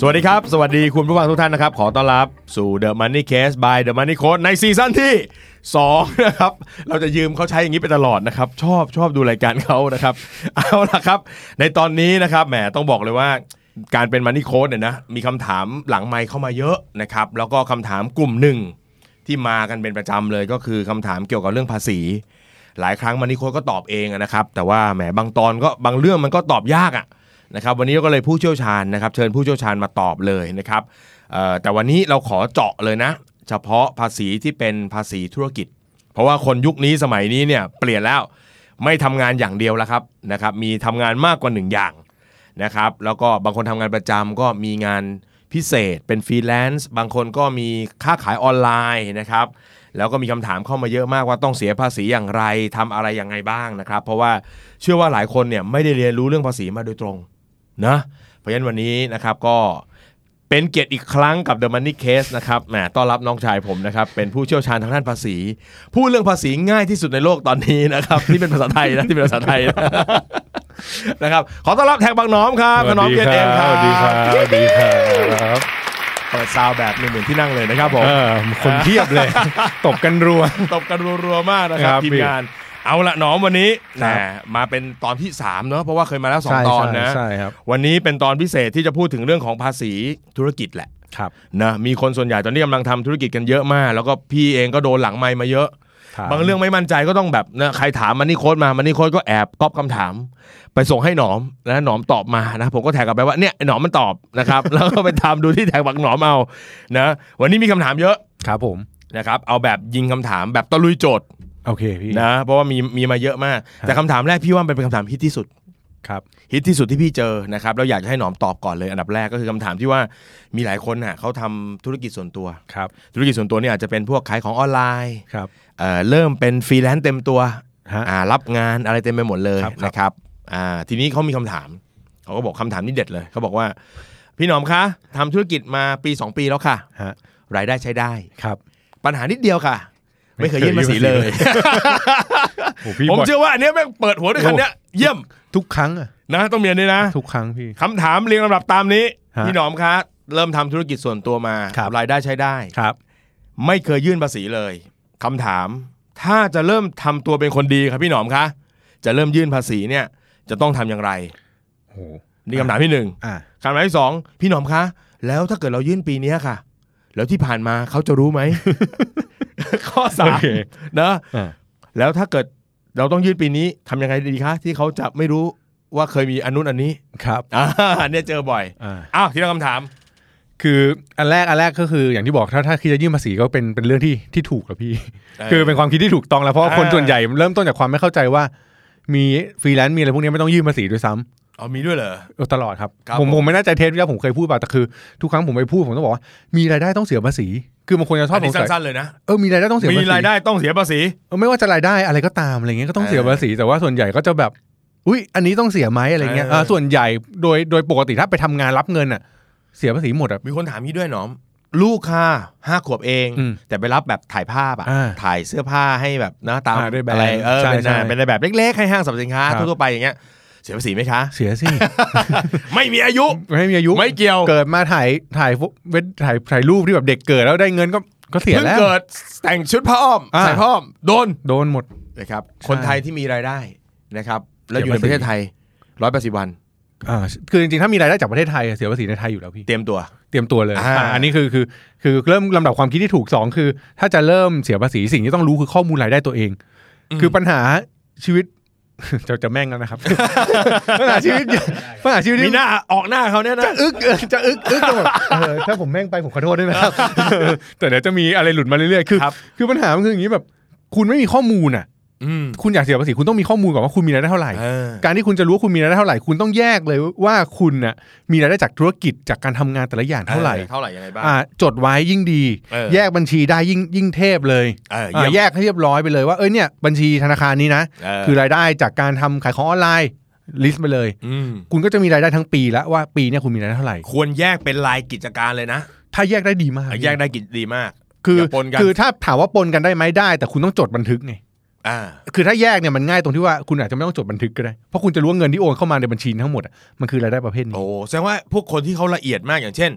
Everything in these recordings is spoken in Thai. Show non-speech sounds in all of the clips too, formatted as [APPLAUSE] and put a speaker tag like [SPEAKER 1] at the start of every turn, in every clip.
[SPEAKER 1] สวัสดีครับ สวัสดีคุณผู้ฟังทุกท่านนะครับ ขอต้อนรับสู่ The Money Case by The Money Coach ในซีซั่นที่ 2 นะครับ เราจะยืมเขาใช้อย่างนี้ไปตลอดนะครับ ชอบชอบดูรายการเขานะครับ [LAUGHS] เอาละครับ ในตอนนี้นะครับ แหมต้องบอกเลยว่า การเป็น Money Coach เนี่ยนะ มีคำถามหลังไมค์เข้ามาเยอะนะครับ แล้วก็คำถามกลุ่มหนึ่ง ที่มากันเป็นประจำเลยก็คือคำถามเกี่ยวกับเรื่องภาษี หลายครั้งมันนี่โค้ดก็ตอบเองอะนะครับ แต่ว่าแหมบางตอนก็บางเรื่องมันก็ตอบยากอะนะครับ วันนี้เราก็เลยผู้เชี่ยวชาญนะครับ เชิญผู้เชี่ยวชาญมาตอบเลยนะครับเอ่อแต่วันนี้เราขอเจาะเลยนะ เฉพาะภาษีที่เป็นภาษีธุรกิจ เพราะว่าคนยุคนี้สมัยนี้เนี่ยเปลี่ยนแล้วไม่ทำงานอย่างเดียวแล้วครับนะครับ มีทำงานมากกว่าหนึ่งอย่าง นะครับแล้วก็บางคนทำงานประจำก็มีงานพิเศษเป็นฟรีแลนซ์บางคนก็มีค้าขายออนไลน์นะครับแล้วก็มีคำถามเข้ามาเยอะมากว่าต้องเสียภาษีอย่างไรทำอะไรยังไงบ้างนะครับ เพราะว่าเชื่อว่าหลายคนเนี่ยไม่ได้เรียนรู้เรื่องภาษีมาโดยตรงนะเพราะฉะนั้นวันนี้นะครับก็เป็นเกียรติอีกครั้งกับ The Money Case นะครับแหมต้อนรับน้องชายผมนะครับเป็นผู้เชี่ยวชาญทางด้านภาษี พูดเรื่องภาษีง่ายที่สุดในโลกตอนนี้นะครับ [LAUGHS] ที่เป็นภาษาไทยนะที่เป็นภาษาไทยนะ [LAUGHS] นะครับขอต้อนรับแทงบางน้อมครับบางน้อมเกียรติเองครับ
[SPEAKER 2] สวัสดีครับสวัสดีครับ
[SPEAKER 1] เปิดซาวด์แบบหนึ่งหมื่นที่นั่งเลยนะครับผม
[SPEAKER 2] เออคนเทียบเลย ตบกันรัว
[SPEAKER 1] [LAUGHS] ตบกันรัวๆมากนะครับ
[SPEAKER 2] ครับ
[SPEAKER 1] ทีมงาน เอาละหน้อมวันนี้แหมมาเป็นตอนที่สามเนอะเพราะว่าเคยมาแล้วสอง
[SPEAKER 2] ใช่
[SPEAKER 1] ตอนนะ
[SPEAKER 2] ใช่ใช่ครับ
[SPEAKER 1] วันนี้เป็นตอนพิเศษที่จะพูดถึงเรื่องของภาษีธุรกิจแหละ
[SPEAKER 2] ครับ
[SPEAKER 1] นะมีคนส่วนใหญ่ตอนนี้กำลังทำธุรกิจกันเยอะมาก แล้วก็พี่เองก็โดนหลังไมค์มาเยอะ บางเรื่องไม่มั่นใจก็ต้องแบบนะใครถามมันนี่โค้ดมามันนี่โค้ดก็แอบก๊อปคำถาม ไปส่งให้หนอมนะหนอมตอบมานะผมก็แท็กกลับไปว่าเนี่ยไอ้หนอมมันตอบนะครับ [LAUGHS] แล้วก็ไปทำดูที่แท็กบักหนอมเอานะวันนี้มีคำถามเยอะ
[SPEAKER 2] ครับผม
[SPEAKER 1] นะครับเอาแบบยิงคำถามแบบตะลุยโจทย์
[SPEAKER 2] โอเคพี่
[SPEAKER 1] นะเพราะว่ามีมีมาเยอะมาก แต่คำถามแรกพี่ว่ามันเป็นคำถามฮิตที่สุด
[SPEAKER 2] ครับ
[SPEAKER 1] ฮิตที่สุดที่พี่เจอนะครับแล้วอยากจะให้หนอมตอบก่อนเลยอันดับแรกก็คือคำถามที่ว่ามีหลายคนน่ะเขาทำธุรกิจส่วนตัว
[SPEAKER 2] ครับ
[SPEAKER 1] ธุรกิจส่วนตัวเนี่ยอาจจะเป็นพวกขายของออนไลน์
[SPEAKER 2] ครับ
[SPEAKER 1] เอ่อเริ่มเป็นฟรีแลนซ์เต็มตัว
[SPEAKER 2] ฮะ
[SPEAKER 1] อ่ารับงานอะไรเต็มไปหมดเลย
[SPEAKER 2] ครับ
[SPEAKER 1] นะครับอ่าทีนี้เขามีคำถามเขาก็บอกคำถามนี่เด็ดเลยเขาบอกว่า พี่หนอมคะทำธุรกิจมาปี 2 ปีแล้วค่ะ
[SPEAKER 2] ฮะ
[SPEAKER 1] รายได้ใช้ได้
[SPEAKER 2] ครับ
[SPEAKER 1] ปัญหานิดเดียวค่ะ
[SPEAKER 2] ไม่
[SPEAKER 1] ไม่เค
[SPEAKER 2] เค
[SPEAKER 1] ย
[SPEAKER 2] ย
[SPEAKER 1] ยื่นภาษี
[SPEAKER 2] ยื่นภาษี
[SPEAKER 1] เล
[SPEAKER 2] เลย ย โหพี่
[SPEAKER 1] [LAUGHS] ผม
[SPEAKER 2] บ่อย
[SPEAKER 1] เชื่อว่าอันเนี้ยแม่งเปิดหัวด้วยคันเนี้ยเยี่ยม
[SPEAKER 2] ทุกครั้งอะ
[SPEAKER 1] นะต้องเรียนด้วยนะ
[SPEAKER 2] ทุกครั้งพี่
[SPEAKER 1] คำถามเรียงลำดับตามนี้
[SPEAKER 2] ฮะ
[SPEAKER 1] พี่หนอมคะเริ่มทำธุรกิจส่วนตัวมา
[SPEAKER 2] ครับ
[SPEAKER 1] รายได้ใช้ได้
[SPEAKER 2] ครับ
[SPEAKER 1] ไม่เคยยื่นภาษีเลยคำถาม ถ้าจะเริ่มทำตัวเป็นคนดีครับพี่หนอมคะจะเริ่มยื่นภาษีเนี่ย จะต้องทำอย่างไร
[SPEAKER 2] โห
[SPEAKER 1] นี่คำถามที่หนึ่ง
[SPEAKER 2] อ่ะ
[SPEAKER 1] คำถามที่สองพี่หนอมคะ แล้วถ้าเกิดเรายื่นปีเนี้ยค่ะ แล้วที่ผ่านมาเขาจะรู้ไหม [LAUGHS] ข้อสามนะ
[SPEAKER 2] อ่ะ
[SPEAKER 1] แล้วถ้าเกิดเราต้องยื่นปีนี้ทำยังไงดีคะที่เขาจะไม่รู้ว่าเคยมีอันนู้นอันนี้ [LAUGHS]
[SPEAKER 2] ครับ
[SPEAKER 1] อ่าเนี่ยเจอบ่อย
[SPEAKER 2] อ่า
[SPEAKER 1] อ้าวทีละคำถาม
[SPEAKER 2] คืออันแรกอันแรกก็คืออย่างที่บอกถ้าถ้าคิดจะยื่นภาษีก็เป็นเป็นเรื่องที่ที่ถูกแล้วพี่
[SPEAKER 1] เออ
[SPEAKER 2] คือเป็นความคิดที่ถูกต้องแล้วเพราะว่า
[SPEAKER 1] อ่า
[SPEAKER 2] คนส่วนใหญ่เริ่มต้นจากความไม่เข้าใจว่า มีฟรีแลนซ์มีอะไรพวกนี้ไม่ต้องยื่นภาษีด้วยซ้ำ
[SPEAKER 1] เอามีด้วยเหรอ
[SPEAKER 2] เออตลอดครับ
[SPEAKER 1] ครับ
[SPEAKER 2] ผม
[SPEAKER 1] ผม
[SPEAKER 2] ผมไม่แน่ใจเทปที่แล้วผมเคยพูดเปล่าแต่คือ ทุกครั้งผมไปพูดผมต้องบอกว่ามีรายได้ต้องเสียภาษี คือบางคนจะชอ
[SPEAKER 1] อั
[SPEAKER 2] บ
[SPEAKER 1] น
[SPEAKER 2] ส
[SPEAKER 1] นี้
[SPEAKER 2] งสัย
[SPEAKER 1] สั้นๆเลยนะ
[SPEAKER 2] เออมีรายได้ต้องเสียภา
[SPEAKER 1] มี
[SPEAKER 2] ษี
[SPEAKER 1] รายได้ต้องเสียภาษี
[SPEAKER 2] เออไม่ว่าจะรายได้อะไรก็ตามอะไรเงี้ยก็ต้อง
[SPEAKER 1] เออ
[SPEAKER 2] เสียภาษีแต่ว่าส่วนใหญ่ก็จะแบบอุ้ยอันนี้ต้องเสียไหมอะไรเงี้ย
[SPEAKER 1] เออ
[SPEAKER 2] เออส่วนใหญ่โดยโดยปกติถ้าไปทำงานรับเงินอ่ะ เสียภาษีหมดอ่ะ
[SPEAKER 1] มีคนถามพี่ด้วยหนอม ลูกค่ะห้าขวบเอง
[SPEAKER 2] อืม
[SPEAKER 1] แต่ไปรับแบบถ่ายภาพอะ
[SPEAKER 2] อ่า
[SPEAKER 1] ถ่ายเสื้อผ้าให้แบบนะตาม
[SPEAKER 2] อ่าด้วยแบบ
[SPEAKER 1] อะไรเออ
[SPEAKER 2] ใช่
[SPEAKER 1] เป็น
[SPEAKER 2] ใช่
[SPEAKER 1] เป็นในแบบเล็กๆให้ห้างสรรพสินค้า
[SPEAKER 2] ครับ
[SPEAKER 1] ทั่วๆไปอย่างเงี้ยเสียภาษีไหมคะ
[SPEAKER 2] เสียสิ
[SPEAKER 1] ไม่มีอายุ
[SPEAKER 2] ไม่มีอายุ
[SPEAKER 1] ไม่เกี่ยว
[SPEAKER 2] เกิดมาถ่ายถ่ายเวทถ่ายถ่ายรูปที่แบบเด็กเกิดแล้วได้เงินก็ก็เสีย
[SPEAKER 1] เพิ่ง
[SPEAKER 2] แล้ว
[SPEAKER 1] เกิดแต่งชุดผ้าอ้อม
[SPEAKER 2] อ่า
[SPEAKER 1] ใส่ผ้าอ้อมโดน
[SPEAKER 2] โดนหมด
[SPEAKER 1] นะครับคนไทยที่มีรายได้นะครับ แล้วอยู่ใน
[SPEAKER 2] เสีย
[SPEAKER 1] ประ
[SPEAKER 2] ภาษี
[SPEAKER 1] เทศไทยร้อยแปดสิบวัน
[SPEAKER 2] อ่าคือจริงๆ ถ้ามีรายได้จากประเทศไทยอะเสียภาษีในไทยอยู่แล้วพี่
[SPEAKER 1] เตรียมตัว
[SPEAKER 2] เตรียมตัวเลย
[SPEAKER 1] อ่า
[SPEAKER 2] อ่าอันนี้คือคือคือเริ่มลำดับความคิดที่ถูกสองคือ ถ้าจะเริ่มเสียภาษีสิ่งที่ต้องรู้คือข้อมูลรายได้ตัวเอง คือปัญหาชีวิต [LAUGHS] จะจะแม่งแล้วนะครับ [LAUGHS] ปัญหาชีวิต [LAUGHS] ปัญหาชีวิต
[SPEAKER 1] มี
[SPEAKER 2] ที่
[SPEAKER 1] หน้าออกหน้าเขาเนี่ยนะ
[SPEAKER 2] จะอึกเออจะอึกอึกจะแบบ [LAUGHS] เออถ้าผมแม่งไปผมขอโทษด้วย [LAUGHS] นะครับ แต่เดี๋ยวจะมีอะไรหลุดมาเรื่อยๆคือ
[SPEAKER 1] ครับ
[SPEAKER 2] คือปัญหามันคืออย่างนี้แบบ คุณไม่มีข้อมูลอ่ะ
[SPEAKER 1] อืม
[SPEAKER 2] คุณอยากเสียภาษีคุณต้องมีข้อมูลก่อนว่าคุณมีรายได้เท่าไหร่
[SPEAKER 1] เออ
[SPEAKER 2] การที่คุณจะรู้ว่าคุณมีรายได้เท่าไหร่ คุณต้องแยกเลยว่าคุณน่ะมีรายได้จากธุรกิจจากการทำงานแต่ละอย่างเท่าไหร่
[SPEAKER 1] เท่าไหร่ยังไงบ้าง
[SPEAKER 2] อ่าจดไว้ยิ่งดี
[SPEAKER 1] เออ
[SPEAKER 2] แยกบัญชีได้ยิ่งยิ่งเทพเลย
[SPEAKER 1] เออ
[SPEAKER 2] อ่า
[SPEAKER 1] เม
[SPEAKER 2] แยกให้เรียบร้อยไปเลยว่าเอ้ยเนี่ยบัญชีธนาคารนี้นะ
[SPEAKER 1] เอ
[SPEAKER 2] คือรายได้จากการทำขายของออนไลน์ลิสต์ไปเลย
[SPEAKER 1] อืม
[SPEAKER 2] คุณก็จะมีรายได้ทั้งปีแล้วว่าปีเนี่ยคุณมีรายได้เท่าไหร่
[SPEAKER 1] ควรแยกเป็นรายกิจการเลยนะ
[SPEAKER 2] ถ้าแยกได้ดีมาก
[SPEAKER 1] เออแยกได้กิจดีมาก
[SPEAKER 2] คืออย่
[SPEAKER 1] าปนกัน
[SPEAKER 2] คือถ้าถามว่าปนกันได้ไหมได้ แต่คุณต้องจดบันทึกไง
[SPEAKER 1] อ่า
[SPEAKER 2] คือถ้าแยกเนี่ยมันง่ายตรงที่ว่าคุณอาจจะไม่ต้องจดบันทึกก็ได้เพราะคุณจะรู้ว่าเงินที่โอนเข้ามาในบัญชีทั้งหมดอะมันคือรายได้ประเภทนี้
[SPEAKER 1] โอ้แสดงว่าพวกคนที่เขาละเอียดมากอย่างเช่น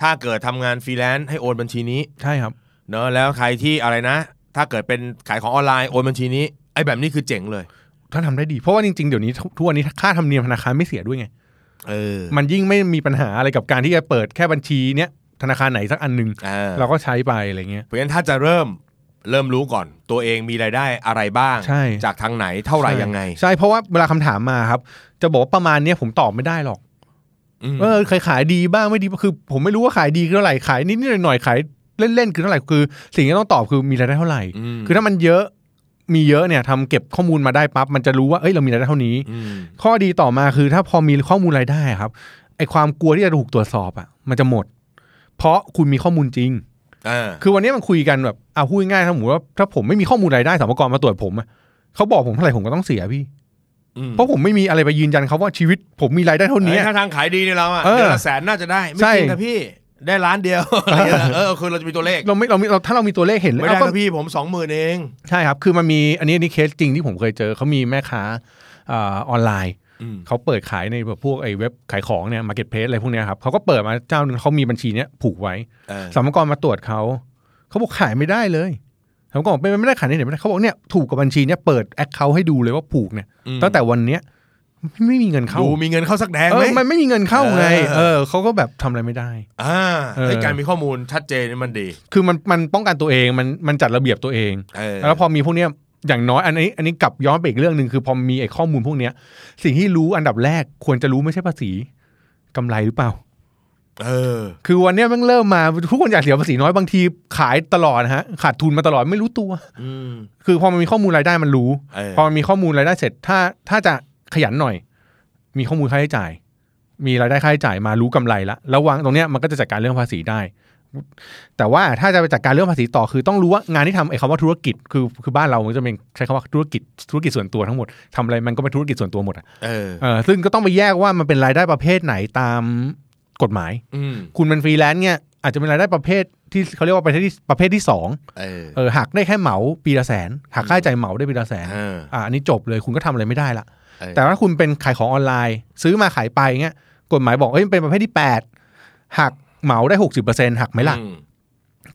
[SPEAKER 1] ถ้าเกิดทำงานฟรีแลนซ์ให้โอนบัญชีนี้
[SPEAKER 2] ใช่ครับ
[SPEAKER 1] เนอะแล้วใครที่อะไรนะ ถ้าเกิดเป็นขายของออนไลน์โอนบัญชีนี้ไอ้แบบนี้คือเจ๋งเลย
[SPEAKER 2] ถ้าทำได้ดีเพราะว่าจริงๆเดี๋ยวนี้ทุกวันนี้ค่าธรรมเนียมธนาคารไม่เสียด้วยไง
[SPEAKER 1] เออ
[SPEAKER 2] มันยิ่งไม่มีปัญหาอะไรกับการที่จะเปิดแค่บัญชีเนี้ยธนาคารไหนสักอันหนึ่ง
[SPEAKER 1] อ่า
[SPEAKER 2] เราก็ใช้ไปอะไรเงี้ย
[SPEAKER 1] เพราะฉะนั้นถ้าจะเริ่มเริ่มรู้ก่อน ตัวเองมีรายได้อะไรบ้าง
[SPEAKER 2] ใช่
[SPEAKER 1] จากทางไหนเท่าไหร่ยังไง
[SPEAKER 2] ใช่เพราะว่าเวลาคำถามมาครับ จะบอกว่าประมาณเนี้ยผมตอบไม่ได้หรอก
[SPEAKER 1] ม
[SPEAKER 2] เออเคยขายดีบ้างไม่ดีบ้างคือ ผมไม่รู้ว่าขายดีคือเท่าไหร่ขายนิดๆหน่อยๆขายเล่นๆคือเท่าไหร่คือ สิ่งที่ต้องตอบคือมีรายได้เท่าไหร่
[SPEAKER 1] ม
[SPEAKER 2] คือถ้ามันเยอะมีเยอะเนี่ยทำเก็บข้อมูลมาได้ปั๊บมันจะรู้ว่าเอ้ยเรามีรายได้เท่านี้
[SPEAKER 1] อืม
[SPEAKER 2] ข้อดีต่อมาคือถ้าพอมีข้อมูลรายได้ครับไอความกลัวที่จะถูกตรวจสอบอ่ะมันจะหมด เพราะคุณมีข้อมูลจริง
[SPEAKER 1] อ่า
[SPEAKER 2] คือวันนี้มันคุยกันแบบเอาพูดง่ายๆถ้าสมมติว่าถ้าผมไม่มีข้อมูลรายได้สรรพากรมาตรวจผมอะเขาบอกผมเท่าไหร่ผมก็ต้องเสียพี่
[SPEAKER 1] อืม
[SPEAKER 2] เพราะผมไม่มีอะไรไปยืนยันเขาว่าชีวิต ผมมีรายได้เท่านี้
[SPEAKER 1] เอ้ยถ้าทางขายดีเนี่ยเราอะ
[SPEAKER 2] เออ
[SPEAKER 1] เดือนละแสนน่าจะได้ ไม่
[SPEAKER 2] ใช่
[SPEAKER 1] จริงนะพี่ได้ล้านเดียวอะไรอย่างเงี้ยเอ [LAUGHS] อคือเราจะมีตัวเลข
[SPEAKER 2] เราไม่เราไม่เราถ้าเรามีตัวเลขเห็น
[SPEAKER 1] ไม่
[SPEAKER 2] แล้
[SPEAKER 1] ได้
[SPEAKER 2] วก็
[SPEAKER 1] นะพี่ผมสองหมื่นเอง
[SPEAKER 2] ใช่ครับ คือมันมีอันนี้อันนี้เคสจริงที่ผมเคยเจอเขามีแม่ค้าอ่าออนไลน์
[SPEAKER 1] อืม
[SPEAKER 2] เขาเปิดขายในแบบพวกไอ้เว็บขายของเนี่ยมาร์เก็ตเพลสอะไรพวกเนี้ยครับเขาก็เปิดมาเจ้าหนึ่งเขามีบัญชีเนี้ยผูกไว้
[SPEAKER 1] เออ
[SPEAKER 2] สรรพากรมาตรวจเขาเขาบอกขายไม่ได้เลยสรรพากรบอกเป็นไม่ได้ขายในไหนไม่ได้เขาบอกเนี่ยถูกกับบัญชีเนี่ยเปิดแอคเคาท์ให้ดูเลยว่าผูกเนี่ย
[SPEAKER 1] อืม
[SPEAKER 2] ตั้งแต่วันเนี้ยไม่ไม่มีเงินเข้า
[SPEAKER 1] ดูมีเงินเข้าสักแดง
[SPEAKER 2] เอ
[SPEAKER 1] ไหม
[SPEAKER 2] อมันไม่มีเงินเข้าไง
[SPEAKER 1] เออ
[SPEAKER 2] เออเขาก็แบบทำอะไรไม่ได้
[SPEAKER 1] อ่า
[SPEAKER 2] เออ
[SPEAKER 1] เฮ้ยการมีข้อมูลชัดเจนนี่มันดี
[SPEAKER 2] คือมันมันป้องกันตัวเองมันมันจัดระเบียบตัวเอง
[SPEAKER 1] เออ
[SPEAKER 2] แล้วพอมีพวกเนี้ยอย่างน้อยอันนี้ อันนี้กลับย้อนไปอีกเรื่องหนึ่งคือพอมีไอ้ข้อมูลพวกเนี้ย สิ่งที่รู้อันดับแรกควรจะรู้ไม่ใช่ภาษีกำไรหรือเปล่า
[SPEAKER 1] เออ
[SPEAKER 2] คือวันเนี้ยแมันเริ่มมาทุกคนอยากเสียภาษีน้อยบางทีขายตลอดนะฮะขาดทุนมาตลอดไม่รู้ตัว
[SPEAKER 1] อืม
[SPEAKER 2] คือพอมันมีข้อมูลรายได้มันรู้
[SPEAKER 1] เออ
[SPEAKER 2] พอมันมีข้อมูลรายได้เสร็จถ้าถ้าจะขยันหน่อย มีข้อมูลค่าใช้จ่าย มีรายได้ค่าใช้จ่ายมารู้กำไรละระวังตรงเนี้ยมันก็จะจัดการเรื่องภาษีได้ แต่ว่าถ้าจะไปจัดการเรื่องภาษีต่อคือต้องรู้ว่างานที่ทำไอ้คำว่าธุรกิจคือคือบ้านเรามันจะเป็นใช้คำว่าธุรกิจธุรกิจส่วนตัวทั้งหมดทำอะไรมันก็เป็นธุรกิจส่วนตัวหมดอะ
[SPEAKER 1] เออ
[SPEAKER 2] เออซึ่งก็ต้องไปแยกว่ามันเป็นรายได้ประเภทไหนตามกฎหมาย
[SPEAKER 1] อืม
[SPEAKER 2] คุณเป็นฟรีแลนซ์เนี่ยอาจจะเป็นรายได้ประเภทที่เขาเรียกว่าประเภทที่ประเภทที่สอง
[SPEAKER 1] เออ
[SPEAKER 2] เออหักได้แค่เหมาปีละแสนหักค่าใช้จ่ายเหมาได้ปีละแสน
[SPEAKER 1] เออ
[SPEAKER 2] อ่ะอันนี้จบเลยคุณก็ทำอะไรไม่ได้ละ
[SPEAKER 1] เออ
[SPEAKER 2] แต่ถ้าคุณเป็นขายของออนไลน์ ซื้อมาขายไปเงี้ยกฎหมายบอกเอ้ยเป็นประเภทที่ 8 หักเหมาได้ 60%หักไหมล่ะ
[SPEAKER 1] อื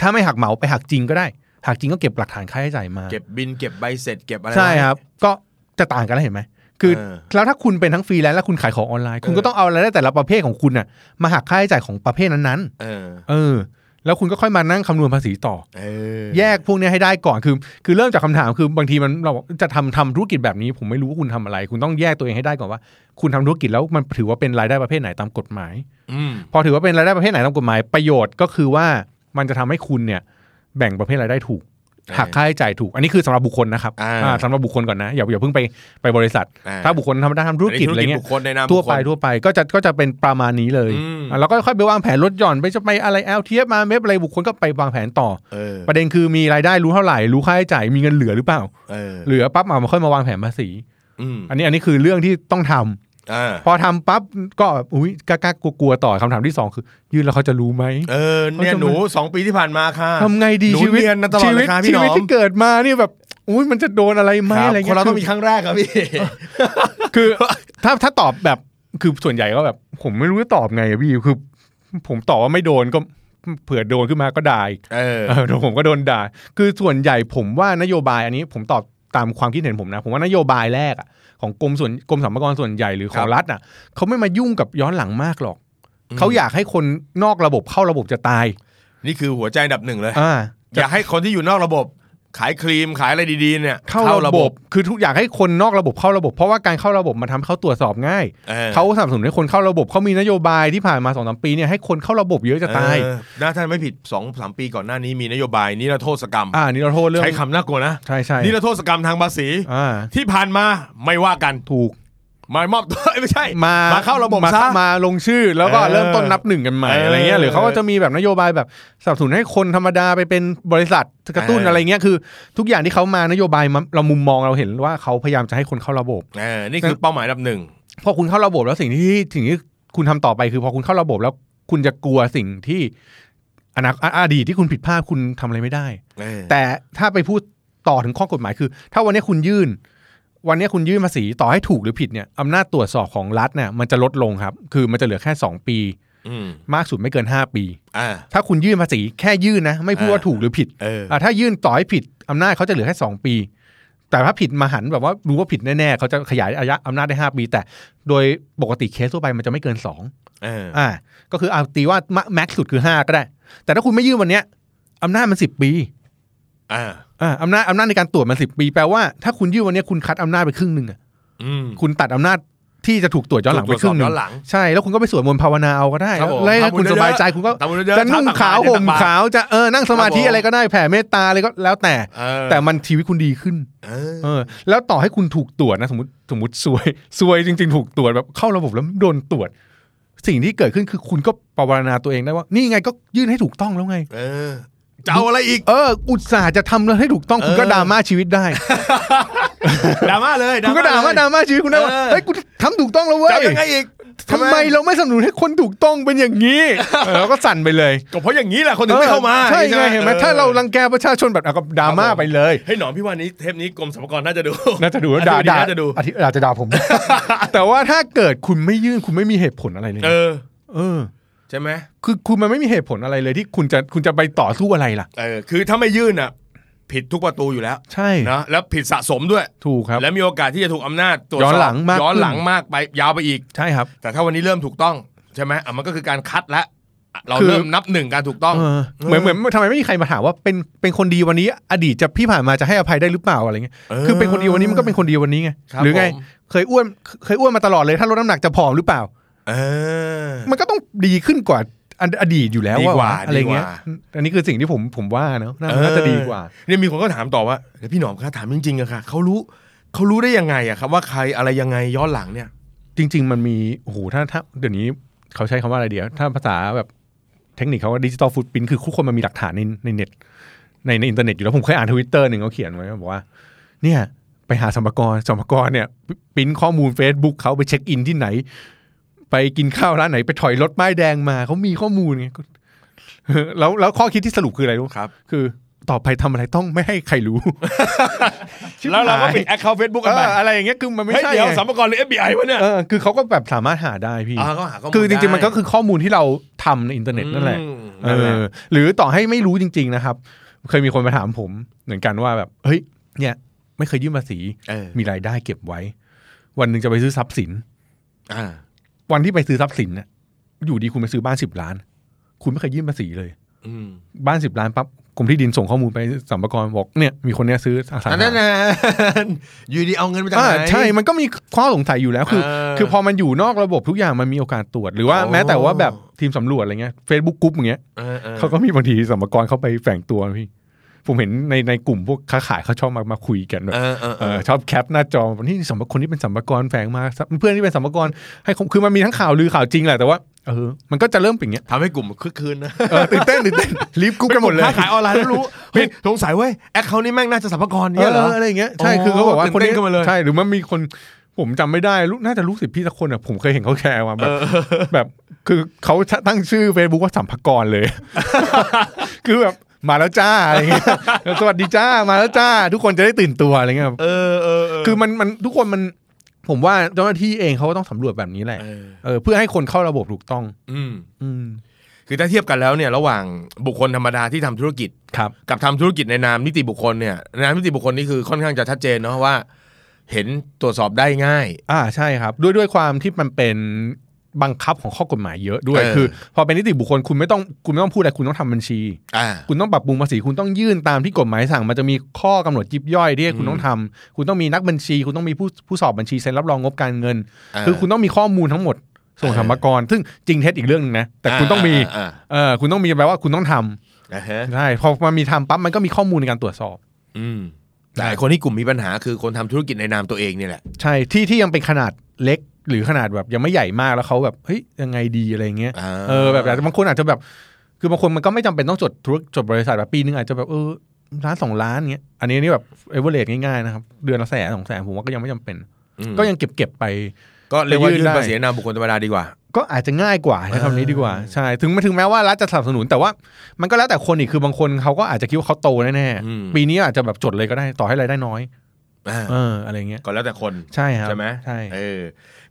[SPEAKER 2] ถ้าไม่หักเหมาไปหักจริงก็ได้ หักจริงก็เก็บหลักฐานค่าใช้จ่ายมา
[SPEAKER 1] เก็บบินเก็บใบเสร็จเก็บอะไร
[SPEAKER 2] ใช่
[SPEAKER 1] ไว้
[SPEAKER 2] ครับ ก็จะต่างกันแล้วเห็นไหมคือ
[SPEAKER 1] เ
[SPEAKER 2] แล้วถ้าคุณเป็นทั้งฟรีแลนซ์และคุณขายของออนไลน์ คุณก็ต้องเอารายได้แต่ละประเภทของคุณน่ะมาหักค่าใช้จ่ายของประเภทนั้น
[SPEAKER 1] เออ
[SPEAKER 2] ๆเออ แล้วคุณก็ค่อยมานั่งคำนวณภาษีต่อ
[SPEAKER 1] เออ
[SPEAKER 2] แยกพวกเนี้ยให้ได้ก่อนคือ คือเริ่มจากคำถามคือบางทีมันเราบอกจะทำทำธุรกิจแบบนี้ ผมไม่รู้ว่าคุณทำอะไร คุณต้องแยกตัวเองให้ได้ก่อนว่า คุณทำธุรกิจแล้วมันถือว่าเป็นรายได้ประเภทไหนตามกฎหมาย
[SPEAKER 1] อืม
[SPEAKER 2] พอถือว่าเป็นรายได้ประเภทไหนตามกฎหมายประโยชน์ก็คือว่ามันจะทำให้คุณเนี่ยแบ่งประเภทรายได้ถูกหัก
[SPEAKER 1] เออ
[SPEAKER 2] ค่าใช้จ่ายถูก อันนี้คือสำหรับบุคคลนะครับ
[SPEAKER 1] อ่า
[SPEAKER 2] อ่าสำหรับบุคคลก่อนนะอย่าอย่าเพิ่งไปไปบริษัท
[SPEAKER 1] อ่
[SPEAKER 2] ถ้าบุคคลทำด้านทำธุรกิจอะไร
[SPEAKER 1] นนี้
[SPEAKER 2] เงี้
[SPEAKER 1] บุ
[SPEAKER 2] ย
[SPEAKER 1] คคลในนาม
[SPEAKER 2] ทั่ว
[SPEAKER 1] บุ
[SPEAKER 2] ไป
[SPEAKER 1] คคล
[SPEAKER 2] ทั่วไปก็จะก็จะเป็นประมาณนี้เลย
[SPEAKER 1] อืม
[SPEAKER 2] อ่ะแล้วก็ค่อยไปวางแผนลดหย่อนไปจะไปอะไรแอลเทียบมาเว็บอะไรบุคคลก็ไปวางแผนต่อ
[SPEAKER 1] เออ
[SPEAKER 2] ประเด็นคือมีรายได้รู้เท่าไหร่รู้ค่าใช้จ่ายมีเงินเหลือหรือเปล่า
[SPEAKER 1] เออ
[SPEAKER 2] เหลือปั๊บเอามาค่อยมาวางแผนภาษี
[SPEAKER 1] อืม
[SPEAKER 2] อันนี้อันนี้คือเรื่องที่ต้องทำ
[SPEAKER 1] อ่า
[SPEAKER 2] พอทำปั๊บก็อุ้ยกล้ากลัวๆต่อคำถามที่สองคือ ยื่นแล้วเขาจะรู้ไหม
[SPEAKER 1] เออเนี่ย
[SPEAKER 2] เขาจะ
[SPEAKER 1] หนูสองปีที่ผ่านมาค่ะ
[SPEAKER 2] ทำไงดี
[SPEAKER 1] หนู
[SPEAKER 2] ชีวิต
[SPEAKER 1] เรียนนะตลอด
[SPEAKER 2] ชีวิ
[SPEAKER 1] เล
[SPEAKER 2] ต
[SPEAKER 1] ยค่ะพี่
[SPEAKER 2] ชี
[SPEAKER 1] หน้
[SPEAKER 2] วิต
[SPEAKER 1] อง
[SPEAKER 2] ที่เกิดมาเนี่ยแบบอุ้ยมันจะโดนอะไรไหมอะไร
[SPEAKER 1] ค
[SPEAKER 2] เงี้
[SPEAKER 1] น
[SPEAKER 2] ย
[SPEAKER 1] เราต้องมี
[SPEAKER 2] คือ
[SPEAKER 1] ครั้งแรกครับพี่
[SPEAKER 2] คือ ถ้าถ้าตอบแบบคือส่วนใหญ่ก็แบบ ผมไม่รู้จะตอบไงอะพี่คือ ผมตอบว่าไม่โดนก็เผื่อโดนขึ้นมาก็ได้
[SPEAKER 1] เออ
[SPEAKER 2] เออเดี๋ยวผมก็โดนด่า คือส่วนใหญ่ผมว่านโยบายอันนี้ผมตอบตามความคิดเห็นผมนะ ผมว่านโยบายแรกอะของกรมส่วนกรมสรรพากรส่วนใหญ่หรือของรัฐอ่ะเขาไม่มายุ่งกับย้อนหลังมากหรอก เขาอยากให้คนนอกระบบเข้าระบบจะตาย
[SPEAKER 1] นี่คือหัวใจอันดับหนึ่งเลย
[SPEAKER 2] อ่า
[SPEAKER 1] อยากให้คนที่อยู่นอกระบบ ขายครีมขายอะไรดีๆเนี่ย
[SPEAKER 2] เข้าระบบ คือทุกอย่างให้คนนอกระบบเข้าระบบ เพราะว่าการเข้าระบบมันทำให้เขาตรวจสอบง่าย
[SPEAKER 1] ออ
[SPEAKER 2] เขาสนับสนุนให้คนเข้าระบบเขามีนโยบายที่ผ่านมาสองสามปีเนี่ยให้คนเข้าระบบเยอะจะตาย
[SPEAKER 1] เออน่าท่านไม่ผิด2อสามปีก่อนหน้านี้มีนโยบายนิรโทษกรรม
[SPEAKER 2] อ่านี่เราโทษเรื่อง
[SPEAKER 1] ใช้คำน่ากลัวนะ
[SPEAKER 2] ใช่ใช่
[SPEAKER 1] นิรโทษกรรมทางภาษี
[SPEAKER 2] อ่า
[SPEAKER 1] ที่ผ่านมาไม่ว่ากัน
[SPEAKER 2] ถูก
[SPEAKER 1] มามอบตัวเอ้ [LAUGHS] ยไม่ใช่
[SPEAKER 2] มามา
[SPEAKER 1] เข้าระบบ
[SPEAKER 2] มา
[SPEAKER 1] ซะ
[SPEAKER 2] มาลงชื่อแล้วก็
[SPEAKER 1] เออ
[SPEAKER 2] เริ่มต้นนับหนึ่งกันใหม่
[SPEAKER 1] เอออ
[SPEAKER 2] อะไรเงี้ยหรือเขาก็จะมีแบบนโยบายแบบสนับสนุนให้คนธรรมดาไปเป็นบริษัทกระตุ้น
[SPEAKER 1] เอออ
[SPEAKER 2] อะไรเงี้ยคือ ทุกอย่างที่เขามานโยบายมันเรามุมมองเราเห็นว่าเขาพยายามจะให้คนเข้าระบบ
[SPEAKER 1] เออนี่คือเป้าหมายลำหนึ่ง
[SPEAKER 2] พอคุณเข้าระบบแล้วสิ่งที่สิ่งที่คุณทำต่อไปคือพอคุณเข้าระบบแล้วคุณจะกลัวสิ่งที่อนาคอดีตที่คุณผิดพลาดคุณทำอะไรไม่ได้
[SPEAKER 1] เออ
[SPEAKER 2] แต่ถ้าไปพูดต่อถึงข้อกฎหมายคือ ถ้าวันนี้คุณยื่น วันนี้คุณยื่นภาษีต่อให้ถูกหรือผิดเนี่ยอำนาจตรวจสอบของรัฐเนี่ยมันจะลดลงครับ คือมันจะเหลือแค่ 2 ปี
[SPEAKER 1] อืม
[SPEAKER 2] มากสุดไม่เกิน 5 ปี
[SPEAKER 1] อ่า
[SPEAKER 2] ถ้าคุณยื่นภาษีแค่ยื่นนะ ไม่พูดว่า
[SPEAKER 1] อ่า
[SPEAKER 2] ถูกหรือผิด
[SPEAKER 1] เออ
[SPEAKER 2] อ่ะถ้ายื่นต่อให้ผิดอำนาจเขาจะเหลือแค่ 2 ปี แต่ถ้าผิดมาหันแบบว่ารู้ว่าผิดแน่ๆเขาจะขยายอายุอำนาจได้ 5 ปี แต่โดยปกติเคสทั่วไปมันจะไม่เกิน 2
[SPEAKER 1] เออ
[SPEAKER 2] อ่าก็คือเอาตีว่าแม็กซ์สุดคือ 5 ก็ได้ แต่ถ้าคุณไม่ยื่นวันเนี้ยอำนาจมัน 10 ปี
[SPEAKER 1] อ่า
[SPEAKER 2] อ่าอำนาจอำนาจในการตรวจมันสิปีแปลว่าถ้าคุณยื่นวันเนี้ยคุณคัดอำนาจไปครึ่งหนึ่งอะ
[SPEAKER 1] อืม
[SPEAKER 2] คุณตัดอำนาจที่จะถูกตรวจย้อนหลังไปครึ่งหนึ่
[SPEAKER 1] ตรวจสอบย้อน
[SPEAKER 2] ง
[SPEAKER 1] หลัง
[SPEAKER 2] ใช่ แล้วคุณก็ไปสวดมนต์ภาวนาเอาก็ได้
[SPEAKER 1] ครับผม
[SPEAKER 2] แล้วให้คุณ
[SPEAKER 1] ทำบุญเยอะ
[SPEAKER 2] ส
[SPEAKER 1] ๆ
[SPEAKER 2] บายใจคุณก็
[SPEAKER 1] ทำบุญเยอะๆ
[SPEAKER 2] จะนุ่งขาว
[SPEAKER 1] ทำบุญเยอะๆ
[SPEAKER 2] ห่ม
[SPEAKER 1] ทำบุญ
[SPEAKER 2] ขาวจะเออนั่งสมา
[SPEAKER 1] ครั
[SPEAKER 2] ธิ
[SPEAKER 1] บผม
[SPEAKER 2] อะไรก็ได้แผ่เมตตาอะไรก็แล้วแต่
[SPEAKER 1] เออ
[SPEAKER 2] แต่มันชีวิตคุณดีขึ้น
[SPEAKER 1] เออ
[SPEAKER 2] เออ แล้วต่อให้คุณถูกตรวจนะสมมติสมมติซวย [LAUGHS] ซวยจริง ๆ ถูกตรวจแบบเข้าระบบแล้วโดนตรวจ สิ่งที่เกิดขึ้นคือคุณก็ปรารนาตัวเองได้ว่า นี่ไงก็ยื่นให้ถูกต้องแล้วไง
[SPEAKER 1] เออจะเอาอะไรอีก
[SPEAKER 2] เออ อุตส่าห์จะทำแล้วให้ถูกต้องคุณก็
[SPEAKER 1] เออ
[SPEAKER 2] ดราม่าชีวิตได้
[SPEAKER 1] ดราม่าเลย
[SPEAKER 2] คุณก็ด่ามา
[SPEAKER 1] เลย
[SPEAKER 2] ด่ามาชีวิตคุณได้ว่า
[SPEAKER 1] เออ
[SPEAKER 2] เฮ้ยกูทำถูกต้องแล้วเว้
[SPEAKER 1] จะ
[SPEAKER 2] ย
[SPEAKER 1] เอายังไงอีก
[SPEAKER 2] ทำไมเราไม่สนับสนุนให้คนถูกต้องเป็นอย่างนี้ เออแล้วก็สั่นไปเลย
[SPEAKER 1] ก็เพราะอย่างนี้แหละคนถึงไม่เข้ามา
[SPEAKER 2] ใช่ไงเห็นไหม
[SPEAKER 1] ออ
[SPEAKER 2] ถ้าเรารังแกประชาชนแบบอ่ะก็ดราม่าไปเลย
[SPEAKER 1] ให้ยหนอมพี่ว่านี้เทปนี้กรมสรรพากรน่าจะดู
[SPEAKER 2] น่าจะดู
[SPEAKER 1] อธิบดี
[SPEAKER 2] ด่าด่า
[SPEAKER 1] น่าจะดู
[SPEAKER 2] อธิอาจจะ
[SPEAKER 1] [LAUGHS]
[SPEAKER 2] ด่าผม แต่ว่าถ้าเกิดคุณไม่ยื่นคุณไม่มีเหตุผลอะไรเลย
[SPEAKER 1] เออ
[SPEAKER 2] เออ
[SPEAKER 1] ใช่ไหม
[SPEAKER 2] คือคุณมันไม่มีเหตุผลอะไรเลยที่คุณจะคุณจะไปต่อสู้อะไรล่ะ
[SPEAKER 1] เออคือถ้าไม่ยื่นอ่ะ ผิดทุกประตูอยู่แล้ว
[SPEAKER 2] ใช่
[SPEAKER 1] นะแล้วผิดสะสมด้วย
[SPEAKER 2] ถูกครับ
[SPEAKER 1] และมีโอกาสที่จะถูกอำนาจตรวจสบ
[SPEAKER 2] ย้อนหลังมาก
[SPEAKER 1] ย้อนหลัง
[SPEAKER 2] ขึ้น
[SPEAKER 1] มากไปยาวไปอีก
[SPEAKER 2] ใช่ครับ
[SPEAKER 1] แต่ถ้าวันนี้เริ่มถูกต้องใช่ไหมอ่ะมันก็คือการคัดละอ่ะเรา
[SPEAKER 2] คือ
[SPEAKER 1] เริ่มนับหนึ่งการถูกต้อง
[SPEAKER 2] เออเหมือนเหมือนทำไมไม่มีใครมาถามว่าเป็นเป็นคนดีวันนี้ อดีตจะพี่ผ่านมาจะให้อภัยได้หรือเปล่าอะไรเงี้ย
[SPEAKER 1] เออ
[SPEAKER 2] คือเป็นคนดีวันนี้มันก็เป็นคนดีวันนี้ไง
[SPEAKER 1] ครับ
[SPEAKER 2] หรือไง
[SPEAKER 1] ผม
[SPEAKER 2] เคยอ้วนเคยอ้วนมาตลอดเลย ถ้าลดน้ำหนักจะผอมหรือเปล่า
[SPEAKER 1] เออ
[SPEAKER 2] มันก็ต้องดีขึ้นกว่าอันอดีตอยู่แล้ว
[SPEAKER 1] ดีกว่า
[SPEAKER 2] ะอะไรเงี้ย
[SPEAKER 1] ดีกว่า
[SPEAKER 2] อันนี้คือสิ่งที่ผมผมว่าเนอะน่าน่าจะดีกว่า
[SPEAKER 1] เออเนี่ยมีคนก็ถามต่อว่าเดี๋ยวพี่หนอมคะถามจริงๆอะค่ะเขารู้เขารู้ได้ยังไงอะครับว่าใครอะไรยังไงย้อนหลังเนี่ย
[SPEAKER 2] จริง ๆ มันมีโอ้โหถ้าถ้าเดี๋ยวนี้เขาใช้คำว่าอะไรเดี๋ยว ถ้าภาษาแบบเทคนิคเขาว่าดิจิตอลฟุตปินคือทุกคนมันมีหลักฐานในในเน็ตในในอินเทอร์เน็ตอยู่แล้วผมเคยอ่านทวิตเตอร์หนึ่งเขาเขียนไว้บอกว่า เนี่ย ไปหาสัมภากรสัมภากรเนี่ยปิ้นข้อมูล Facebook เขาไปเช็คอินที่ไหน ไปกินข้าวร้านไหนไปถอยรถป้ายแดงมาเขามีข้อมูลไงก็ แล้วแล้วข้อคิดที่สรุปคืออะไรรู้
[SPEAKER 1] ครับ
[SPEAKER 2] คือต่อไปทำอะไรต้องไม่ให้ใครรู้
[SPEAKER 1] [LAUGHS] แล้วเราก็ปิดแอคเคาท์เฟซบุ๊กกันไป
[SPEAKER 2] เอออะไรอย่างเงี้ยคือมันไม่
[SPEAKER 1] เฮ้ย
[SPEAKER 2] ใช่
[SPEAKER 1] เดี๋ยว
[SPEAKER 2] ไง
[SPEAKER 1] สัมภากรหรือ FBI วะเนี่ย
[SPEAKER 2] เออคือเขาก็แบบสามารถหาได้พี่
[SPEAKER 1] อ่าก็หาข้อมูล
[SPEAKER 2] คือจริงๆ มันก็
[SPEAKER 1] ได้
[SPEAKER 2] คือข้อมูลที่เราทำในอินเทอร์เน็ตนั่นแหละ
[SPEAKER 1] อืม
[SPEAKER 2] เอ
[SPEAKER 1] นั่นแหละ
[SPEAKER 2] อหรือต่อให้ไม่รู้จริง ๆ นะครับ เคยมีคนมาถามผมเหมือนกันว่าแบบ เฮ้ย เนี่ย ไม่เคยยื่นภาษี
[SPEAKER 1] เออ
[SPEAKER 2] มีรายได้เก็บไว้ วันหนึ่งจะไปซื้อทรัพย์สิน
[SPEAKER 1] อ่า
[SPEAKER 2] วันที่ไปซื้อทรัพย์สินน่ะอยู่ดีคุณไปซื้อบ้านสิบล้าน คุณไม่เคยยื่นภาษีเลย
[SPEAKER 1] อืม
[SPEAKER 2] บ้านสิบล้านปั๊บกรมที่ดินส่งข้อมูลไปสัมภากรบอกเนี่ยมีคนเนี้ยซื้ออสัง
[SPEAKER 1] อั
[SPEAKER 2] หาน
[SPEAKER 1] นั้นนะ อยู่ดีเอาเงินมาจาก
[SPEAKER 2] อ่า
[SPEAKER 1] ไหน
[SPEAKER 2] ใช่มันก็มีข้อสงสัยอยู่แล้วคือ คือพอมันอยู่นอกระบบทุกอย่างมันมีโอกาสตรวจหรือว่า
[SPEAKER 1] อ๋อ
[SPEAKER 2] แม้แต่ว่าแบบทีมสำรวจอะไรเงี้ย Facebook กรุ๊ปอย่างเงี้ย
[SPEAKER 1] เออออ
[SPEAKER 2] เขาก็มีบางทีสัมภากระเข้าไปแฝงตัวนะพี่ ผมเห็นในในกลุ่มพวกค้าขายเขาชอบมามาคุยกันแบบ
[SPEAKER 1] เออเออเอ
[SPEAKER 2] เออ
[SPEAKER 1] อ
[SPEAKER 2] ชอบแคปหน้าจอนี่สัมภาคนที่เป็นสัมภากระแฝงมาเพื่อนที่เป็นสัมภากระให้ข้อคือมันมีทั้งข่าวลือข่าวจริงแหละแต่ว่าเออมันก็จะเริ่มเป็นอย่างเงี้ย
[SPEAKER 1] ทำให้กลุ่มคึกคืนนะ
[SPEAKER 2] เออตื่นเต้นตื่
[SPEAKER 1] [LAUGHS]
[SPEAKER 2] นเต้นรีบกรุ๊ปกันหมดเลย
[SPEAKER 1] ถ้าขายออนไลน์แล้วรู้เฮ้ยสงสัยเว้ยแอคเคาท์นี้แม่งน่าจะสัมภากรเนี่ยเหรอ
[SPEAKER 2] อะไรอย่างเงี้ยใช่
[SPEAKER 1] อ๋อ
[SPEAKER 2] คือเขาบอกว่า
[SPEAKER 1] ตื่น
[SPEAKER 2] คน
[SPEAKER 1] เต้น
[SPEAKER 2] นี้
[SPEAKER 1] ขึ้นมาเลย
[SPEAKER 2] ใช่หรือมันมีคนผมจำไม่ได้ลูกน่าจะลูกศิษย์พี่สักคนอ่ะผมเคยเห็นเขาแชร์มาแบบแบบคือเขาตั้งชื่อ Facebook ว่าสัมภากรเลย [LAUGHS] คือแบบมาแล้วจ้าอะไรเงี้ยสวัสดีจ้ามาแล้วจ้า ทุกคนจะได้ตื่นตัวอะไรเงี้ย
[SPEAKER 1] เออเออเออ
[SPEAKER 2] คือมันมันทุกคนมันผมว่าเจ้าหน้าที่เองเขาก็ต้องสำรวจแบบนี้แหละ
[SPEAKER 1] เออ
[SPEAKER 2] เออเพื่อให้คนเข้าระบบถูกต้อง
[SPEAKER 1] อืม
[SPEAKER 2] อืม
[SPEAKER 1] คือถ้าเทียบกันแล้วเนี่ยระหว่างบุคคลธรรมดาที่ทำธุรกิจ
[SPEAKER 2] ครับ
[SPEAKER 1] กับทำธุรกิจในนามนิติบุคคลเนี่ยในนามนิติบุคคลนี่คือค่อนข้างจะชัดเจนเนาะว่า เห็นตรวจสอบได้ง่าย
[SPEAKER 2] อ่าใช่ครับ ด้วยด้วยความที่มันเป็น บังคับของข้อกฎหมายเยอะด้วย
[SPEAKER 1] เออ
[SPEAKER 2] คือ พอเป็นนิติบุคคลคุณไม่ต้องคุณไม่ต้องพูดอะไรคุณต้องทำบัญชี
[SPEAKER 1] อ่า
[SPEAKER 2] คุณต้องปรับปรุงภาษีคุณต้องยื่นตามที่กฎหมายสั่ง มันจะมีข้อกำหนดยิบย่อยที่คุณต้องทำคุณต้องมีนักบัญชี คุณต้องมีผู้ผู้สอบบัญชีเซ็นรับรองงบการเงิน
[SPEAKER 1] อ่า
[SPEAKER 2] คือคุณต้องมีข้อมูลทั้งหมดส่งสรรพากรซึ่งจริงเท็จอีกเรื่องหนึงนะแต่คุณต้องมี
[SPEAKER 1] าา
[SPEAKER 2] เออคุณต้องมีแปลว่าคุณต้องทำ
[SPEAKER 1] อ่าฮะ
[SPEAKER 2] ใช่พอมันมีทำปั๊บมันก็มีข้อมูลในการตรวจสอบ
[SPEAKER 1] อืมแต่คนที่กลุ่มมีปัญหาคือคนทำธุรกิจในนามตัวเองนี่แหละ
[SPEAKER 2] ใช่ที่ที่ยังเป็นขนาดเล็กหรือขนาดแบบยังไม่ใหญ่มากแล้วเขาแบบเฮ้ยยังไงดีอะไรเงี้ย
[SPEAKER 1] อ่า
[SPEAKER 2] เออแบบอาจจะบางคนอาจจะแบบ คือบางคนมันก็ไม่จำเป็นต้องจดธุรจดบริษัทแบบปีนึงอาจจะแบบเออล้านสองล้านเงี้ยอันนี้นี่แบบเอเวอเรสง่ายๆนะครับเดือนละแสนสองแสนผมว่าก็ยังไม่จำเป็น
[SPEAKER 1] อืม
[SPEAKER 2] ก็ยังเก็บเก็บๆไป
[SPEAKER 1] ก็เรียกว่ายื่น
[SPEAKER 2] ไปยื่นได้
[SPEAKER 1] ภาษีในนามบุคคลธรรมดาดีกว่า
[SPEAKER 2] ก็อาจจะง่ายกว่าใช้คำนี้ดีกว่าใช่ถึงถึงแม้ว่ารัฐจะสนับสนุนแต่ว่ามันก็แล้วแต่คนอีกคือบางคนเขาก็อาจจะคิดว่าเขาโตแน่
[SPEAKER 1] อืม
[SPEAKER 2] ๆปีนี้อาจจะแบบจดเลยก็ได้ต่อให้รายได้น้อย
[SPEAKER 1] อ่า
[SPEAKER 2] เอออะไรเงี้ย
[SPEAKER 1] ก็แล้วแต่คน
[SPEAKER 2] ใช่ครับ
[SPEAKER 1] ใช่ไหม
[SPEAKER 2] ใช่
[SPEAKER 1] เออ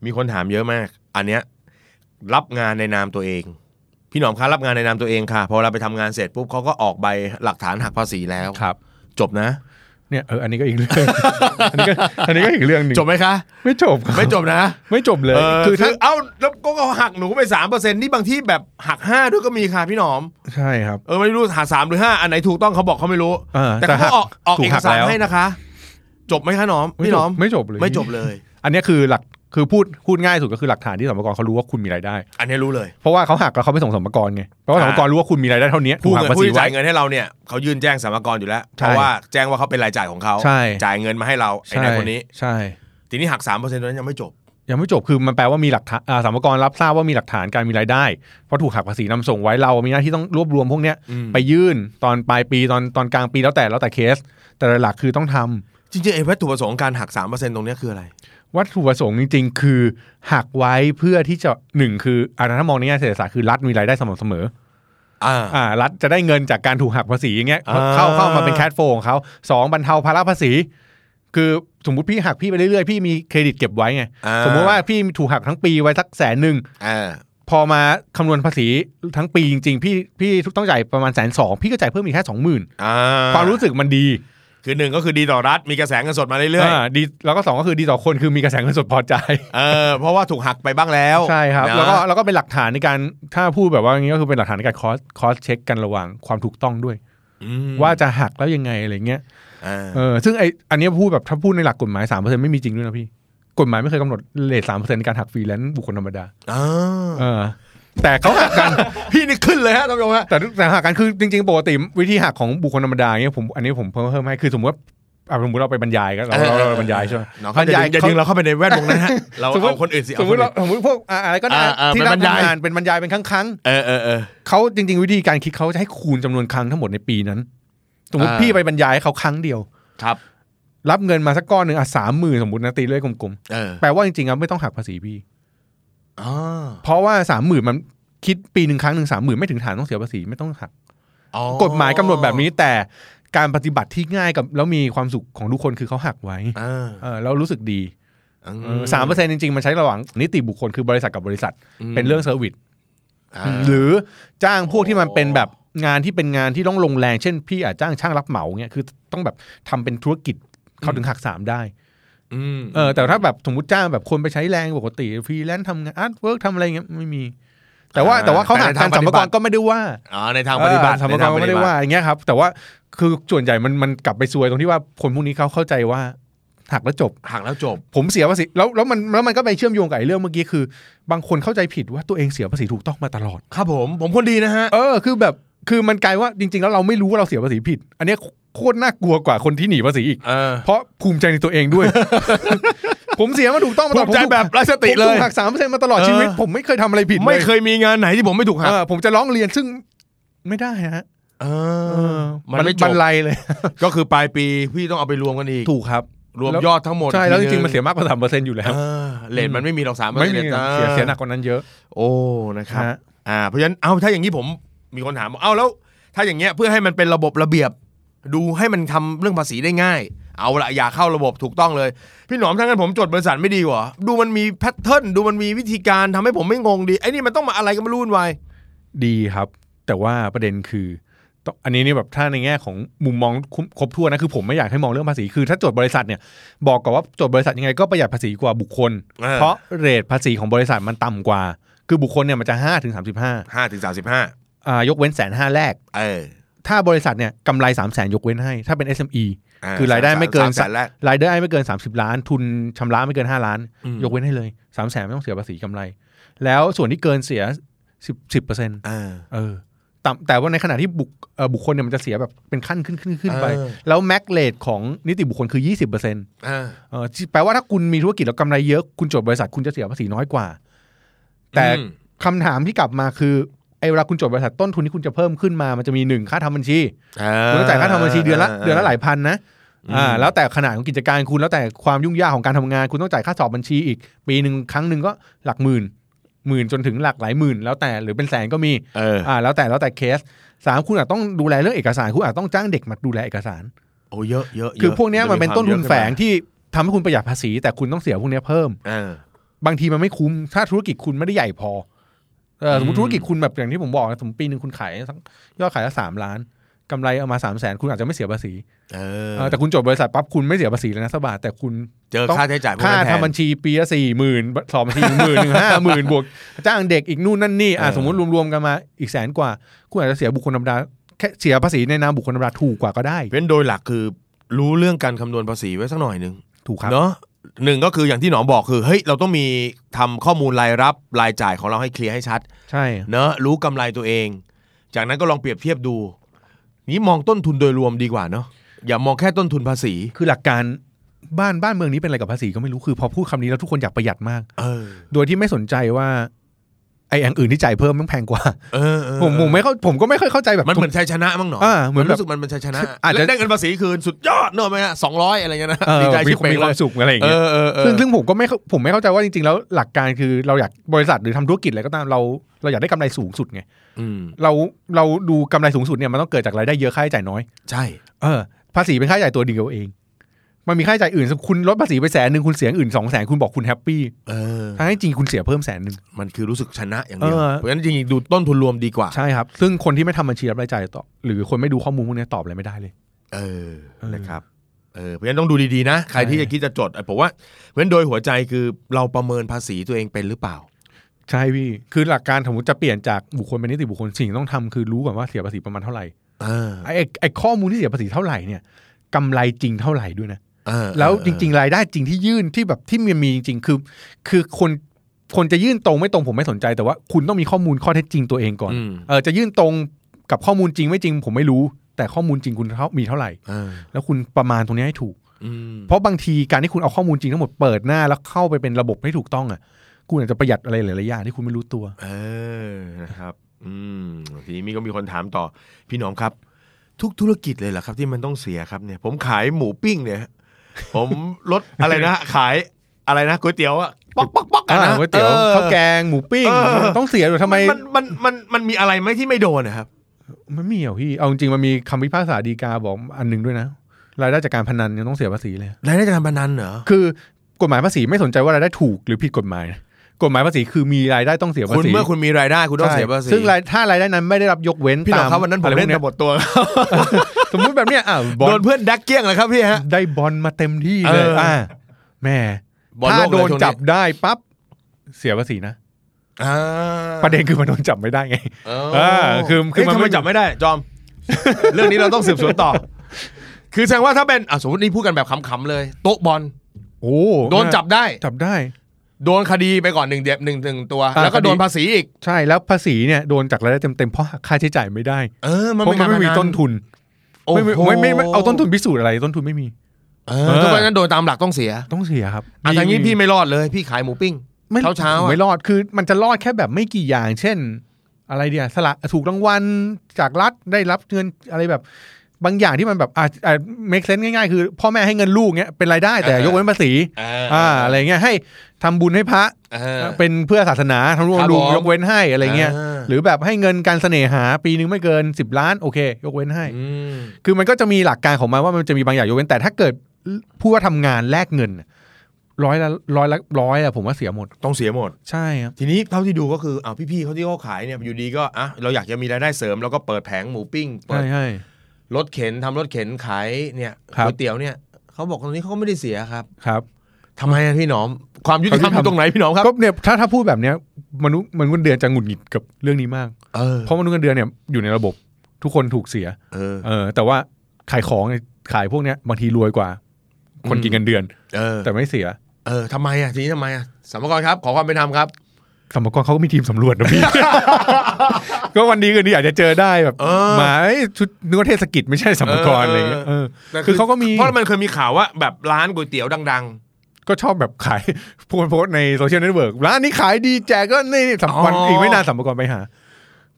[SPEAKER 1] มีคนถามเยอะมาก อันเนี้ยรับงานในนามตัวเอง พี่หนอมคะรับงานในนามตัวเองค่ะ พอเราไปทำงานเสร็จปุ๊บเขาก็ออกใบหลักฐานหักภาษีแล้ว
[SPEAKER 2] ครับ
[SPEAKER 1] จบนะ
[SPEAKER 2] เนี่ยเอออันนี้ก็อีกเรื่อง [LAUGHS] อันนี้ก็อันนี้ก็อีกเรื่องหนึ่ง
[SPEAKER 1] จบไหมคะ
[SPEAKER 2] ไม่จบครับ
[SPEAKER 1] ไม่จบนะ
[SPEAKER 2] ไม่จบเลย
[SPEAKER 1] เออ
[SPEAKER 2] คื
[SPEAKER 1] คือ อ
[SPEAKER 2] ถ้า
[SPEAKER 1] ถ้าเอ้าแล้วก็เขาหักหนูไปสามเปอร์เซ็นต์นี่บางที่แบบหักห้าด้วยก็มีค่ะพี่หนอม
[SPEAKER 2] ใช่ครับ
[SPEAKER 3] เออไม่รู้หาสามหรือห้าอันไหนถูกต้องเขาบอกเขาไม่รู้
[SPEAKER 2] เออ
[SPEAKER 3] แต่
[SPEAKER 2] แต่
[SPEAKER 3] เขาก็ออกออก
[SPEAKER 2] ถูก
[SPEAKER 3] เอก
[SPEAKER 2] หัก
[SPEAKER 3] สาร
[SPEAKER 2] แล้ว
[SPEAKER 3] ให้นะคะ จบไหมคะหนอม
[SPEAKER 2] ไม่
[SPEAKER 3] พี่ห
[SPEAKER 2] จ
[SPEAKER 3] นอบ ม
[SPEAKER 2] ไม่จบเลย
[SPEAKER 3] ไม่จบเลย
[SPEAKER 2] อันเนี้ยคือหลักคือพูดพูดง่ายสุดก็คือหลักฐานที่สมกรเขารู้ว่าคุณมีรายได้
[SPEAKER 1] อันนี้รู้เลย
[SPEAKER 2] เพราะว่าเขาหักแล้วเขาไปส่งสมกรไงเพราะว่าส
[SPEAKER 1] อ่า
[SPEAKER 2] มกรรู้ว่าคุณมีรายได้เท่านี้
[SPEAKER 1] ผู้
[SPEAKER 2] หัก
[SPEAKER 1] เงิน
[SPEAKER 2] ภา
[SPEAKER 1] ผู้
[SPEAKER 2] ษี
[SPEAKER 1] ที่
[SPEAKER 2] ไว้
[SPEAKER 1] จ่ายเงินให้เราเนี่ยเขายื่นแจ้งสรรพากรอยู่แล้ว
[SPEAKER 2] ใช่
[SPEAKER 1] เพราะว่าแจ้งว่าเขาเป็นรายจ่ายของเขา
[SPEAKER 2] ใช่
[SPEAKER 1] จ่ายเงินมาให้เราไอ้นายคนนี้
[SPEAKER 2] ใช่
[SPEAKER 1] ทีนี้หักสามเปอร์เซ็นต์นั้นยังไม่จบ
[SPEAKER 2] ยังไม่จบคือมันแปลว่ามีหลักฐานอ่าสมกรรับทราบว่ามีหลักฐานการมีรายได้เพราะถูกหักภาษีนำส่งไว้เรามีหน้าที่ต้องรวบรวมพวกเนี้ย
[SPEAKER 1] อืม
[SPEAKER 2] ไปยื่นตอนปลายปีตอนตอนกลางปีแล้วแต่แล้วแต่เคส แต่หลักคือต้องทำ
[SPEAKER 1] จริงๆไอ้วัตถุประสงค์การหักสามเปอร์เซ็นต์ตรงเนี้ยคืออะไร
[SPEAKER 2] วัตถุประสงค์จริงๆ คือหักไว้เพื่อที่จะหนึ่งคืออันถ้ามองในแง่เศรษฐศาสตร์คือรัฐมีรายได้สม่ำเสมอ
[SPEAKER 1] อ่า
[SPEAKER 2] อ่ารัฐจะได้เงินจากการถูกหักภาษีอย่างเงี้ย
[SPEAKER 1] อ่า
[SPEAKER 2] เข้าเข้ามาเป็นแคดโฟของเขาสองบรรเทาภาระภาษี คือสมมติพี่หักพี่ไปเรื่อยๆ พี่มีเครดิตเก็บไว้ไง
[SPEAKER 1] อ่
[SPEAKER 2] สมมุติว่าพี่ถูกหักทั้งปีไว้สักแสนหนึ่ง
[SPEAKER 1] อ่า
[SPEAKER 2] พอมาคำนวณภาษีทั้งปีจริงๆ พี่พี่ต้องจ่ายประมาณแสนสองพี่ก็จ่ายเพิ่มอีกแค่สองหมื่น
[SPEAKER 1] อ่า
[SPEAKER 2] ความรู้สึกมันดี
[SPEAKER 1] คือหนึ่งก็คือดีต่อรัฐมีกระแสเงินสดมาเรื่อย
[SPEAKER 2] อ่าดีแล้วก็สองก็คือดีต่อคนคือมีกระแสเงินสดพอใจ
[SPEAKER 1] [LAUGHS] ๆเออเพราะว่าถูกหักไปบ้างแล้ว
[SPEAKER 2] ใช่ครับ
[SPEAKER 1] นะ
[SPEAKER 2] แล้วก็แล้วก็เป็นหลักฐานในการถ้าพูดแบบว่าอย่างนี้ก็คือเป็นหลักฐานในการคอสคอสเช็คกันระหว่างความถูกต้องด้วย
[SPEAKER 1] อืม
[SPEAKER 2] ว่าจะหักแล้วยังไงอะไรเงี้ย
[SPEAKER 1] อ่า
[SPEAKER 2] เออซึ่งไออันเนี้ยพูดแบบถ้าพูดในหลักกฎหมายสามเปอร์เซ็นไม่มีจริงด้วยนะพี่ กฎหมายไม่เคยกำหนดเลทสามเปอร์เซ็นต์ในการหักฟรีแลนซ์บุคคลธรรมดา
[SPEAKER 1] อ่า
[SPEAKER 2] เออแต่เขาหักกัน [LAUGHS]
[SPEAKER 1] พี่นี่ขึ้นเลยฮะท่านผู้ชมฮะ
[SPEAKER 2] แต่แต่หักกันคือจริงๆปกติวิธีหักของบุคคลธรรมดาเนี้ยผมอันนี้ผมเพิ่มเพิ่มให้คือสมมติว่าอ่ะสมมติเราไปบรรยายก็เราเราเราบรรยายใช่ไหม
[SPEAKER 1] น้องเขาอย่าดึงอย่าดึงเราเข้าไปในแวดวงนั้นฮะเรา
[SPEAKER 2] สมมุติ
[SPEAKER 1] เอาคนอื่นสิ
[SPEAKER 2] ส
[SPEAKER 1] เอา
[SPEAKER 2] มม
[SPEAKER 1] ค
[SPEAKER 2] ติ
[SPEAKER 1] น
[SPEAKER 2] เรา
[SPEAKER 1] อื่น
[SPEAKER 2] สมมติพวกอ่ะอะไรก็ได้
[SPEAKER 1] อ่าอ่า
[SPEAKER 2] ที่
[SPEAKER 1] เป็น
[SPEAKER 2] เรา
[SPEAKER 1] บรรยาย
[SPEAKER 2] ทำงานเป็นบรรยายเป็นครั้งๆ
[SPEAKER 1] เออเออเออ
[SPEAKER 2] เขาจริง ๆ วิธีการคิดเขาจะให้คูณจำนวนครั้งทั้งหมดในปีนั้น สมมติ
[SPEAKER 1] อ่า
[SPEAKER 2] พี่ไปบรรยายให้เขาครั้งเดียว
[SPEAKER 1] ครับ
[SPEAKER 2] รับเงินมาสักก้อนหนึ่งอ่ะสามหมื่นสมมตินะตีเลขกลม
[SPEAKER 1] เออ
[SPEAKER 2] ๆ แปลว่าจริงๆอ่ะไม่ต้องหักภาษีพี่
[SPEAKER 1] อ๋อ
[SPEAKER 2] เพราะว่าสามหมื่นมันคิดปีหนึ่งครั้งหนึ่งสามหมื่นไม่ถึงฐานต้องเสียภาษีไม่ต้องหัก
[SPEAKER 1] อ๋อก
[SPEAKER 2] ฎหมายกำหนดแบบนี้แต่การปฏิบัติที่ง่ายกับแล้วมีความสุขของทุกคนคือเขาหักไว้
[SPEAKER 1] อ่า
[SPEAKER 2] เออแล้วรู้สึกดี
[SPEAKER 1] อืม
[SPEAKER 2] สามเปอร์เซ็นต์จริงๆ มันใช้ระหว่างนิติบุคคลคือบริษัทกับบริษัท
[SPEAKER 1] ม
[SPEAKER 2] เป็นเรื่องเซอร์วิส
[SPEAKER 1] อ่า
[SPEAKER 2] หรือจ้างพวกที่มันเป็นแบบงานที่เป็นงานที่ต้องลงแรง เช่นพี่อาจจ้างช่างรับเหมาเงี้ยคือต้องแบบทำเป็นธุรกิจเขาถึงหักสามได้
[SPEAKER 1] ม
[SPEAKER 2] เออแต่ถ้าแบบสมมติจ้างแบบคนไปใช้แรงปกติฟรีแลนซ์ทำงานอาร์ตเวิร์กทำอะไรเงี้ยไม่มี แต่ว่าแต่ว่าเขาหักการสัมภาระก็ไม่ได้ว่า
[SPEAKER 1] อ๋อในทางปฏิบัติ
[SPEAKER 2] เออสัมภา
[SPEAKER 1] ในท
[SPEAKER 2] ระ
[SPEAKER 1] ง
[SPEAKER 2] ก็ไม่ได้ว่าอย่างเงี้ยครับ แต่ว่าคือส่วนใหญ่มันมันกลับไปซวยตรงที่ว่าคนพวกนี้เขาเข้าใจว่าหักแล้วจบ
[SPEAKER 1] หักแล้วจบ
[SPEAKER 2] ผมเสียภาษีแล้วแล้วมันแล้วมันก็ไปเชื่อมโยงกับไอ้เรื่องเมื่อกี้คือบางคนเข้าใจผิดว่าตัวเองเสียภาษีถูกต้องมาตลอด
[SPEAKER 1] ครับผม ผมคนดีนะฮะ
[SPEAKER 2] เออคือแบบคือมันกลายว่าจริง ๆ แล้วเราไม่รู้ว่าเราเสียภาษีผิด อันเนี้ยโคตรน่ากลัวกว่าคนที่หนีภาษีอีก
[SPEAKER 1] เออ
[SPEAKER 2] เพราะภูมิใจในตัวเองด้วย [LAUGHS] ผมเสียมาถูกต้องมาต
[SPEAKER 1] ภู
[SPEAKER 2] ลอด
[SPEAKER 1] มิใจแบบไร้ส
[SPEAKER 2] ผม
[SPEAKER 1] ติ
[SPEAKER 2] ถูก
[SPEAKER 1] เล
[SPEAKER 2] ผ
[SPEAKER 1] ย
[SPEAKER 2] มถูกหักสามเปอร์เซ็นต์มาตลอดชีวิต
[SPEAKER 1] เออ
[SPEAKER 2] ผมไม่เคยทำอะไรผิด
[SPEAKER 1] ไม่
[SPEAKER 2] ล
[SPEAKER 1] เคยมีงานไหนที่ผมไม่ถูกหัก
[SPEAKER 2] เออผมจะร้องเรียนซึ่งไม่ได้ฮะ
[SPEAKER 1] เอ
[SPEAKER 2] เอ
[SPEAKER 1] อ
[SPEAKER 2] อ
[SPEAKER 1] มันไม่จบ
[SPEAKER 2] บรรลัยเลย
[SPEAKER 1] ก็คือปลายปีพี่ต้องเอาไปรวมกันอีก
[SPEAKER 2] ถูกครับ
[SPEAKER 1] รวม
[SPEAKER 2] แล้ว
[SPEAKER 1] ยอดทั้งหมด
[SPEAKER 2] ใช่แล้วจ
[SPEAKER 1] ที
[SPEAKER 2] ริงๆมันเสียมากกว่าสามเปอร์เซ็นต์อยู่แล้ว
[SPEAKER 1] เออเลทมันไม่มีหรอกสาม
[SPEAKER 2] ไม่มีเสียเสียหนักกว่านั้นเยอะ
[SPEAKER 1] โอ้นะครับ
[SPEAKER 2] ฮะ
[SPEAKER 1] อ่า เพราะฉะนั้นเอาถ้าอย่างนี้ผมมีคนถามบอกเอาแล้ว ถ้าอย่างเงี้ยเพื่อให้มันเป็นระบบระเบียบ ดูให้มันทำเรื่องภาษีได้ง่าย เอาละอย่าเข้าระบบถูกต้องเลย พี่หนอมถ้างั้นผมจดบริษัทไม่ดีกว่าดูมันมีแพทเทิร์นดูมันมีวิธีการทำให้ผมไม่งงดีไอ้นี่มันต้องมาอะไรก็ไม่รู้วุ่นวาย
[SPEAKER 2] ดีครับ แต่ว่าประเด็นคือต้องอันนี้เนี่ยแบบถ้าในแง่ของมุมมองคุ้มครบถ้วนนะคือผมไม่อยากให้มองเรื่องภาษีคือ ถ้าจดบริษัทเนี่ยบอกก่อนว่าจดบริษัทยังไงก็ประหยัดภาษีกว่าบุคคล
[SPEAKER 1] เออ
[SPEAKER 2] เพราะเรทภาษีของบริษัทมันต่ำกว่า คือบุคคลเนี่ยมันจะ5ถึง35
[SPEAKER 1] ห้าถึงสามสิบห้า
[SPEAKER 2] อ่ายกเว้นแสนห้าแรก
[SPEAKER 1] เออ
[SPEAKER 2] ถ้าบริษัทเนี่ยกำไร 3 0 0แสนยกเว้นให้ ถ้าเป็น SME
[SPEAKER 1] เ
[SPEAKER 2] คือรายได้ไม่เกิน
[SPEAKER 1] สามแสนแรก
[SPEAKER 2] รายได้ไม่เกิน 30 ล้าน ทุนชำระไม่เกิน 5 ล้าน
[SPEAKER 1] อืม
[SPEAKER 2] ยกเว้นให้เลย 3 0 0แสนไม่ต้องเสียภาษีกำไร แล้วส่วนที่เกินเสีย 10 10เปอร์เซ็นต์
[SPEAKER 1] เออ
[SPEAKER 2] เออต่ำแต่ว่าในขณะที่บุคเอ่อบุคคลเนี่ยมันจะเสียแบบเป็นขั้นขึ้นขึ้นขึ้นไป
[SPEAKER 1] เออ
[SPEAKER 2] แล้วแม็กเลทของนิติบุคคลคือ 20เปอร์เซ็นต์
[SPEAKER 1] เออ
[SPEAKER 2] เออที่แปลว่าถ้าคุณมีธุรกิจแล้วกำไรเยอะ คุณจดบริษัทคุณจะเสียภาษีน้อยกว่า แต่
[SPEAKER 1] อืม
[SPEAKER 2] คำถามที่กลับมาคือไอ้เวลาคุณจดบริษัทต้นทุนที่คุณจะเพิ่มขึ้นมามันจะมีหนึ่งค่าทำบัญชี
[SPEAKER 1] เอ
[SPEAKER 2] คุณต้องจ่ายค่าทำบัญชีเดือนละเดือนละห
[SPEAKER 1] หลาย
[SPEAKER 2] ลายพันนะ
[SPEAKER 1] อืม
[SPEAKER 2] อ่าแล้วแต่ขนาดของกิจการคุณแล้วแต่ความยุ่งยากของการทำงาน คุณต้องจ่ายค่าสอบบัญชีอีก ปีหนึ่งครั้งหนึ่งก็หลักหมื่นหมื่นจนถึงหลักหลายหมื่น แล้วแต่หรือเป็นแสนก็มี
[SPEAKER 1] เออ
[SPEAKER 2] อ่าแล้วแต่แล้วแต่เคสสามคุณอาจต้องดูแลเรื่องเอกสารคุณอาจต้องจ้างเด็กมาดูแลเอกสาร
[SPEAKER 1] โอ้เยอะเยอะยะ
[SPEAKER 2] คือพวกเนี้ยมันเป็นต้นทุนแฝง
[SPEAKER 1] จะมี
[SPEAKER 2] ที่ทำให้คุณประหยัดภาษี แต่คุณต้องเสียพวกเนี้ยเพิ่ม
[SPEAKER 1] ความเยอะขึ้นมาเออ
[SPEAKER 2] บางทีมันไม่คุ้ม ถ้าธุรกิจคุณไม่ได้ใหญ่พอเออสมมติ
[SPEAKER 1] อืม
[SPEAKER 2] ธุรกิจคุณแบบอย่างที่ผมบอกนะสมมติปีหนึ่งคุณขายสักยอดขายละสามล้านกำไรเอามาสามแสนคุณอาจจะไม่เสียภาษี
[SPEAKER 1] เออ
[SPEAKER 2] เออแต่คุณจดบริษัทปั๊บคุณไม่เสียภาษีเลยนะสกบาทแต่คุณ
[SPEAKER 1] เจอ
[SPEAKER 2] ต้อง
[SPEAKER 1] ค่าใช้จ่ายพวก
[SPEAKER 2] ค่า
[SPEAKER 1] นั้นแทน
[SPEAKER 2] ทำบัญชีปีละสี่หมื่นสอบบัญชีหมื่นหนึ่งห้าหมื่นบวกจ้างเด็กอีกนู่นนั่นนี่อ่ะ
[SPEAKER 1] เออ
[SPEAKER 2] สมมติรวมๆกันมาอีกแสนกว่า คุณอาจจะเสียบุคคลธรรมดาแค่เสียภาษีในนามบุคคลธรรมดาถูกกว่าก็
[SPEAKER 1] [LAUGHS]
[SPEAKER 2] ได้
[SPEAKER 1] เพราะฉะนั้นโดยหลักคือรู้เรื่องการคำนวณภาษีไว้สักหน่อยหนึ่ง
[SPEAKER 2] ถูกครับ
[SPEAKER 1] เนาะหนึ่งก็คืออย่างที่หนอมบอกคือเฮ้ยเราต้องมีทำข้อมูลรายรับรายจ่ายของเราให้เคลียร์ให้ชัด
[SPEAKER 2] ใช่
[SPEAKER 1] เนอะรู้กำไรตัวเอง จากนั้นก็ลองเปรียบเทียบดู นี้มองต้นทุนโดยรวมดีกว่าเนาะอย่ามองแค่ต้นทุนภาษี
[SPEAKER 2] คือหลักการบ้านบ้านเมืองนี้เป็นอะไรกับภาษีก็ไม่รู้คือพอพูดคำนี้แล้วทุกคนอยากประหยัดมาก
[SPEAKER 1] เออ
[SPEAKER 2] โดยที่ไม่สนใจว่าไอ้อย่างอื่นที่จ่ายเพิ่มมันแพงกว่า
[SPEAKER 1] เออเออ
[SPEAKER 2] ผมผมไม่เข้าผมก็ไม่ค่อยเข้าใจแบบ
[SPEAKER 1] มันเหมือนชัยชนะมั้งหนอ
[SPEAKER 2] อ่าเหมือนแบบ
[SPEAKER 1] รู้สึกมันเป็นชัยชนะ
[SPEAKER 2] อาจจะ
[SPEAKER 1] แล้วได้เงินภาษีคืนสุดยอดเนอะไหมฮะสองร้อยอะไรเงี้ยนะ
[SPEAKER 2] เออ
[SPEAKER 1] ดีใจ
[SPEAKER 2] มี
[SPEAKER 1] ชิบ
[SPEAKER 2] ค
[SPEAKER 1] เป่ง
[SPEAKER 2] มีค
[SPEAKER 1] เล
[SPEAKER 2] วาม
[SPEAKER 1] ย
[SPEAKER 2] สุขอะไรอย่าง
[SPEAKER 1] เอ
[SPEAKER 2] เงี้ย
[SPEAKER 1] อเออเออ
[SPEAKER 2] ซึ่งซึ่งผมก็ไม่เข้าผมไม่เข้าใจว่าจริงๆแล้วหลักการคือเราอยากบริษัทหรือทำธุรกิจอะไรก็ตามเราเราอยากได้กำไรสูงสุดไง
[SPEAKER 1] อืม
[SPEAKER 2] เราเราดูกำไรสูงสุดเนี่ยมันต้องเกิดจากรายได้เยอะค่าใช้จ่ายน้อย
[SPEAKER 1] ใช่
[SPEAKER 2] เออภาษีเป็นค่าใช้จ่ายตัวเดียวเอง มันมีค่าใช้จ่ายอื่นคุณลดภาษีไปแสนหนึ่งคุณเสียอื่นสองแสนคุณบอกคุณแฮปปี้
[SPEAKER 1] เออ
[SPEAKER 2] ทั้งที่จริงคุณเสียเพิ่มแสนหนึ่ง
[SPEAKER 1] มันคือรู้สึกชนะอย่างเดียว
[SPEAKER 2] เออ
[SPEAKER 1] เพราะฉะนั้นจริงๆดูต้นทุนรวมดีกว่า
[SPEAKER 2] ใช่ครับ ซึ่งคนที่ไม่ทำบัญชีรับรายจ่ายตอบหรือคนไม่ดูข้อมูลพวกเนี้ยตอบอะไรไม่ได้เลย
[SPEAKER 1] เออ
[SPEAKER 2] เออ
[SPEAKER 1] นะครับ เออ เพราะฉะนั้นต้องดูดีๆนะ ใครที่
[SPEAKER 2] ใช่
[SPEAKER 1] จะคิดจะจดเออผมว่าเพราะฉะนั้นโดยหัวใจคือเราประเมินภาษีตัวเองเป็นหรือเปล่า
[SPEAKER 2] ใช่พี่ คือหลักการสมมติจะเปลี่ยนจากบุคคลเป็นนิติบุคคลสิ่งที่ต้องทำคือรู้ก่อนว่าเสียภาษีประมาณเท่าไหร่
[SPEAKER 1] เออ
[SPEAKER 2] ไอ้ไอ้ไอ้ข้อมูลที่เสียภาษีเท่าไหร่เนี่ยกำไรจริงเท่าไหร่ด้วยนะ
[SPEAKER 1] เออ
[SPEAKER 2] แล้วจริง ๆ รายได้จริงที่ยื่นที่แบบที่มีมีจริงๆคือ คือคนคนจะยื่นตรงไม่ตรงผมไม่สนใจแต่ว่าคุณต้องมีข้อมูลข้อเท็จจริงตัวเองก่อน
[SPEAKER 1] อืม
[SPEAKER 2] เออจะยื่นตรงกับข้อมูลจริงไม่จริง ผมไม่รู้ แต่ข้อมูลจริงคุณเท่ามีเท่าไหร่
[SPEAKER 1] เออ
[SPEAKER 2] แล้วคุณประมาณตรงนี้ให้ถูก
[SPEAKER 1] อืม
[SPEAKER 2] เพราะบางทีการที่คุณเอาข้อมูลจริงทั้งหมดเปิดหน้าแล้วเข้าไปเป็นระบบไม่ถูกต้องอ่ะคุณอาจจะประหยัดอะไรหลายๆอย่างที่คุณไม่รู้ตัว
[SPEAKER 1] เออ นะครับ อืม ทีนี้ก็มีคนถามต่อ พี่หนอมครับ ทุกธุรกิจเลยเหรอครับ ที่มันต้องเสียครับเนี่ย ผมขายหมูปิ้งเนี่ย ผมลด อะไร
[SPEAKER 2] [LAUGHS]
[SPEAKER 1] นะ ขายอะไรนะก๋วยเตี๋ยวอะป๊อกป๊อกป๊อกอะ
[SPEAKER 2] อ่า
[SPEAKER 1] นะ
[SPEAKER 2] ก๋วยเตี๋ยว
[SPEAKER 1] ออ
[SPEAKER 2] ข้าวแกงหมูปิ้ง
[SPEAKER 1] เออ
[SPEAKER 2] มันต้องเสียหรือทำไม
[SPEAKER 1] มันมันมันมันมีอะไรไหมที่ไม่โดนนะครับ
[SPEAKER 2] มันมีเหรอพี่เอาจริงๆมันมีคำพิพากษาดีกาบอกอันหนึ่งด้วยนะรายได้จากการพนันยังต้องเสียภาษีเลย
[SPEAKER 1] รายได้จากการพนันเหรอ
[SPEAKER 2] คือกฎหมายภาษีไม่สนใจว่ารายได้ถูกหรือผิดกฎหมายนะกฎหมายภาษีคือมีรายได้ต้องเสียภา
[SPEAKER 1] คุณ
[SPEAKER 2] ษี
[SPEAKER 1] เมื่อคุณมีรายได้คุณต้อง
[SPEAKER 2] ใช่
[SPEAKER 1] เสียภาษี
[SPEAKER 2] ซึ่งรายถ้ารายได้นั้นไม่ได้รับยกเว้น
[SPEAKER 1] พี่หนอม
[SPEAKER 2] ตาม
[SPEAKER 1] ครับวันนั้นผม
[SPEAKER 2] อะไร
[SPEAKER 1] เล่น
[SPEAKER 2] พวก
[SPEAKER 1] แต่
[SPEAKER 2] ย
[SPEAKER 1] บทตัว
[SPEAKER 2] สมมติแบบเนี้ยอ่าวบอ
[SPEAKER 1] โด
[SPEAKER 2] ล
[SPEAKER 1] นเพื่อนดักเกี้ยงเหรอครับพี่ฮะ
[SPEAKER 2] ได้บอลมาเต็มที่เลย
[SPEAKER 1] เอออ่
[SPEAKER 2] ่าแม่
[SPEAKER 1] บอล
[SPEAKER 2] ถ้า
[SPEAKER 1] โลก
[SPEAKER 2] โด
[SPEAKER 1] เลย
[SPEAKER 2] น
[SPEAKER 1] ช่วง
[SPEAKER 2] จับได้ปั๊บเสียภาษีนะ
[SPEAKER 1] อ่า
[SPEAKER 2] ประเด็นคือมันโดนจับไม่ได้ไง
[SPEAKER 1] เออ
[SPEAKER 2] เออคือคือ
[SPEAKER 1] เะ
[SPEAKER 2] มัน
[SPEAKER 1] ทำ
[SPEAKER 2] ไม่
[SPEAKER 1] ไมจับไม่ได้ จ
[SPEAKER 2] [LAUGHS]
[SPEAKER 1] อม เรื่องนี้เราต้องสืบสวนต่อ คือแสดงว่าถ้าเป็นอ่ะสมมตินี่พูดกันแบบขำๆเลย โต๊ะบอล
[SPEAKER 2] โอ้
[SPEAKER 1] โดนจับได้
[SPEAKER 2] จับได้
[SPEAKER 1] โดนคดีไปก่อนหนึ่งเดียบหนึ่งหนึ่งตัว
[SPEAKER 2] อ่า
[SPEAKER 1] แล้วก็โดน
[SPEAKER 2] คดี
[SPEAKER 1] ภาษีอีก
[SPEAKER 2] ใช่แล้วภาษีเนี่ยโดนจากรายได้เต็มๆเพราะหักค่าใช้จ่ายไม่ได้
[SPEAKER 1] เออ มัน
[SPEAKER 2] เพราะ
[SPEAKER 1] เป็นกา
[SPEAKER 2] มั
[SPEAKER 1] น ร
[SPEAKER 2] ไม่มี
[SPEAKER 1] พ
[SPEAKER 2] ต้นทุน
[SPEAKER 1] โอ้
[SPEAKER 2] ไม่
[SPEAKER 1] โห
[SPEAKER 2] ไม่ไม่ไม่ไม่เอาต้นทุนพิสูจน์อะไรต้นทุนไม่มี
[SPEAKER 1] เออเพราะงั้นโดยตามหลักต้องเสีย
[SPEAKER 2] ต้องเสียครับ
[SPEAKER 1] อ่ะทางนี้
[SPEAKER 2] มี
[SPEAKER 1] พี่ไม่รอดเลย พี่ขายหมูปิ้ง
[SPEAKER 2] ไม่
[SPEAKER 1] เช้าเช้าอ่ะ
[SPEAKER 2] ไม่รอดคือมันจะรอดแค่แบบไม่กี่อย่าง เช่น อะไรเดียสละถูกรางวัลจากรัฐได้รับเงินอะไรแบบ บางอย่างที่มันแบบอ่าอ่าเมคเซนง่ายๆ คือ พ่อแม่ให้เงินลูกเงี้ยเป็นรายได้แต่ยกเว้นภาษีอ่าอะไรเงี้ยให้ทำบุญให้พระ
[SPEAKER 1] เออ
[SPEAKER 2] เป็นเพื่อศาสนาทั้งรวม
[SPEAKER 1] ครับ
[SPEAKER 2] ดู
[SPEAKER 1] ผม
[SPEAKER 2] ยกเว้นให้อะไรเงี้ย
[SPEAKER 1] า
[SPEAKER 2] หรือแบบให้เงินการเสน่หาปีนึงไม่เกิน 10 ล้านโอเค ยกเว้นให้
[SPEAKER 1] ม
[SPEAKER 2] คือมันก็จะมีหลักการของมันว่ามันจะมีบางอย่างยกเว้นแต่ถ้าเกิดผู้ว่าทำงานแลกเงินน่ะร้อยละร้อยละร้อยอะผมว่าเสียหมด
[SPEAKER 1] ต้องเสียหมด
[SPEAKER 2] ใช่ครับ
[SPEAKER 1] ทีนี้เท่าที่ดูก็คืออ้าวพี่ๆเขาที่เขาขายเนี่ยอยู่ดีก็อ่ะเราอยากจะมีรายได้เสริมแล้วก็เปิดแผงหมูปิ้งเปิ
[SPEAKER 2] ใช่
[SPEAKER 1] ด
[SPEAKER 2] ใช่
[SPEAKER 1] รถเข็นทำรถเข็นขายเนี่ย
[SPEAKER 2] ครับ
[SPEAKER 1] ก๋วยเตี๋ยวเนี่ยเขาบอกตรงนี้เขาก็ไม่ได้เสียครับ
[SPEAKER 2] ครับ
[SPEAKER 1] ทำไมอะพี่หนอม ความยุติธรรมอ
[SPEAKER 2] ความยุติธรรม
[SPEAKER 1] ยู่ตรงไหนพี่หนอมครับ
[SPEAKER 2] ก็เนี่ยถ้าถ้าพูดแบบเนี้ย มนุษย์มนุษย์เงินเดือนจะหงุดหงิดกับเรื่องนี้มาก
[SPEAKER 1] เออ
[SPEAKER 2] เพราะมนุษย์เงินเดือนเนี่ยอยู่ในระบบทุกคนถูกเสีย
[SPEAKER 1] เออ
[SPEAKER 2] เออ แต่ว่าขายของเนี่ยขายพวกเนี้ยบางทีรวยกว่า คน
[SPEAKER 1] อืม
[SPEAKER 2] กินเงินเดือน
[SPEAKER 1] เออ
[SPEAKER 2] แต่ไม่เสีย
[SPEAKER 1] เออทำไมอ่ะทีนี้ทำไมอ่ะสมรกรครับ ขอความเป็นธรรมครับ
[SPEAKER 2] สมรพากรเขาก็มีทีมสำรวจนะพี่ ก็วันนี้คืนนี้อาจจะเจอได้แบบ
[SPEAKER 1] เออ
[SPEAKER 2] หมายชุดนึกว่าเทศกิจไม่ใช่สมรพากรอะไรเงี้ยเออ
[SPEAKER 1] แต่
[SPEAKER 2] [LAUGHS] คือเขาก็มี
[SPEAKER 1] เพราะมันเคยมีข่าวว่าแบบร้านก๋วยเตี๋ยวดัง
[SPEAKER 2] ก็ชอบแบบขาย [LAUGHS] โพสต์โพสต์ในโซเชียลเน็ตเวิร์กร้านนี้ขายดีแจกก็นี่สัมวัน
[SPEAKER 1] อ๋ออี
[SPEAKER 2] อีกไม่นานสัมภากรไปหา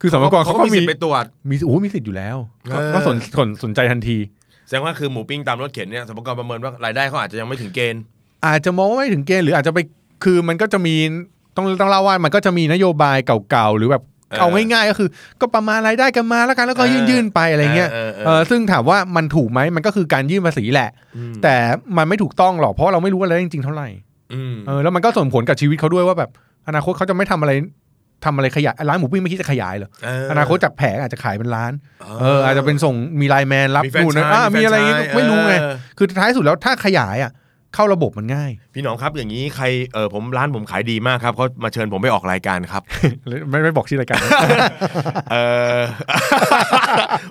[SPEAKER 2] คือ
[SPEAKER 1] ๆ
[SPEAKER 2] สัมภากรเขาก็
[SPEAKER 1] มีสิท
[SPEAKER 2] มี
[SPEAKER 1] ธิ์ไปตรวจ
[SPEAKER 2] มีโอ้มีสิทธิ์อยู่แล้ว ก็
[SPEAKER 1] เออ
[SPEAKER 2] ก็สนสนสนใจทันที
[SPEAKER 1] แสดงว่าคือหมูปิ้งตามรถเข็นเนี่ยสมรกรประเมินว่ารายได้เขาอาจจะยังไม่ถึงเกณฑ์
[SPEAKER 2] อาจจะมองว่าไม่ถึงเกณฑ์หรืออาจจะไปคือมันก็จะมีต้องต้องเล่าว่ามันก็จะมีนโยบายเก่าๆ หรือแบบ
[SPEAKER 1] เออ
[SPEAKER 2] เอาง่ายๆ ก็คือ ก็ประมาณรายได้กันมาแล้วกันแล้วก็
[SPEAKER 1] เออ
[SPEAKER 2] ยื่นๆไปอะไรเงี้ย
[SPEAKER 1] เออเออเออ
[SPEAKER 2] เออซึ่งถามว่ามันถูกไหมมันก็คือการยื่นภาษีแหละ แต่มันไม่ถูกต้องหรอกเพราะเราไม่รู้ว่าอะไรายได้จริงๆเท่าไหร่
[SPEAKER 1] อืม
[SPEAKER 2] เออแล้วมันก็ส่งผลกับชีวิตเขาด้วยว่าแบบ อนาคตเขาจะไม่ทำอะไรทำอะไรขยายร้านหมูปิ้งไม่คิดจะขยายเหรอ
[SPEAKER 1] เ
[SPEAKER 2] อนาคตจากแผงอาจจะขายเป็นร้าน
[SPEAKER 1] เ
[SPEAKER 2] เอออาจจะเป็นส่งมีไลน์แมนรับ
[SPEAKER 1] มีแฟรน
[SPEAKER 2] นู่น
[SPEAKER 1] ไช
[SPEAKER 2] นะ
[SPEAKER 1] ส์
[SPEAKER 2] อ่ามีอะไร
[SPEAKER 1] แฟนชส์
[SPEAKER 2] ไม่รู้ไง
[SPEAKER 1] เออ
[SPEAKER 2] คือท้ายสุดแล้วถ้าขยายอ่ะเข้าระบบมันง่าย
[SPEAKER 1] พี่หนอมครับอย่างนี้ใครเออผมร้านผมขายดีมากครับเขามาเชิญผมไปออกรายการ
[SPEAKER 2] [LAUGHS]
[SPEAKER 1] ครับ
[SPEAKER 2] ไม่ไม่บอกชื่อ [LAUGHS] รายการ
[SPEAKER 1] เออ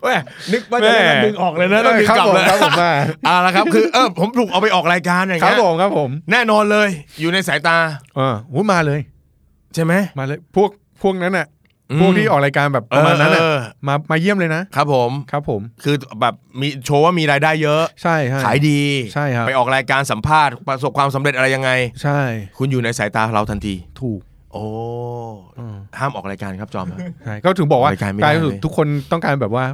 [SPEAKER 1] เว้ยนึกว่าจะได้
[SPEAKER 2] แม่
[SPEAKER 1] ดึงออกเลยนะต้องดึง
[SPEAKER 2] ครับ
[SPEAKER 1] กลับ
[SPEAKER 2] ผม
[SPEAKER 1] เลย
[SPEAKER 2] ครับผมมา
[SPEAKER 1] อ่าละครับ คือเออผมถูกเอาไปออกรายการอย่าง
[SPEAKER 2] ครับ
[SPEAKER 1] เงี้ย
[SPEAKER 2] ผมครับผม
[SPEAKER 1] แน่นอนเลยอยู่ในสายตา
[SPEAKER 2] เออโอ้ยมาเลย
[SPEAKER 1] ใช่ไหม
[SPEAKER 2] มาเลย พวกพวกนั้นน่ะ
[SPEAKER 1] อืม
[SPEAKER 2] พวกที่ออกรายการแบบประมาณนั้นน่ะ
[SPEAKER 1] เออเออ
[SPEAKER 2] มามาเยี่ยมเลยนะครับ
[SPEAKER 1] ผม
[SPEAKER 2] ครับผม
[SPEAKER 1] คือแบบมีโชว์ว่ามีรายได้เยอะ
[SPEAKER 2] ใช่ใช่
[SPEAKER 1] ขายดี
[SPEAKER 2] ใช่ครับ
[SPEAKER 1] ไปออกรายการสัมภาษณ์ประสบความสำเร็จอะไรยังไง
[SPEAKER 2] ใช่
[SPEAKER 1] คุณอยู่ในสายตาเราทันที
[SPEAKER 2] ถูก
[SPEAKER 1] โอ้
[SPEAKER 2] อืม
[SPEAKER 1] ห้ามออกรายการครับจอม
[SPEAKER 2] [LAUGHS] ใช่ก็ถึงบอกว่า
[SPEAKER 1] ออกรายการไม่ได้
[SPEAKER 2] การสุด
[SPEAKER 1] เลย
[SPEAKER 2] ทุกคนต้องการแบบว่า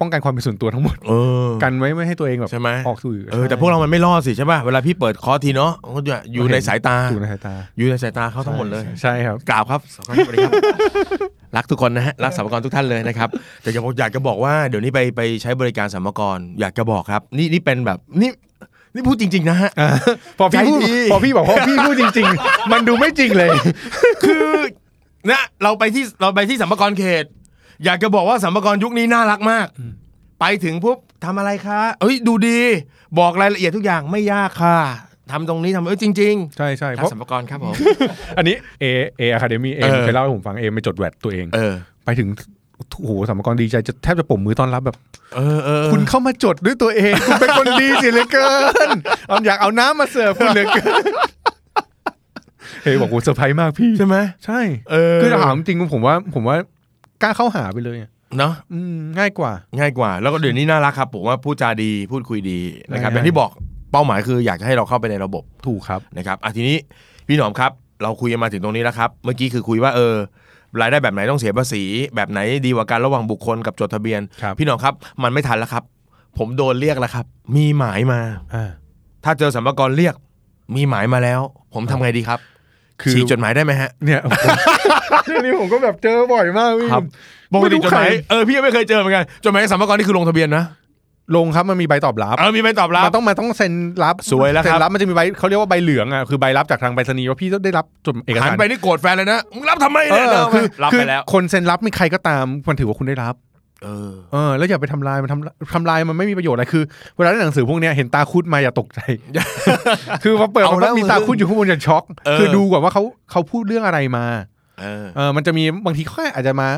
[SPEAKER 2] ป้องกันความเป็นส่วนตัวทั้งหมด
[SPEAKER 1] เออ
[SPEAKER 2] กันไว้ไม่ให้ตัวเองแบบ
[SPEAKER 1] ใช่ไหม
[SPEAKER 2] ออกสื่อ
[SPEAKER 1] เออแต่พวกเรามันไม่รอดสิใช่ป่ะเวลาพี่เปิดคอร์สทีเนาะก็จะอยู่ในสายตา
[SPEAKER 2] ถูกในสายตา
[SPEAKER 1] อยู่ในสายตาเขาทั้งหมดเลย
[SPEAKER 2] ใช่ครับ
[SPEAKER 1] กราบครับสวัสดีครับ รักทุกคนนะฮะ รักสรรพากรทุกท่านเลยนะครับ
[SPEAKER 2] [LAUGHS]
[SPEAKER 1] แต่จะบอกอยากจะบอกว่าเดี๋ยวนี้ไปไปใช้บริการสรรพากรอยากจะบอกครับ นี่นี่เป็นแบบนี่นี่พูดจริง ๆ นะฮะ
[SPEAKER 2] พอพี่พูด
[SPEAKER 1] ใจดี
[SPEAKER 2] พอพี่บอกพอพี่พูดจริง ๆ มันดูไม่จริงเลย
[SPEAKER 1] คือนะเราไปที่เราไปที่สัมภากรเขต อยากจะบอกว่าสัมภากรยุคนี้น่ารักมาก ไปถึงปุ๊บทำอะไรคะเอ้ยดูดี บอกรายละเอียดทุกอย่างไม่ยากค่ะทำตรงนี้ทำเอ้ยจริง
[SPEAKER 2] ใช่ใช่
[SPEAKER 1] ๆ
[SPEAKER 2] เพ
[SPEAKER 1] รัก
[SPEAKER 2] ราะ
[SPEAKER 1] สัมภากรครับผม
[SPEAKER 2] อันนี้เอเออะคาเดมี่เอ
[SPEAKER 1] เออ
[SPEAKER 2] เคยเล่าให้ผมฟังเอไปจดแวดตัวเอง
[SPEAKER 1] เออ
[SPEAKER 2] ไปถึงโอ้โหสมกรดีใจจะแทบจะปมมือต้อนรับแบบ
[SPEAKER 1] เออเออ
[SPEAKER 2] คุณเข้ามาจดด้วยตัวเอง คุณเป็นคนดีสิเหลือเกินเอาอยากเอาน้ำมาเสิร์ฟคุณเหลือเกินเฮ้ยบอกโอ้เซอร์ไพรส์มากพี่
[SPEAKER 1] ใช่ไหม
[SPEAKER 2] ใช่
[SPEAKER 1] เออ
[SPEAKER 2] คือถามจริงผมว่า ผมว่ากล้าเข้าหาไปเลยอะ
[SPEAKER 1] เนาะ
[SPEAKER 2] อืมง่ายกว่า
[SPEAKER 1] ง่ายกว่า แล้วก็เดี๋ยวนี้น่ารักครับผมว่าพูดจาดีพูดคุยดีนะครับ
[SPEAKER 2] ใช่
[SPEAKER 1] อย่างที่บอกเป้าหมายคืออยากจะให้เราเข้าไปในระบบ
[SPEAKER 2] ถูกครับ
[SPEAKER 1] นะครับอ่ะทีนี้พี่หนอมครับ เราคุยกันมาถึงตรงนี้แล้วครับ เมื่อกี้คือคุยว่าเออรายได้แบบไหนต้องเสียภาษี แบบไหนดีกว่าการระหว่างบุคคลกับจดทะเบียน
[SPEAKER 2] ครับ
[SPEAKER 1] พี่หนอมครับ มันไม่ทันแล้วครับ ผมโดนเรียกแล้วครับ มีหมายมา
[SPEAKER 2] อ่า
[SPEAKER 1] ถ้าเจอสัมภากรเรียก มีหมายมาแล้ว ผมทำไงดีครับ
[SPEAKER 2] คือ
[SPEAKER 1] ฉีกจดหมายได้ไหมฮะ
[SPEAKER 2] เนี่ยผมเรื่องนี้ผมก็แบบเจอบ่อยมากพี่
[SPEAKER 1] ปกติจด
[SPEAKER 2] ใค
[SPEAKER 1] ห
[SPEAKER 2] ร
[SPEAKER 1] มายเออพี่ยังไม่เคยเจอเหมือนกันจดหมายสัมภากรนี่คือลงทะเบียนนะ
[SPEAKER 2] ลงครับมันมีใบตอบรับ
[SPEAKER 1] เออมีใบตอบรับ
[SPEAKER 2] มันต้องมาต้องเซ็นรับ
[SPEAKER 1] สวยแล้วครับ
[SPEAKER 2] เซ็นรับมันจะมีใบเขาเรียกว่าใบเหลืองอ่ะคือใบรับจากทางไปรษณีย์ว่าพี่ต้องได้รับจดเอก
[SPEAKER 1] หั
[SPEAKER 2] สาน ร
[SPEAKER 1] ไปนี่โกรธแฟนเลยนะมึงรับทำไม
[SPEAKER 2] เอ
[SPEAKER 1] เนี่ย
[SPEAKER 2] อ
[SPEAKER 1] เดิน
[SPEAKER 2] คือ
[SPEAKER 1] รับ
[SPEAKER 2] คือ
[SPEAKER 1] ไปแล้ว
[SPEAKER 2] คนเซ็นรับมีใครก็ตามมันถือว่าคุณได้รับ
[SPEAKER 1] เออ
[SPEAKER 2] เออแล้วอย่าไปทำลายมันทำทำลายมันไม่มีประโยชน์อะไรคือเวลาได้หนังสือพวกเนี้ยเห็นตาคุดมาอย่าต
[SPEAKER 1] [LAUGHS]
[SPEAKER 2] กใจ คือพอเปิด
[SPEAKER 1] เอา
[SPEAKER 2] มัน
[SPEAKER 1] แล้ว
[SPEAKER 2] มีตาคุดอยู่ข้างบนอย่าช็อก
[SPEAKER 1] เออ
[SPEAKER 2] คือดูก่อนว่าเขาเขาพูดเรื่องอะไรมา
[SPEAKER 1] เออ
[SPEAKER 2] เออมันจะมีบางทีเขาอาจจะมา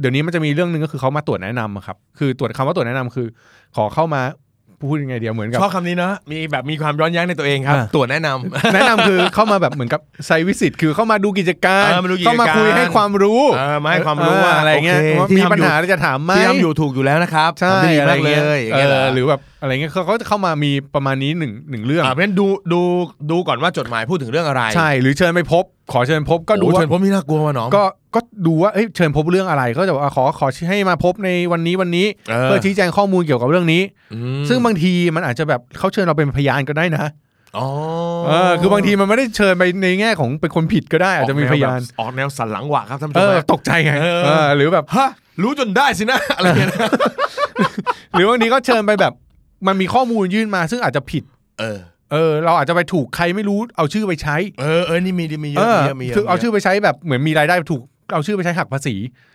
[SPEAKER 2] เดี๋ยวนี้มันจะมีเรื่องหนึ่งก็คือเขามาตรวจแนะนำอะครับคือตรวจคำว่าตรวจแนะนำคือ ขอเข้ามาพูดยังไงเดียวเหมือนกับ
[SPEAKER 1] ชอบคำนี้นะ มีแบบมีความย้อนแย้งในตัวเองครับ
[SPEAKER 2] อ่ะ
[SPEAKER 1] ตัวแนะนำ
[SPEAKER 2] แนะนำคือเข้ามาแบบเหมือนกับไซต์วิสิตคือเข้ามาดูกิจการ
[SPEAKER 1] เออมาดูกิจการ
[SPEAKER 2] เข้ามาคุยให้ความรู้
[SPEAKER 1] เออมาให้ความรู้ว่า
[SPEAKER 2] เอออะไรเงี้ย
[SPEAKER 1] โค
[SPEAKER 2] ว่า
[SPEAKER 1] ที่
[SPEAKER 2] มี
[SPEAKER 1] ทำ
[SPEAKER 2] ปัญหา
[SPEAKER 1] อ
[SPEAKER 2] อะ
[SPEAKER 1] ยู่
[SPEAKER 2] ไรจะถามไหม
[SPEAKER 1] ที่ทำอยู่ถูกอยู่แล้วนะครับ
[SPEAKER 2] ใช่
[SPEAKER 1] ทำได้ดี
[SPEAKER 2] อะไร
[SPEAKER 1] มากเล
[SPEAKER 2] เงี้
[SPEAKER 1] ย
[SPEAKER 2] ย
[SPEAKER 1] อย่าง
[SPEAKER 2] เอ
[SPEAKER 1] เงี้ย
[SPEAKER 2] อห
[SPEAKER 1] ห
[SPEAKER 2] รื
[SPEAKER 1] รือ
[SPEAKER 2] อแบบอะไรเงี้ยเขาเขาจะเข้ามามีประมาณนี้หนึ่งหนึ่งเรื่อง
[SPEAKER 1] อ่าเพราะฉะนั้นดูดูดูก่อนว่าจดหมายพูดถึงเรื่องอะไร
[SPEAKER 2] ใช่หรือเชิญไปพบ ขอเชิญพบก็
[SPEAKER 1] ก็ดู
[SPEAKER 2] ดูว่า
[SPEAKER 1] เชิญผมนี่น่ากลัวว่ะน้อง
[SPEAKER 2] ก็ก็ดูว่าเอ้ยเชิญพบเรื่องอะไรก็จะบอกว่าขอขอให้มาพบในวันนี้วันนี้
[SPEAKER 1] เออ
[SPEAKER 2] เพื่อชี้แจงข้อมูลเกี่ยวกับเรื่องนี้
[SPEAKER 1] อืม
[SPEAKER 2] ซึ่งบางทีมันอาจจะแบบเขาเชิญเราเป็นพยานก็ได้นะ
[SPEAKER 1] อ๋อ
[SPEAKER 2] เออคือบางทีมันไม่ได้เชิญไปในแง่ของเป็นคนผิดก็ได้ อาจจะมีพยาน
[SPEAKER 1] ออกแนวสันหลังหวะครับท่านผู้
[SPEAKER 2] เอ
[SPEAKER 1] ชม
[SPEAKER 2] อ
[SPEAKER 1] ฮะ
[SPEAKER 2] ตกใจไง
[SPEAKER 1] เออ
[SPEAKER 2] เออหรือแบบ
[SPEAKER 1] ฮะรู้จนได้สินะ [LAUGHS] อะไรเงี้ยนะ
[SPEAKER 2] หรือบางทีก็เชิญไปแบบ มันมีข้อมูลยื่นมาซึ่งอาจจะผิด
[SPEAKER 1] เออ
[SPEAKER 2] เออ เราอาจจะไปถูกใครไม่รู้เอาชื่อไปใช้
[SPEAKER 1] เออเออนี่มีดีมีเย
[SPEAKER 2] เอ
[SPEAKER 1] อะมี
[SPEAKER 2] อ
[SPEAKER 1] เยอะมีเยอะ
[SPEAKER 2] คือเอาชื่อไปใช้แบบเหมือนมีรายได้ถูกเอาชื่อไปใช้หักภาษี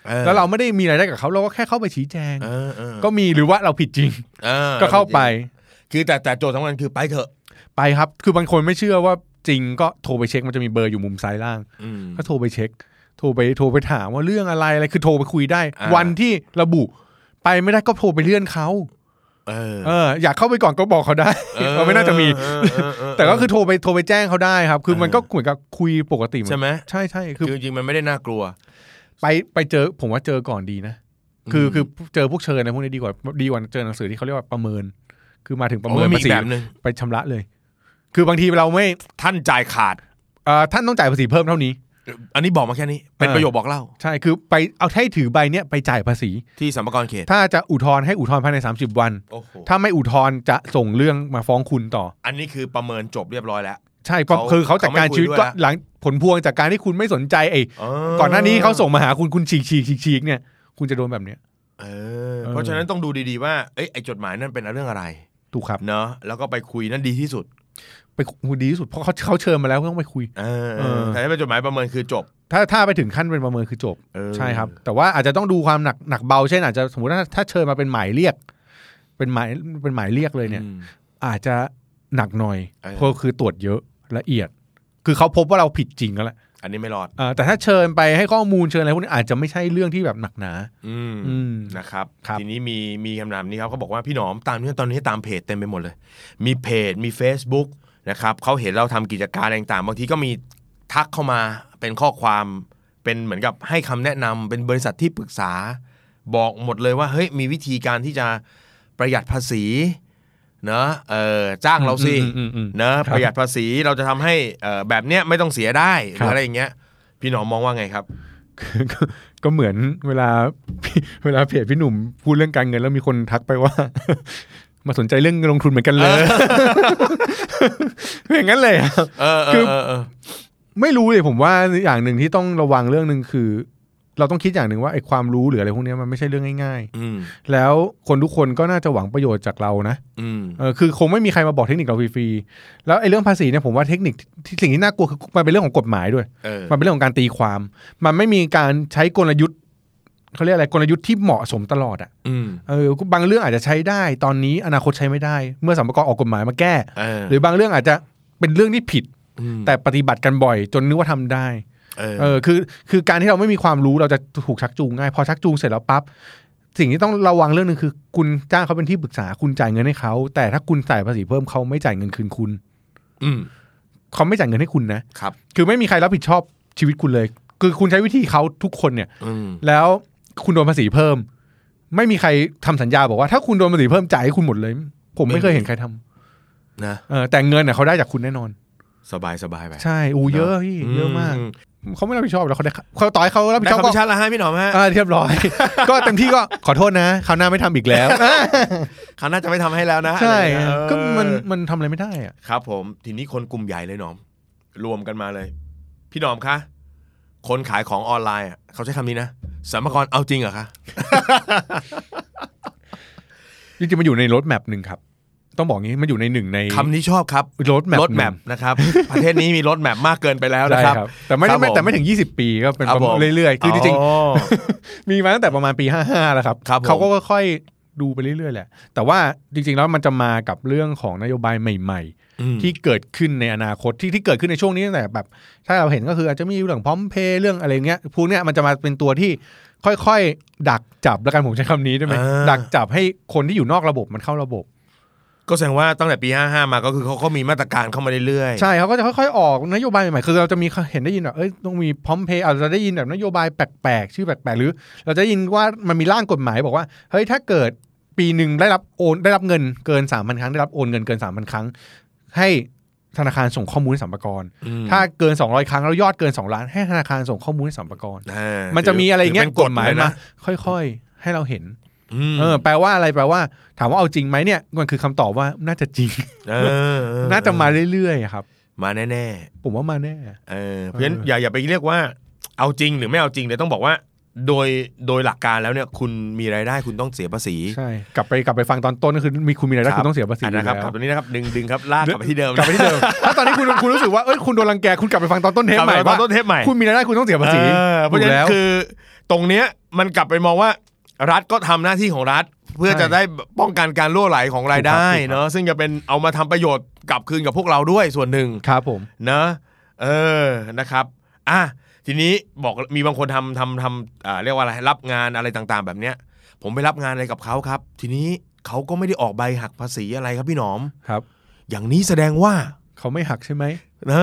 [SPEAKER 1] ออ
[SPEAKER 2] แล้วเราไม่ได้มีรายได้กับเขาเราก็แค่เข้าไปชี้แจง
[SPEAKER 1] เออเออ
[SPEAKER 2] ก็มีหรือว่าเราผิดจริง
[SPEAKER 1] เออ
[SPEAKER 2] ก็เข้าไป
[SPEAKER 1] คือแต่แต่โจทย์สำคัญคือไปเถอะ
[SPEAKER 2] ไปครับ คือบางคนไม่เชื่อว่าจริงก็โทรไปเช็คมันจะมีเบอร์อยู่มุมซ้ายล่าง
[SPEAKER 1] อืม
[SPEAKER 2] ก็โทรไปเช็ค โทรไปโทรไปถามว่าเรื่องอะไรอะไรคือโทรไปคุยได้
[SPEAKER 1] อ่า
[SPEAKER 2] วันที่ระบุไปไม่ได้ก็โทรไปเลื่อนเขา
[SPEAKER 1] เออ
[SPEAKER 2] เอออยากเข้าไปก่อนก็บอกเขาได้เขาไม่น่าจะมี
[SPEAKER 1] เออเออเ
[SPEAKER 2] แต่ก็คือโทรไปโทรไปแจ้งเขาได้ครับ คือมันก็เหมือนกับคุยปกติเอน
[SPEAKER 1] ใช่ไหม
[SPEAKER 2] ใช่ใช่คื
[SPEAKER 1] คือ อจริงๆมันไม่ได้น่ากลัว
[SPEAKER 2] ไปไปเจอผมว่าเจอก่อนดีนะ คือคือเจอพวกเชิญอะไรพวกนี้ดีกว่าดีกว่าเจอหนังสือที่เขาเรียกว่าประเมิน คือมาถึงประ
[SPEAKER 1] โอ้
[SPEAKER 2] เมิน
[SPEAKER 1] ยมี
[SPEAKER 2] ภา
[SPEAKER 1] อี
[SPEAKER 2] ษี
[SPEAKER 1] กแบบหนึ่ง
[SPEAKER 2] ไปชำระเลย คือบางทีเราไม่
[SPEAKER 1] ท่านจ่ายขาด
[SPEAKER 2] เอ่อท่านต้องจ่ายภาษีเพิ่มเท่านี้
[SPEAKER 1] อันนี้บอกมาแค่นี้ เป็น
[SPEAKER 2] เออ
[SPEAKER 1] ประโยคบอกเล่า
[SPEAKER 2] ใช่คือไปเอาให้ถือใบเนี้ยไปจ่ายภาษี
[SPEAKER 1] ที่สัมปากรเขต
[SPEAKER 2] ถ้าจะอุทธรณ์ให้อุทธรณ์ภายใน 30 วัน
[SPEAKER 1] โอ้โห
[SPEAKER 2] ถ้าไม่อุทธรณ์จะส่งเรื่องมาฟ้องคุณต่อ
[SPEAKER 1] อันนี้คือประเมินจบเรียบร้อยแล้ว
[SPEAKER 2] ใช่เพราะ
[SPEAKER 1] เขา
[SPEAKER 2] คือเขาจัดการ
[SPEAKER 1] เขาไม่คุย
[SPEAKER 2] ชีวิต
[SPEAKER 1] ด้วย
[SPEAKER 2] ก็
[SPEAKER 1] นะ
[SPEAKER 2] หลังผลพวงจากการที่คุณไม่สนใจไอ้
[SPEAKER 1] เอ
[SPEAKER 2] ก่อนหน้านี้เขาส่งมาหาคุณคุณฉีกฉีกฉีกฉีกเนี่ยคุณจะโดนแบบเนี้ย
[SPEAKER 1] เออเพราะฉะนั้นต้องดูดีๆว่าเอ้ยไอจดหมายนั่นเป็นเรื่องอะไร
[SPEAKER 2] ถูกครับ
[SPEAKER 1] เนาะแล้วก็ไปคุยนั่นดีที่สุด
[SPEAKER 2] ไปคุยดีที่สุดเพราะเขาเขาเชิญมาแล้วก็ต้องไปคุย
[SPEAKER 1] เออ
[SPEAKER 2] เออ
[SPEAKER 1] แต่ถ้าเป็นจดหมายประเมินคือจบ
[SPEAKER 2] ถ้าถ้าไปถึงขั้นเป็นประเมินคือจบ
[SPEAKER 1] เออ
[SPEAKER 2] ใช่ครับ แต่ว่าอาจจะต้องดูความหนักหนักเบาเช่นอาจจะสมมติว่าถ้าเชิญมาเป็นหมายเรียก เป็นหมายเป็นหมายเรียกเลยเนี่ย
[SPEAKER 1] อืม
[SPEAKER 2] อาจจะหนักหน่อย
[SPEAKER 1] เออ
[SPEAKER 2] เพราะคือตรวจเยอะละเอียด คือเขาพบว่าเราผิดจริงแล้วแหละ
[SPEAKER 1] อันนี้ไม่รอด
[SPEAKER 2] เอ่อแต่ถ้าเชิญไปให้ข้อมูลเชิญอะไรพวกนี้อาจจะไม่ใช่เรื่องที่แบบหนักหนา
[SPEAKER 1] อืม
[SPEAKER 2] อืม
[SPEAKER 1] นะครับ
[SPEAKER 2] ครับ
[SPEAKER 1] ทีนี้มีมีคำนามนี้ครับเขาบอกว่าพี่หนอมตามนี้ตอนนี้ตามเพจเต็มไปหมดเลย มีเพจมี Facebook นะครับเขาเห็นเราทำกิจการอะไรต่างๆบางทีก็มีทักเข้ามาเป็นข้อความเป็นเหมือนกับให้คำแนะนำเป็นบริษัทที่ปรึกษา บอกหมดเลยว่าเฮ้ยมีวิธีการที่จะประหยัดภาษีเนอะเออจ้างเราสิ
[SPEAKER 2] อืมอืมอืม
[SPEAKER 1] นะครับ ประหยัดภาษีเราจะทำให้เอ่อแบบเนี้ยไม่ต้องเสียได้ห
[SPEAKER 2] ค
[SPEAKER 1] รื
[SPEAKER 2] รั
[SPEAKER 1] อบ อะไรอย่างเงี้ยพี่หนอมมองว่าไงครับ
[SPEAKER 2] คือก็ก็เหมือนเวลา เวลาเพจพี่หนุ่มพูดเรื่องการเงินแล้วมีคนทักไปว่า [LAUGHS] มาสนใจเรื่องลงทุนเหมือนกันเลย [LAUGHS] อย่างนั้นเลยครับ
[SPEAKER 1] เออเอ
[SPEAKER 2] คือ
[SPEAKER 1] อเออเออ
[SPEAKER 2] ไม่รู้เลยผมว่าอย่างหนึ่งที่ต้องระวังเรื่องหนึ่งคือ เราต้องคิดอย่างหนึ่งว่าไอ้ความรู้หรืออะไรพวกเนี้ยมันไม่ใช่เรื่องง่าย
[SPEAKER 1] อืม
[SPEAKER 2] ๆ แล้วคนทุกคนก็น่าจะหวังประโยชน์จากเรานะ
[SPEAKER 1] อืม
[SPEAKER 2] เออคือคงไม่มีใครมาบอกเทคนิคเราฟรีๆแล้วไอ้เรื่องภาษีเนี่ยผมว่าเทคนิคที่สิ่งที่น่ากลัวคือมันเป็นเรื่องของกฎหมายด้วย
[SPEAKER 1] เออ
[SPEAKER 2] มันเป็นเรื่องของการตีความ มันไม่มีการใช้กลยุทธ์เขาเรียกอะไรกลยุทธ์ที่เหมาะสมตลอดอ่ะ
[SPEAKER 1] อืม
[SPEAKER 2] เออบางเรื่องอาจจะใช้ได้ตอนนี้อนาคตใช้ไม่ได้ เมื่อสัมภากระออกกฎหมายมาแก้
[SPEAKER 1] เออ
[SPEAKER 2] หรือบางเรื่องอาจจะเป็นเรื่องที่ผิด
[SPEAKER 1] ม
[SPEAKER 2] แต่ปฏิบัติกันบ่อย จนนึกว่าทำได้
[SPEAKER 1] เออ
[SPEAKER 2] เออคือคือการที่เราไม่มีความรู้เราจะถูกชักจูงง่ายพอชักจูงเสร็จแล้วปั๊บสิ่งที่ต้องระวังเรื่องหนึ่งคือ คุณจ้างเขาเป็นที่ปรึกษาคุณจ่ายเงินให้เขา แต่ถ้าคุณจ่ายภาษีเพิ่มเขาไม่จ่ายเงินคืนคุณ
[SPEAKER 1] อืม
[SPEAKER 2] เขาไม่จ่ายเงินให้คุณนะ
[SPEAKER 1] ครับ
[SPEAKER 2] คือไม่มีใครรับผิดชอบชีวิตคุณเลย คือคุณใช้วิธีเขาทุกคนเนี่ย
[SPEAKER 1] อืม
[SPEAKER 2] แล้วคุณโดนภาษีเพิ่ม ไม่มีใครทำสัญญาบอกว่าถ้าคุณโดนภาษีเพิ่มจ่ายให้คุณหมดเลย ผมไม่เคยเห็นใครทำ
[SPEAKER 1] นะ
[SPEAKER 2] เออแต่เงินเน่ยเขาได้จากคุณแน่นอน
[SPEAKER 1] สบายสบายไป
[SPEAKER 2] ใช่อูเยอะพี่เยอะมากเขาไม่รับผิดชอบแล้วเขาได้เขาต่อยเขารับผิ
[SPEAKER 1] ได้
[SPEAKER 2] ดช
[SPEAKER 1] ค
[SPEAKER 2] อ
[SPEAKER 1] รั
[SPEAKER 2] บบ ก็
[SPEAKER 1] พี่ชัดแล้วฮะพี่หนอมฮะ
[SPEAKER 2] อ่าเรียบร้อย [LAUGHS] ก็เต็มที่ก็ขอโทษนะคราวหน้าไม่ทำอีก
[SPEAKER 1] [LAUGHS]
[SPEAKER 2] แล้ว
[SPEAKER 1] คราวหน้าจะไม่ทำให้แล้วนะ
[SPEAKER 2] ใช่
[SPEAKER 1] อะไรอย่างเงี้ยเออ
[SPEAKER 2] ก็มันมันทำอะไรไม่ได้อะ
[SPEAKER 1] ครับ ผมทีนี้คนกลุ่มใหญ่เลยหนอม รวมกันมาเลย พี่หนอมคะคนขายของออนไลน์อะเขาใช้คำนี้นะสมรพากรเอาจริงเหรอคะ
[SPEAKER 2] จริงๆมันอยู่ในรถแมพหนึ่งครับ ต้องบอกงี้มันอยู่ในหนึ่งใน
[SPEAKER 1] คำนี้ชอบครับ
[SPEAKER 2] รถแมพ
[SPEAKER 1] รถแมพนะครับ ประเทศนี้มีรถแมพมากเกินไป [LAUGHS] แล้วนะ
[SPEAKER 2] ใช่
[SPEAKER 1] ครับ
[SPEAKER 2] ครับ แต่ไม่ได้
[SPEAKER 1] ครับผม
[SPEAKER 2] แต่ไม่ถึง 20 ปีก็เป็น
[SPEAKER 1] ครับ
[SPEAKER 2] ประมาณ
[SPEAKER 1] ผม
[SPEAKER 2] เรื่อยๆคือจริงๆ
[SPEAKER 1] อ๋อ
[SPEAKER 2] มีมาตั้งแต่ประมาณปี 55 แล้วครับ
[SPEAKER 1] ครับผม
[SPEAKER 2] เขาก็ค่อยๆดูไปเรื่อยๆแหละ แต่ว่าจริงๆ แล้วมันจะมากับเรื่องของนโยบายใหม่
[SPEAKER 1] อืม
[SPEAKER 2] ๆ ที่เกิดขึ้นในอนาคตที่ที่เกิดขึ้นในช่วงนี้ตั้งแต่แบบ ถ้าเราเห็นก็คืออาจจะมีเรื่องพร้อมเพย์เรื่องอะไรเงี้ยพวกเนี้ยมันจะมาเป็นตัวที่ค่อยๆ ดักจับแล้วกันผมใช้คำนี้ได้ไหมดักจับให้คนที่อยู่นอกระบบมันเข้าระบบ
[SPEAKER 1] ก็แสดงว่าตั้งแต่ปี 55 มาก็คือเขาก็มีมาตรการเข้ามาเรื่อยๆ
[SPEAKER 2] ใช่เขาก็จะค่อยๆ ออกนโยบายใหม่ๆ คือเราจะมีเห็นได้ยินแบบเอ้ยต้องมีพร้อมเพย์อาจจะได้ยินแบบนโยบายแปลกๆ ชื่อแปลกๆ หรือ เราจะได้ยินว่ามันมีร่างกฎหมายบอกว่า เฮ้ยถ้าเกิดปีหนึ่งได้รับโอนได้รับเงินเกิน3 0 0พันครั้งได้รับโอนเงินเกิน3 0 0พันครั้ง ให้ธนาคารส่งข้อมูลให้สัมปากร
[SPEAKER 1] อืม
[SPEAKER 2] ถ้าเกิน 200 ครั้งแล้วยอดเกิน 2 ล้านให้ธนาคารส่งข้อมูลให้สัมปากร
[SPEAKER 1] อ่า
[SPEAKER 2] มันจะมีอะไรเงี้ย
[SPEAKER 1] ถืป็น
[SPEAKER 2] กฎหมาย
[SPEAKER 1] เล
[SPEAKER 2] มา
[SPEAKER 1] นะ
[SPEAKER 2] ค่อยๆ ให้เราเห็น
[SPEAKER 1] ม
[SPEAKER 2] เออแปลว่าอะไรแปลว่า ถามว่าเอาจริงไหมเนี่ยมันคือคำตอบว่าน่าจะจริง
[SPEAKER 1] เออเออ
[SPEAKER 2] น่าจะมาเรื่อยๆครับ
[SPEAKER 1] มาแน่
[SPEAKER 2] ผมว่ามาแน่
[SPEAKER 1] ๆเออเพราะฉะนั้นอย่าอย่าไปเรียกว่าเอาจริงหรือไม่เอาจริงเนี่ยต้องบอกว่า โดยโดยหลักการแล้วเนี่ยคุณมีรายได้คุณต้องเสียภาษี
[SPEAKER 2] ใช่กลับไปกลับไปฟังตอนต้นก็คือมีคุณมีรายได้คุณต้องเสียภาษี
[SPEAKER 1] อ่ะนะครับ
[SPEAKER 2] อ
[SPEAKER 1] กลั
[SPEAKER 2] ยู่แล้
[SPEAKER 1] บ
[SPEAKER 2] ว
[SPEAKER 1] ตัวนี้นะครับดึงดึงครับลากกลับไปที่เดิม
[SPEAKER 2] กลับไป
[SPEAKER 1] [LAUGHS]
[SPEAKER 2] ที่เดิมถ้าตอนนี้คุณคุณรู้สึกว่าเอ้ยคุณโดนรังแกคุณกลับไปฟังตอนต้นเทป
[SPEAKER 1] กลับ
[SPEAKER 2] ให
[SPEAKER 1] ไป
[SPEAKER 2] ม่
[SPEAKER 1] ตอ
[SPEAKER 2] ว่าน
[SPEAKER 1] ต้นเทปใหม่
[SPEAKER 2] คุณมีรายได้คุณต้องเสียภาษี
[SPEAKER 1] เออเพราะ
[SPEAKER 2] ถู
[SPEAKER 1] ฉะ
[SPEAKER 2] ก
[SPEAKER 1] นั้
[SPEAKER 2] แล้ว
[SPEAKER 1] นคือตรงเนี้ยมันกลับไปมองว่ารัฐก็ทำหน้าที่ของรัฐ เพื่อ
[SPEAKER 2] ใช่
[SPEAKER 1] จะได้ป้องกันการรั่วไหลของราย
[SPEAKER 2] ถูก
[SPEAKER 1] ได้
[SPEAKER 2] ครับ
[SPEAKER 1] เนอะซึ่งจะเป็นเอามาทำประโยชน์กลับคืนกับพวกเราด้วยส่วนหนึ่ง
[SPEAKER 2] ครับผม
[SPEAKER 1] นะเออนะครับ อ่ะ ทีนี้บอกมีบางคนทำทำทำอ่าเรียกว่าอะไรรับงานอะไรต่างๆ แบบเนี้ย ผมไปรับงานอะไรกับเขาครับ ทีนี้เขาก็ไม่ได้ออกใบหักภาษีอะไรครับพี่หนอม
[SPEAKER 2] ครับ
[SPEAKER 1] อย่างนี้แสดงว่า
[SPEAKER 2] เขาไม่หักใช่ไหม
[SPEAKER 1] เอ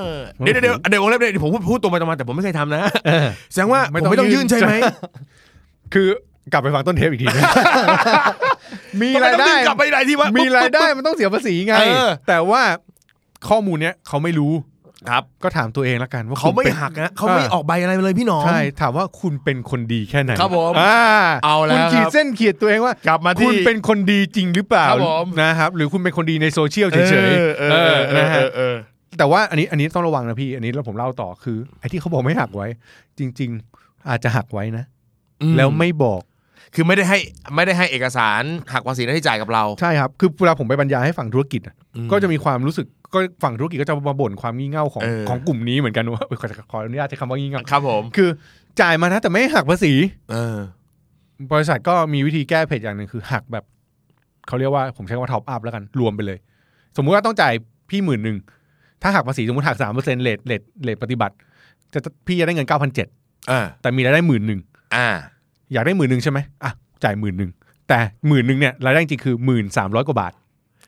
[SPEAKER 1] อเดี๋ยวเดี๋ยวเดี๋ยวเดี๋ยววงเล็บเดี๋ยวผมพูดพูดตรงไปตรงมาแต่ผมไม่เคยทำนะแสดงว่า
[SPEAKER 2] ไม่
[SPEAKER 1] ผม
[SPEAKER 2] ต้อง
[SPEAKER 1] ไม่ต้อง
[SPEAKER 2] ยื่
[SPEAKER 1] ยื่
[SPEAKER 2] น
[SPEAKER 1] นใช่ไหม
[SPEAKER 2] คือกลับไปฟังต้นเทปอีกที
[SPEAKER 1] [LAUGHS]
[SPEAKER 2] นะ มี
[SPEAKER 1] ก็
[SPEAKER 2] ราย
[SPEAKER 1] ม่ต้
[SPEAKER 2] ได้
[SPEAKER 1] องนกลับไปรายที่ว่า
[SPEAKER 2] มี
[SPEAKER 1] มี
[SPEAKER 2] รายได้มันต้องเสียภาษีไง
[SPEAKER 1] เออ
[SPEAKER 2] แต่ว่าข้อมูลเนี้ยเขาไม่รู้
[SPEAKER 1] ครับ
[SPEAKER 2] ก็ถามตัวเองละกันว่า
[SPEAKER 1] เขาไม่
[SPEAKER 2] คุณป็น
[SPEAKER 1] หักนะเขาไม่
[SPEAKER 2] อ่า
[SPEAKER 1] ออกใบอะไรเลยพี่หนอม
[SPEAKER 2] ใช่ถามว่าคุณเป็นคนดีแค่ไหน
[SPEAKER 1] ครับผม
[SPEAKER 2] อ่า
[SPEAKER 1] เอาแล้ว
[SPEAKER 2] คุณขีด
[SPEAKER 1] ครับ
[SPEAKER 2] เส้นเขียดตัวเองว่า
[SPEAKER 1] กลับมา
[SPEAKER 2] คุ
[SPEAKER 1] ที่
[SPEAKER 2] ณเป็นคนดีจริงหรือเปล่า
[SPEAKER 1] ครับผม
[SPEAKER 2] นะครับ หรือคุณเป็นคนดีในโซเชียลเฉยๆ
[SPEAKER 1] เออเออ
[SPEAKER 2] เออนะฮะ
[SPEAKER 1] เออเออ
[SPEAKER 2] แต่ว่าอันนี้อันนี้ต้องระวังนะพี่ อันนี้แล้วผมเล่าต่อคือไอ้ที่เขาบอกไม่หักไว้ จริง ๆ อาจจะหักไว้นะ
[SPEAKER 1] อืม
[SPEAKER 2] แล้วไม่บอก
[SPEAKER 1] คือไม่ได้ให้ไม่ได้ให้เอกสารหักภาษีหน้าที่จ่ายกับเรา
[SPEAKER 2] ใช่ครับ คือเวลาผมไปบรรยายให้ฝั่งธุรกิจอะ
[SPEAKER 1] อืม
[SPEAKER 2] ก็จะมีความรู้สึกก็ฝั่งธุรกิจก็จะมาบ่นความงี่เง่าของ
[SPEAKER 1] เออ
[SPEAKER 2] ของกลุ่มนี้เหมือนกันว่าเอ้ยขอขออนุญาตใช้คำว่างี่เง่า
[SPEAKER 1] ครับผม
[SPEAKER 2] คือจ่ายมานะแต่ไม่หักภาษี
[SPEAKER 1] เออบ
[SPEAKER 2] ริษัทก็มีวิธีแก้เผ็ดอย่างหนึ่งคือหักแบบเขาเรียกว่าผมใช้คำว่าท็อปอัพแล้วกันรวมไปเลย สมมุติว่าต้องจ่ายพี่หมื่นหนึ่งถ้าหักภาษีสมมติหักสามเปอร์เซ็นต์เลทเลทเลทปฏิบัติ จะพี่จะได้เงินเก้าพันเจ็ด
[SPEAKER 1] อ่า
[SPEAKER 2] แต่มีรายได้หมื่นหนึ่ง
[SPEAKER 1] อ่า
[SPEAKER 2] อยากได้หมื่นหนึ่งใช่ไหมอ่ะ จ่ายหมื่นหนึ่ง แต่หมื่นหนึ่งเนี่ยรายได้จริงๆคือหมื่นสามร้อยกว่าบาท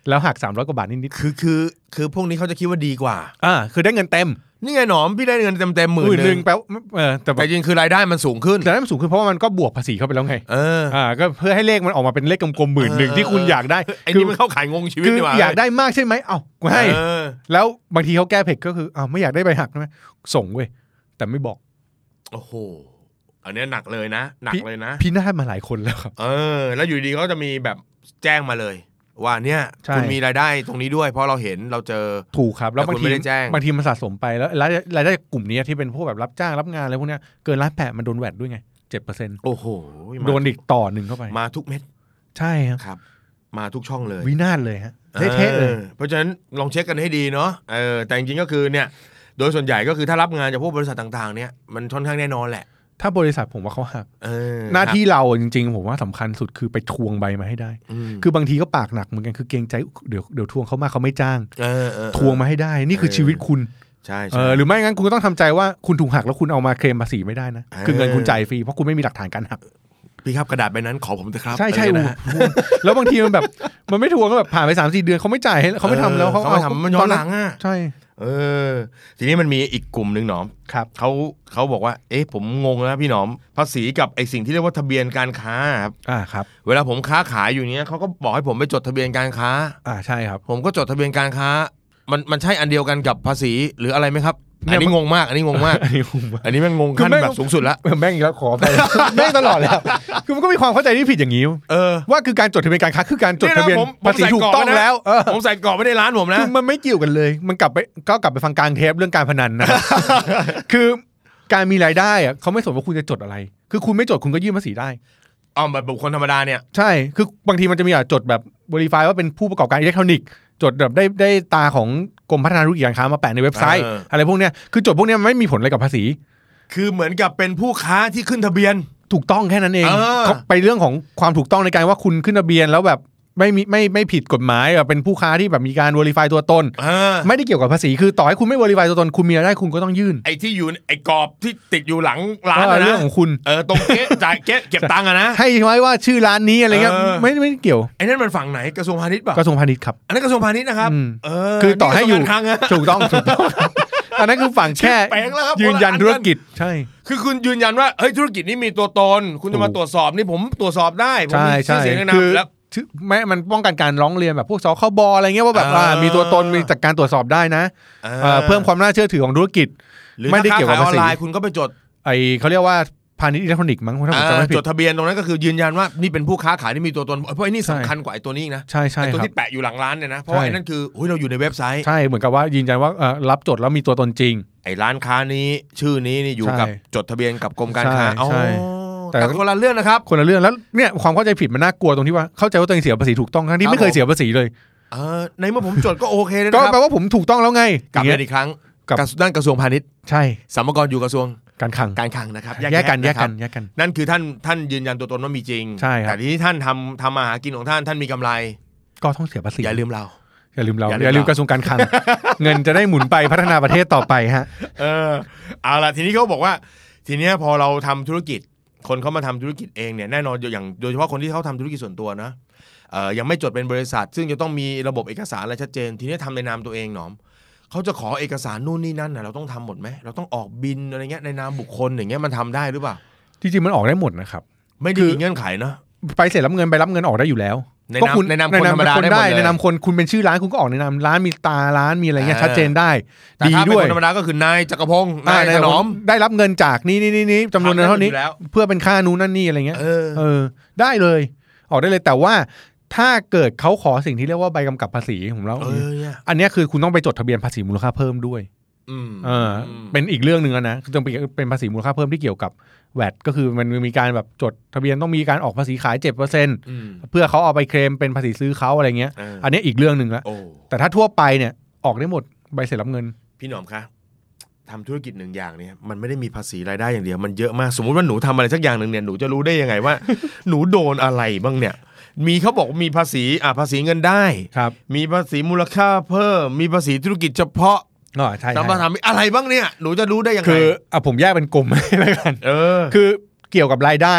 [SPEAKER 2] แล้วหักสามร้อยกว่าบาทนิด
[SPEAKER 1] คือคือคือพวกนี้เขาจะคิดว่าดีกว่า
[SPEAKER 2] ๆอ่า คือได้เงินเต็ม
[SPEAKER 1] นี่ไงหนอมพี่ได้เงินเต็มเต็มๆหมื่นหนึ่ง
[SPEAKER 2] แปลว่าเออแต่แบ
[SPEAKER 1] แต่
[SPEAKER 2] บ
[SPEAKER 1] จริงคือรายได้มันสูงขึ้น
[SPEAKER 2] แต่ได้มันสูงขึ้นเพราะว่ามันก็บวกภาษีเข้าไปแล้วไง
[SPEAKER 1] เออ
[SPEAKER 2] อ่า ก็เพื่อให้เลขมันออกมาเป็นเลขกลมๆหมื่นหนึ่งที่คุณอยากได้
[SPEAKER 1] ไอ้
[SPEAKER 2] คื
[SPEAKER 1] นี่มันเข้าขายงงชีวิต
[SPEAKER 2] คือ
[SPEAKER 1] ดีว่า
[SPEAKER 2] อยากได้มากใช่ไหมเอ้า
[SPEAKER 1] เอ
[SPEAKER 2] ให้
[SPEAKER 1] อ
[SPEAKER 2] แล้วบางทีเขาแก้เผ็ดก็คืออ้าวไม่อยากได้ใบหักใช่ไหมส่งเว้ย แต่ไม่บอก
[SPEAKER 1] โอ้โห อันเนี้ยหนักเลยนะ หนักเลยนะ
[SPEAKER 2] พี่น่าดมาหลายคนแล้วครับ
[SPEAKER 1] เออ แล้วอยู่ดีก็จะมีแบบแจ้งมาเลย ว่าเนี่ย
[SPEAKER 2] ใช่
[SPEAKER 1] คุณมีรายได้ตรงนี้ด้วย เพราะเราเห็นเราเจอ
[SPEAKER 2] ถูกครับ แล้วบาง
[SPEAKER 1] แต่คุณ
[SPEAKER 2] ที
[SPEAKER 1] ไม่ได้แจ้ง
[SPEAKER 2] บางทีมันสะสมไปแล้วรายได้รายได้กลุ่มเนี้ยที่เป็นพวกแบบรับจ้างรับงานอะไรพวกเนี้ยเกินร้านแปดมันโดนแวดด้วยไงเจ็ดเปอร์เซ็นต์
[SPEAKER 1] โอ้โหมา
[SPEAKER 2] โดนอีกต่อหนึ่งเข้าไป
[SPEAKER 1] มาทุกเม็ด
[SPEAKER 2] ใช่ครับ
[SPEAKER 1] ครับ มาทุกช่องเลย
[SPEAKER 2] วินาศเลยฮะเละๆเล
[SPEAKER 1] อ
[SPEAKER 2] ย
[SPEAKER 1] อเพราะฉะนั้นลองเช็คกันให้ดีเนาะเออแต่จริงๆก็คือเนี่ย โดยส่วนใหญ่ก็คือถ้ารับงานจากพวกบริษัทต่างๆ เนี่ยมันค่อนข้างแน่นอนแหละ
[SPEAKER 2] ถ้าบริษัทผมว่าเขาหัก
[SPEAKER 1] เออ
[SPEAKER 2] หน้าที่เราจริงๆ ผมว่าสำคัญสุดคือไปทวงใบมาให้ได้
[SPEAKER 1] คื
[SPEAKER 2] คือ อบางทีก็ปากหนักเหมือนกันคือเกรงใจเดี๋ยวเดี๋ยวทวงเขามาเขาไม่จ้าง
[SPEAKER 1] เออเออ
[SPEAKER 2] ทวงมาให้ได้ นี่คือชีวิตคุณ
[SPEAKER 1] ใช่
[SPEAKER 2] เอ
[SPEAKER 1] ใช่
[SPEAKER 2] อหรือไม่งั้นคุณก็ต้องทำใจว่าคุณถูกหักแล้วคุณเอามาเคลมภาษีไม่ได้นะ
[SPEAKER 1] เออ
[SPEAKER 2] คือเงินคุณจ่ายฟรีเพราะคุณไม่มีหลักฐานการหัก
[SPEAKER 1] พี่ครับกระดาษใบนั้นขอผมเถอะครับ
[SPEAKER 2] ใช่ใช่
[SPEAKER 1] อะไร
[SPEAKER 2] อู
[SPEAKER 1] นะฮะ
[SPEAKER 2] แล้วบางทีมันแบบ มันไม่ทวงก็แบบผ่านไปสามสี่เดือนเขาไม่จ่ายให้เขาไม่ทำแล้วเขา
[SPEAKER 1] เขาไม่ทำมันย้อนหลังอ่ะ
[SPEAKER 2] ใช่
[SPEAKER 1] เออ ทีนี้มันมีอีกกลุ่มหนึ่งหนอม
[SPEAKER 2] ครับ
[SPEAKER 1] เขาเขาบอกว่า เอ๊ะผมงงนะพี่หนอม ภาษีกับไอสิ่งที่เรียกว่าทะเบียนการค้าครับ
[SPEAKER 2] อ่าครับ
[SPEAKER 1] เวลาผมค้าขายอยู่เนี้ยเขาก็บอกให้ผมไปจดทะเบียนการค้า
[SPEAKER 2] อ่าใช่ครับ [LAUGHS]
[SPEAKER 1] ผมก็จดทะเบียนการค้า มันมันใช่อันเดียวกันกับภาษีหรืออะไรไหมครับ
[SPEAKER 2] เนี่ย
[SPEAKER 1] อันนี้งงมาก อันนี้งงมาก
[SPEAKER 2] [LAUGHS] อันนี้ผมว่า
[SPEAKER 1] อันนี้แม่งงง
[SPEAKER 2] คือ
[SPEAKER 1] ขั้น
[SPEAKER 2] แม่ง
[SPEAKER 1] แบบสูงสุดละ
[SPEAKER 2] แม่งอีกแล้วขอไป [LAUGHS] แม่งตลอดแล้วคือมันก็มีความเข้าใจที่ผิดอย่างนี้
[SPEAKER 1] เออ
[SPEAKER 2] ว่าคือการจดทะเบียนการค้าคือการจดทะเบียน
[SPEAKER 1] ผม
[SPEAKER 2] ภาษีถูกต้องแล้วเออ
[SPEAKER 1] ผมใส่กรอบไว้ในร้านผมนะ
[SPEAKER 2] คือมันไม่เกี่ยวกันเลย มันกลับไปก็กลับไปฟังกลางเทปเรื่องการพนันนะครับ [LAUGHS] คือการมีรายได้อะเขาไม่สนว่าคุณจะจดอะไร คือคุณไม่จดคุณก็ยื่นภาษีได้
[SPEAKER 1] อ๋อแบบบุคคลธรรมดาเนี่ย
[SPEAKER 2] ใช่ คือบางทีมันจะมีอ่ะจดแบบบริไฟว่าเป็นผู้ประกอบการอิเล็กทรอนิกส์ จดแบบได้ได้ตาของกรมพัฒนาธุรกิจการค้ามาแปะในเว็บไซต์
[SPEAKER 1] เอออ
[SPEAKER 2] อะไรพวกเนี้ย คือจดพวกเนี้ยมันไม่มีผลอะไรกับภาษี
[SPEAKER 1] คือเหมือนกับเป็นผู้ค้าที่ขึ้นทะเบียน
[SPEAKER 2] ถูกต้องแค่นั้นเอง
[SPEAKER 1] เออ
[SPEAKER 2] เขาไปเรื่องของความถูกต้องในการว่าคุณขึ้นทะเบียนแล้วแบบไม่มีไม่ไม่ผิดกฎหมายแบบเป็นผู้ค้าที่แบบมีการบริไฟตัวตน
[SPEAKER 1] เออ
[SPEAKER 2] [LAUGHS] ไม่ได้เกี่ยวกับภาษี คือต่อให้คุณไม่บริไฟตัวตน คุณมีรายได้คุณก็ต้องยื่น
[SPEAKER 1] ไอ้ที่อยู่ไอ้กรอบที่ติดอยู่หลังร้าน
[SPEAKER 2] เอ
[SPEAKER 1] อะ
[SPEAKER 2] อเรื่อ
[SPEAKER 1] นะ
[SPEAKER 2] งของคุณ [LAUGHS]
[SPEAKER 1] เออตรงเก๊ะจ่ายเก๊ะเก็บตังค์อะนะ
[SPEAKER 2] ให้ไว้ว่าชื่อร้านนี้อะไรเงี้ย
[SPEAKER 1] เออ
[SPEAKER 2] ไม่ไม่เกี่ยว
[SPEAKER 1] ไอ้นั่นมันฝั่งไหนกระทรวงพาณิชย์ป่ะ
[SPEAKER 2] กระทรวงพาณิ
[SPEAKER 1] [LAUGHS]
[SPEAKER 2] ชย์ครับ
[SPEAKER 1] อันนั้นกระทรวงพาณิชย์นะครับ
[SPEAKER 2] อืม
[SPEAKER 1] เออ
[SPEAKER 2] คือต่อให้อยู่
[SPEAKER 1] นี่กระทรวงการคลังอะ
[SPEAKER 2] ถูกต้องถูกต้อง [LAUGHS] อันนั้นคือฝั่งแค่
[SPEAKER 1] แปลงแล้วครับ
[SPEAKER 2] ยืนยันธุรกิจใช่
[SPEAKER 1] คือคุณยืนยันว่าเฮ้ยธุรกิจนี้มีตัวตน คุณจะมาตรวจสอบนี่ผมตรวจสอบได้ผม
[SPEAKER 2] ใช่
[SPEAKER 1] มีชื่อ
[SPEAKER 2] ใช่
[SPEAKER 1] เสียง
[SPEAKER 2] คือน
[SPEAKER 1] แนะำแล้ว
[SPEAKER 2] ชื่อแม้มันป้องกันการร้องเรียนแบบพวกสคบอะไรเงี้ยว่าแบบ
[SPEAKER 1] เอออ่
[SPEAKER 2] ามีตัวตนมีจากการตรวจสอบได้นะเอ่อเพิ่มความน่าเชื่อถือของธุรกิจ
[SPEAKER 1] หรือ
[SPEAKER 2] ไม่
[SPEAKER 1] ไม่
[SPEAKER 2] ได้
[SPEAKER 1] ได้
[SPEAKER 2] เกี่
[SPEAKER 1] เกี่
[SPEAKER 2] ย
[SPEAKER 1] ยว ว
[SPEAKER 2] กั
[SPEAKER 1] กั
[SPEAKER 2] บบ
[SPEAKER 1] ภา
[SPEAKER 2] ภาษี
[SPEAKER 1] ษีออนไลน์คุณก็ไปจด
[SPEAKER 2] ไอเขาเรียกว่าพาณิชย์อิเล็กทรอนิกส์มั้งถ้าผมจำ
[SPEAKER 1] อ่า
[SPEAKER 2] ไม่ผิ
[SPEAKER 1] จ
[SPEAKER 2] ด
[SPEAKER 1] ดทะเบียนตรงนั้นก็คือยืนยันว่านี่เป็นผู้ค้าขายที่มีตัวตนเพราะไอ้นี่
[SPEAKER 2] ใช่
[SPEAKER 1] สำคัญกว่าไอ้ตัวนี้อีกนะ
[SPEAKER 2] ใช่ใช่
[SPEAKER 1] ไอ้ตัว
[SPEAKER 2] ครับ
[SPEAKER 1] ที่แปะอยู่หลังร้านเนี่ยนะเพราะว่า
[SPEAKER 2] ใช่
[SPEAKER 1] ไอ้นั่นคือเฮ้ยเราอยู่ในเว็บไซต์
[SPEAKER 2] ใช่เหมือนกับว่ายืนยันว่าเอ่อรับจดแล้วมีตัวตนจริง
[SPEAKER 1] ไอ้ร้านค้านี้ชื่อนี้นี่อยู่
[SPEAKER 2] ใช่
[SPEAKER 1] กับจดทะเบียนกับกรมการค้า
[SPEAKER 2] ใช่
[SPEAKER 1] อ๋อ
[SPEAKER 2] ใช่แต่
[SPEAKER 1] แต่คนละเรื่องนะครับ
[SPEAKER 2] คนละเรื่องแล้วเนี่ยความเข้าใจผิดมันน่ากลัวตรงที่ว่าเข้าใจว่าตัวเองเสียภาษีถูกต้องทั้งที่
[SPEAKER 1] ครับ
[SPEAKER 2] ไม่เคยเสียภาษีเลย
[SPEAKER 1] เออในเมื่อผมจดก็โอเคเลย
[SPEAKER 2] ก็
[SPEAKER 1] นะค
[SPEAKER 2] แปล
[SPEAKER 1] รับ
[SPEAKER 2] ว่าผมถูกต้องแล้วไง
[SPEAKER 1] กลับ
[SPEAKER 2] อ
[SPEAKER 1] เรี
[SPEAKER 2] ย่าย
[SPEAKER 1] น
[SPEAKER 2] งเงี้ย
[SPEAKER 1] อีกครั้ง
[SPEAKER 2] กับ
[SPEAKER 1] กระทรวงด้านกระทรวงพาณิชย์
[SPEAKER 2] ใช่
[SPEAKER 1] สัมภากรอยู่กระทรวง
[SPEAKER 2] การขัง
[SPEAKER 1] การคลังนะครับ
[SPEAKER 2] แยกกันแยก
[SPEAKER 1] ะค
[SPEAKER 2] กั
[SPEAKER 1] รั
[SPEAKER 2] น
[SPEAKER 1] บ
[SPEAKER 2] แยกกัน
[SPEAKER 1] นั่นคือท่านท่านยืนยันตัวตนว่ามีจริง
[SPEAKER 2] ใช่ครับ
[SPEAKER 1] แต่ที่ท่านทำทำมาหากินของท่านท่านมีกำไร
[SPEAKER 2] ก็ต้องเสียภาษี
[SPEAKER 1] อย่าลืมเรา
[SPEAKER 2] อ อย่าลืมเรา
[SPEAKER 1] อย่าลืม
[SPEAKER 2] อย่าลืมกระทรวงการคลัง เงินจะได้หมุนไปพัฒนาประเทศต่อไปฮะ
[SPEAKER 1] เออเอาละทีนี้เขาบอกว่า ทีเนี้ยพอเราทำธุรกิจ คนเขามาทำธุรกิจเองเนี่ยแน่นอนอย่างโดยเฉพาะคนที่เขาทำธุรกิจส่วนตัวนะเอ่อยังไม่จดเป็นบริษัท ซึ่งจะต้องมีระบบเอกสารอะไรชัดเจน ทีนี้ทำในนามตัวเองหนอมเขาจะขอเอกสารนู่นนี่นั่นนะเราต้องทำหมดไหมเราต้องออกบินอะไรเงี้ยในนามบุคคลอย่างเงี้ยมันทำได้หรือเปล่า
[SPEAKER 2] จริงๆมันออกได้หมดนะครับ
[SPEAKER 1] ไม่ได้มีเงื่อนไขนะ
[SPEAKER 2] ไปเสร็จรับเงินไปรับเงินออกได้อยู่แล้ว
[SPEAKER 1] ใน
[SPEAKER 2] ก็
[SPEAKER 1] นาม
[SPEAKER 2] คุณ
[SPEAKER 1] ในนามคนธรรมดา
[SPEAKER 2] คน
[SPEAKER 1] ได้หม
[SPEAKER 2] ได้
[SPEAKER 1] ดเล
[SPEAKER 2] ใน
[SPEAKER 1] ย
[SPEAKER 2] นามคนคุณเป็นชื่อร้านคุณก็ออกในนามร้านมีตาร้านมีอะไรเงี้ย
[SPEAKER 1] เออ
[SPEAKER 2] ชัดเจนได้
[SPEAKER 1] แต่
[SPEAKER 2] ดี
[SPEAKER 1] ถ้าเป็น
[SPEAKER 2] ด้วย
[SPEAKER 1] คนธรรมดาก็คือนายจักรพงศ์
[SPEAKER 2] อ่าน
[SPEAKER 1] ายถนอม
[SPEAKER 2] ได้รับเงินจากนี่นี่นี่นี่จำนวนเงินเท่านี้
[SPEAKER 1] ทำได้หมดอยู่แล้ว
[SPEAKER 2] เพื่อเป็นค่านู้นนั่นนี่อะไรเงี้ย
[SPEAKER 1] เออ
[SPEAKER 2] เออ ได้เลย ออกได้เลยแต่ว่าถ้าเกิดเขาขอสิ่งที่เรียกว่าใบกำกับภาษีผมเล่า
[SPEAKER 1] เออเนี่ย
[SPEAKER 2] อันเนี้ยคือคุณต้องไปจดทะเบียนภาษีมูลค่าเพิ่มด้วย
[SPEAKER 1] อืม
[SPEAKER 2] เอออเป็นอีกเรื่องหนึ่งแล้วนะคือต้องเป็นเป็นภาษีมูลค่าเพิ่มที่เกี่ยวกับแวดก็คือมันมีการแบบจดทะเบียนต้องมีการออกภาษีขายเจ็ดเปอร์เซ็น
[SPEAKER 1] อืม
[SPEAKER 2] เพื่อเขาเอาไปเคลมเป็นภาษีซื้อเขาอะไรเงี้ย
[SPEAKER 1] เอออ
[SPEAKER 2] อันนี้อีกเรื่องหนึ่งละ
[SPEAKER 1] โอ้
[SPEAKER 2] แต่ถ้าทั่วไปเนี่ยออกได้หมดใบเสร็จรับเงิน
[SPEAKER 1] พี่หนอมคะทำธุรกิจหนึ่งอย่างเนี่ยมันไม่ได้มีภาษีรายได้อย่างเดียวมันเยอะมากสมมุติว่าหนูทำอะไรสักอย่างหนึ่งเนี่ยหนูจะรู้ได้ยังไงว่า หนูโดนอะไรบ้างเนี่ย มีเขาบอกว่ามีภาษีอ่ะภาษีเงินได้
[SPEAKER 2] ครับ
[SPEAKER 1] มีภาษีมูลค่าเพิ่ม มีภาษีธุรกิจเฉพาะ
[SPEAKER 2] อ๋อใช่
[SPEAKER 1] ตามมาทำอะไรบ้างเนี่ย หนูจะรู้ได้ยังไง
[SPEAKER 2] คืออ่ะผมแยกเป็นกลุ่ม [LAUGHS] แล้วกัน
[SPEAKER 1] เออ
[SPEAKER 2] [LAUGHS] คือเกี่ยวกับรายได้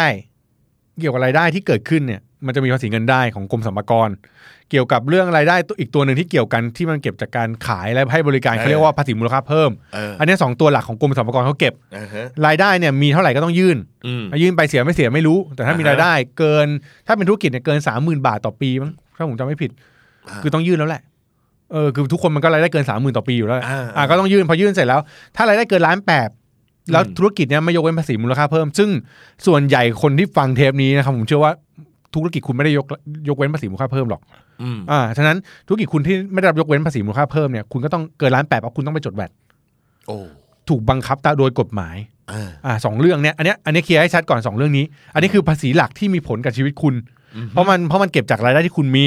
[SPEAKER 2] เกี่ยวกับรายได้ที่เกิดขึ้นเนี่ย มันจะมีภาษีเงินได้ของกรมสรรพากร เกี่ยวกับเรื่องรายได้ตัวอีกตัวหนึ่งที่เกี่ยวกันที่มันเก็บจากการขายและให้บริการเขาเรียกว่าภาษีมูลค่าเพิ่ม
[SPEAKER 1] เออ
[SPEAKER 2] อันเนี้ยสองตัวหลักของกรมสรรพากรเขาเก็บ
[SPEAKER 1] อ่าฮะ
[SPEAKER 2] รายได้เนี่ยมีเท่าไหร่ก็ต้องยื่น
[SPEAKER 1] อืม
[SPEAKER 2] ยื่นไปเสียไม่เสียไม่รู้ แต่ถ้ามี
[SPEAKER 1] อ่าฮะ
[SPEAKER 2] รายได้เกิน ถ้าเป็นธุรกิจเนี่ยเกินสามหมื่นบาทต่อปีมั้งถ้าผมจำไม่ผิด
[SPEAKER 1] อ่า
[SPEAKER 2] คือต้องยื่นแล้วแหละเออคือทุกคนมันก็รายได้เกินสามหมื่นต่อปีอยู่แล้วแหละ
[SPEAKER 1] อ่า
[SPEAKER 2] อ่าก็ต้องยื่นพอยื่นเสร็จแล้ว ถ้ารายได้เกินล้านแปดแล้ว
[SPEAKER 1] อืม
[SPEAKER 2] ธุรกิจเนี่ยไม่ยกเว้นภาษีมูลค่าเพิ่ม ซึ่งส่วนใหญ่คนที่ฟังเทปนี้นะครับผมเชื่อว่าธุรกิจคุณไม่ได้ยกยกเว้นภาษีมูลค่าเพิ่มหรอก
[SPEAKER 1] อืม
[SPEAKER 2] อ่าฉะนั้นธุรกิจคุณที่ไม่ได้รับยกเว้นภาษีมูลค่าเพิ่มเนี่ยคุณก็ต้องเกินล้านแปดปั๊บคุณต้องไปจดแวด
[SPEAKER 1] โอ้
[SPEAKER 2] ถูกบังคับตามโดยกฎหมาย
[SPEAKER 1] เออ
[SPEAKER 2] อ่าสองเรื่องเนี้ยอันเนี้ยอันเนี้ยเคลียร์ให้ชัดก่อนสองเรื่องนี้ อันนี้คือภาษีหลักที่มีผลกับชีวิตคุณ
[SPEAKER 1] อือฮึ
[SPEAKER 2] เพราะมันเพราะมันเก็บจากรายได้ที่คุณมี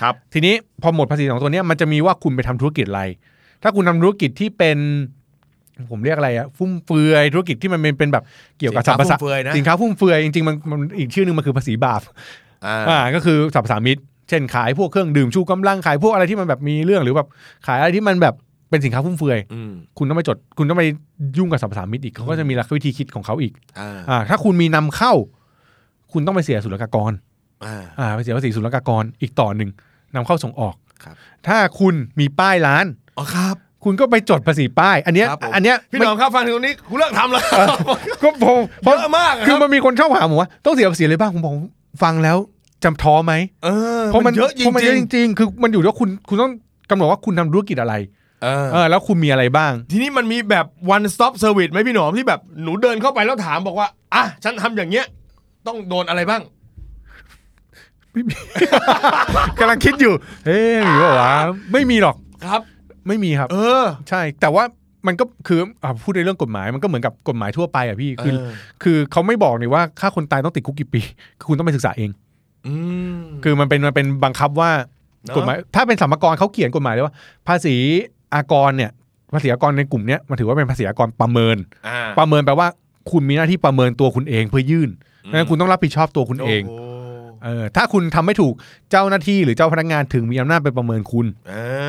[SPEAKER 1] ครับ
[SPEAKER 2] ทีนี้พอหมดภาษีสองตัวเนี้ยมันจะมีว่าคุณไปทำธุรกิจอะไร ถ้าคุณทำธุรกิจที่เป็นผมเรียกอะไรอะฟุ่มเฟือยธุรกิจที่มันเป็นเป็นแบบเกี่ยวกับสรรพ
[SPEAKER 1] สิ
[SPEAKER 2] สาน
[SPEAKER 1] ค้าฟุ่มเฟือยนะ
[SPEAKER 2] สินค้าฟุ่มเฟือยจริงๆมันมันอีกชื่อหนึงมันคือภาษีบาป
[SPEAKER 1] อ่า
[SPEAKER 2] อ่าก็คือสรรพสามิตเช่นขายพวกเครื่องดื่มชูกำลังขายพวกอะไรที่มันแบบมีเรื่องหรือแบบขายอะไรที่มันแบบเป็นสินค้าฟุ่มเฟือย
[SPEAKER 1] อืม
[SPEAKER 2] คุณต้องไปจด คุณต้องไปยุ่งกับสรรพสามิตอีกเขาก็จะมีหลักวิธีคิดของเขาอีก
[SPEAKER 1] อ่า
[SPEAKER 2] อ่าถ้าคุณมีนำเข้า คุณต้องไปเสียศุลกากร
[SPEAKER 1] อ่า
[SPEAKER 2] อ่าไปเสียภาษีศุลกากรอีกต่อหนึ่งนำเข้าส่งออก
[SPEAKER 1] ครับ
[SPEAKER 2] ถ้าคุณมีป้ายร้าน
[SPEAKER 1] อ๋อครับ
[SPEAKER 2] คุณก็ไปจดภาษีป้าย อันเนี้ย
[SPEAKER 1] ครับผม
[SPEAKER 2] อันเนี้ย
[SPEAKER 1] พี่หนอมครับฟังถึงตรงนี้กูเลิกทำ [LAUGHS] แล้ว
[SPEAKER 2] [LAUGHS] ก็ผมเพ
[SPEAKER 1] เย
[SPEAKER 2] ราะ
[SPEAKER 1] อะมากะ
[SPEAKER 2] คือ
[SPEAKER 1] รับ
[SPEAKER 2] มันมีคนชอบถามผมว่าต้องเสียภาษีอะไรบ้างผมบอกฟังแล้วจำท้อไหม
[SPEAKER 1] เออ
[SPEAKER 2] เพราะมัน
[SPEAKER 1] เยอะจริ
[SPEAKER 2] เพราะมันเยอะจ
[SPEAKER 1] ง
[SPEAKER 2] ริงๆ คือมันอยู่ว่าคุณคุณต้องกำหนดว่าคุณทำธุรกิจอะไร
[SPEAKER 1] ๆเออ
[SPEAKER 2] เออแล้วคุณมีอะไรบ้าง
[SPEAKER 1] ทีนี้มันมีแบบ one stop service ไหมพี่หนอมที่แบบหนูเดินเข้าไปแล้วถามบอกว่า อ่ะ ฉันทำอย่างเงี้ย ต้องโดนอะไรบ้าง
[SPEAKER 2] กำลังคิดอยู่เอ๊ะหรือว่าวะไม่มีหรอก
[SPEAKER 1] ครับ
[SPEAKER 2] ไม่มีครับ
[SPEAKER 1] เออ
[SPEAKER 2] ใช่ แต่ว่ามันก็คืออ่ะพูดในเรื่องกฎหมายมันก็เหมือนกับกฎหมายทั่วไปอ่ะพี่คือ
[SPEAKER 1] เออ
[SPEAKER 2] คือเขาไม่บอกเลยว่าค่าคนตายต้องติดคุกกี่ [LAUGHS] ปี คือคุณต้องไปศึกษาเอง
[SPEAKER 1] อืม
[SPEAKER 2] คือมันเป็นมันเป็นบังคับว่า
[SPEAKER 1] เนอะ
[SPEAKER 2] กฎหมายถ้าเป็นสัมภากรเขาเขียนกฎหมายเลยว่า ภาษีอากรเนี่ยภาษีอากรในกลุ่มเนี้ยมันถือว่าเป็นภาษีอากรประเมิน
[SPEAKER 1] อ่า
[SPEAKER 2] ประเมินแปลว่าคุณมีหน้าที่ประเมินตัวคุณเองเพื่อยื่นงั้นคุณต้องรับผิดชอบตัวคุณเอง
[SPEAKER 1] โโห
[SPEAKER 2] เออถ้าคุณทำไม่ถูกเจ้าหน้าที่หรือเจ้าพนักงานถึงมีอำนาจไปประเมินคุณ
[SPEAKER 1] เออ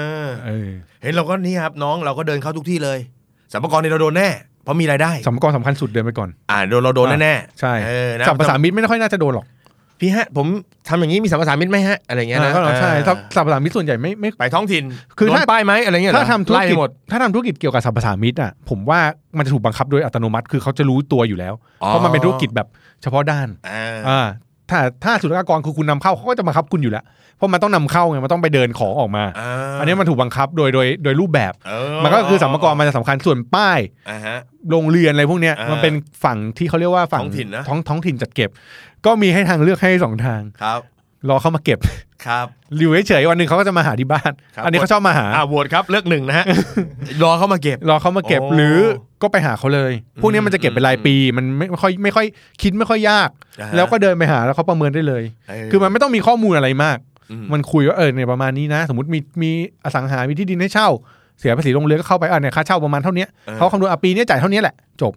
[SPEAKER 2] เออ
[SPEAKER 1] เห็นเราก็นี่ครับน้องเราก็เดินเข้าทุกที่เลยสัมภาระเราโดนแน่ เพราะมีรายได้
[SPEAKER 2] สัมภากรสำคัญสุดเดินไปก่อน
[SPEAKER 1] อ่าโดนเราโดนแน่ๆ
[SPEAKER 2] ใช่
[SPEAKER 1] เออนะ
[SPEAKER 2] สัมภาษามิตรไม่ค่อยน่าจะโดนหรอก
[SPEAKER 1] พี่ฮะ ผมทำอย่างนี้มีสัมภาระมิตรไหมฮะ อะไรเงี้ยนะ
[SPEAKER 2] อ่าก็ลองใช่
[SPEAKER 1] อ่า
[SPEAKER 2] ถ้าสัมภาษามิตรส่วนใหญ่ไม่ไม่
[SPEAKER 1] ไปท้องถิ่น
[SPEAKER 2] คือ
[SPEAKER 1] โดน
[SPEAKER 2] ถ้า
[SPEAKER 1] ป้ายไหมอะไรเงี้ยเหรอ
[SPEAKER 2] ถ้าทำธุร
[SPEAKER 1] ไล่
[SPEAKER 2] กิจ
[SPEAKER 1] หมด
[SPEAKER 2] ถ้าทำธุรกิจเกี่ยวกับสัมภาษามิตรอ่ะผมว่ามันจะถูกบังคับโดยอัตโนมัติคือเขาจะรู้ตัวอยู่แล้ว เพราะมันเป็นธุรกิจแบบเฉพาะด้าน
[SPEAKER 1] อ่า
[SPEAKER 2] อ่าถ้าถ้าศุลกากรคือคุณนำเข้าเขาก็จะบังคับคุณอยู่แล้ว เพราะมันต้องนำเข้าไงมันต้องไปเดินของออกมา อันนี้มันถูกบังคับโดยโดยโดยรูปแบบ
[SPEAKER 1] เอ
[SPEAKER 2] มันก็คือสัมภาระมันจะสำคัญส่วนป้าย
[SPEAKER 1] อ่าฮะ
[SPEAKER 2] โรงเรียนอะไรพวกเนี้ย
[SPEAKER 1] อ่ามั
[SPEAKER 2] มันเป็นฝั่งที่เขาเรียกว่าฝั่ง
[SPEAKER 1] ท้องถิ่นนะ
[SPEAKER 2] ท้องท้องถิ่นจัดเก็บ ก็มีให้ทางเลือกให้สองทาง
[SPEAKER 1] ครับ
[SPEAKER 2] รอเข้ามาเก็บ [LAUGHS]
[SPEAKER 1] ครับ
[SPEAKER 2] อยู่เฉยๆวันหนึ่งเขาก็จะมาหาที่บ้าน
[SPEAKER 1] ครับ
[SPEAKER 2] อันนี้เขาชอบมาหา
[SPEAKER 1] อ่าโหวตครับเลือกหนึ่งนะฮะ [LAUGHS] รอเข้ามาเก็บ
[SPEAKER 2] รอเขามาเก็บ
[SPEAKER 1] โอ้
[SPEAKER 2] หรือก็ไปหาเขาเลย พวกเนี้ยมันจะเก็บเป็นราย
[SPEAKER 1] อืม
[SPEAKER 2] ปีมันไม่ค่อยไม่ค่อยคิดไม่ค่อยยาก
[SPEAKER 1] นะฮะ
[SPEAKER 2] แล้วก็เดินไปหาแล้วเขาประเมินได้เลย
[SPEAKER 1] เ
[SPEAKER 2] คือมันไม่ต้องมีข้อมูลอะไรมาก
[SPEAKER 1] อื
[SPEAKER 2] มันคุยว่าเออเนี่ยประมาณนี้นะ สมมติมีมีอสังหามีที่ดินให้เช่า เสียภาษีลงเรือก็เข้าไปอ่าเนี่ยค่าเช่าประมาณเท่าเนี้ย
[SPEAKER 1] ออ
[SPEAKER 2] เขาคำนวณอ่ะปีเนี้ยจ่ายเท่านี้แหละ จบ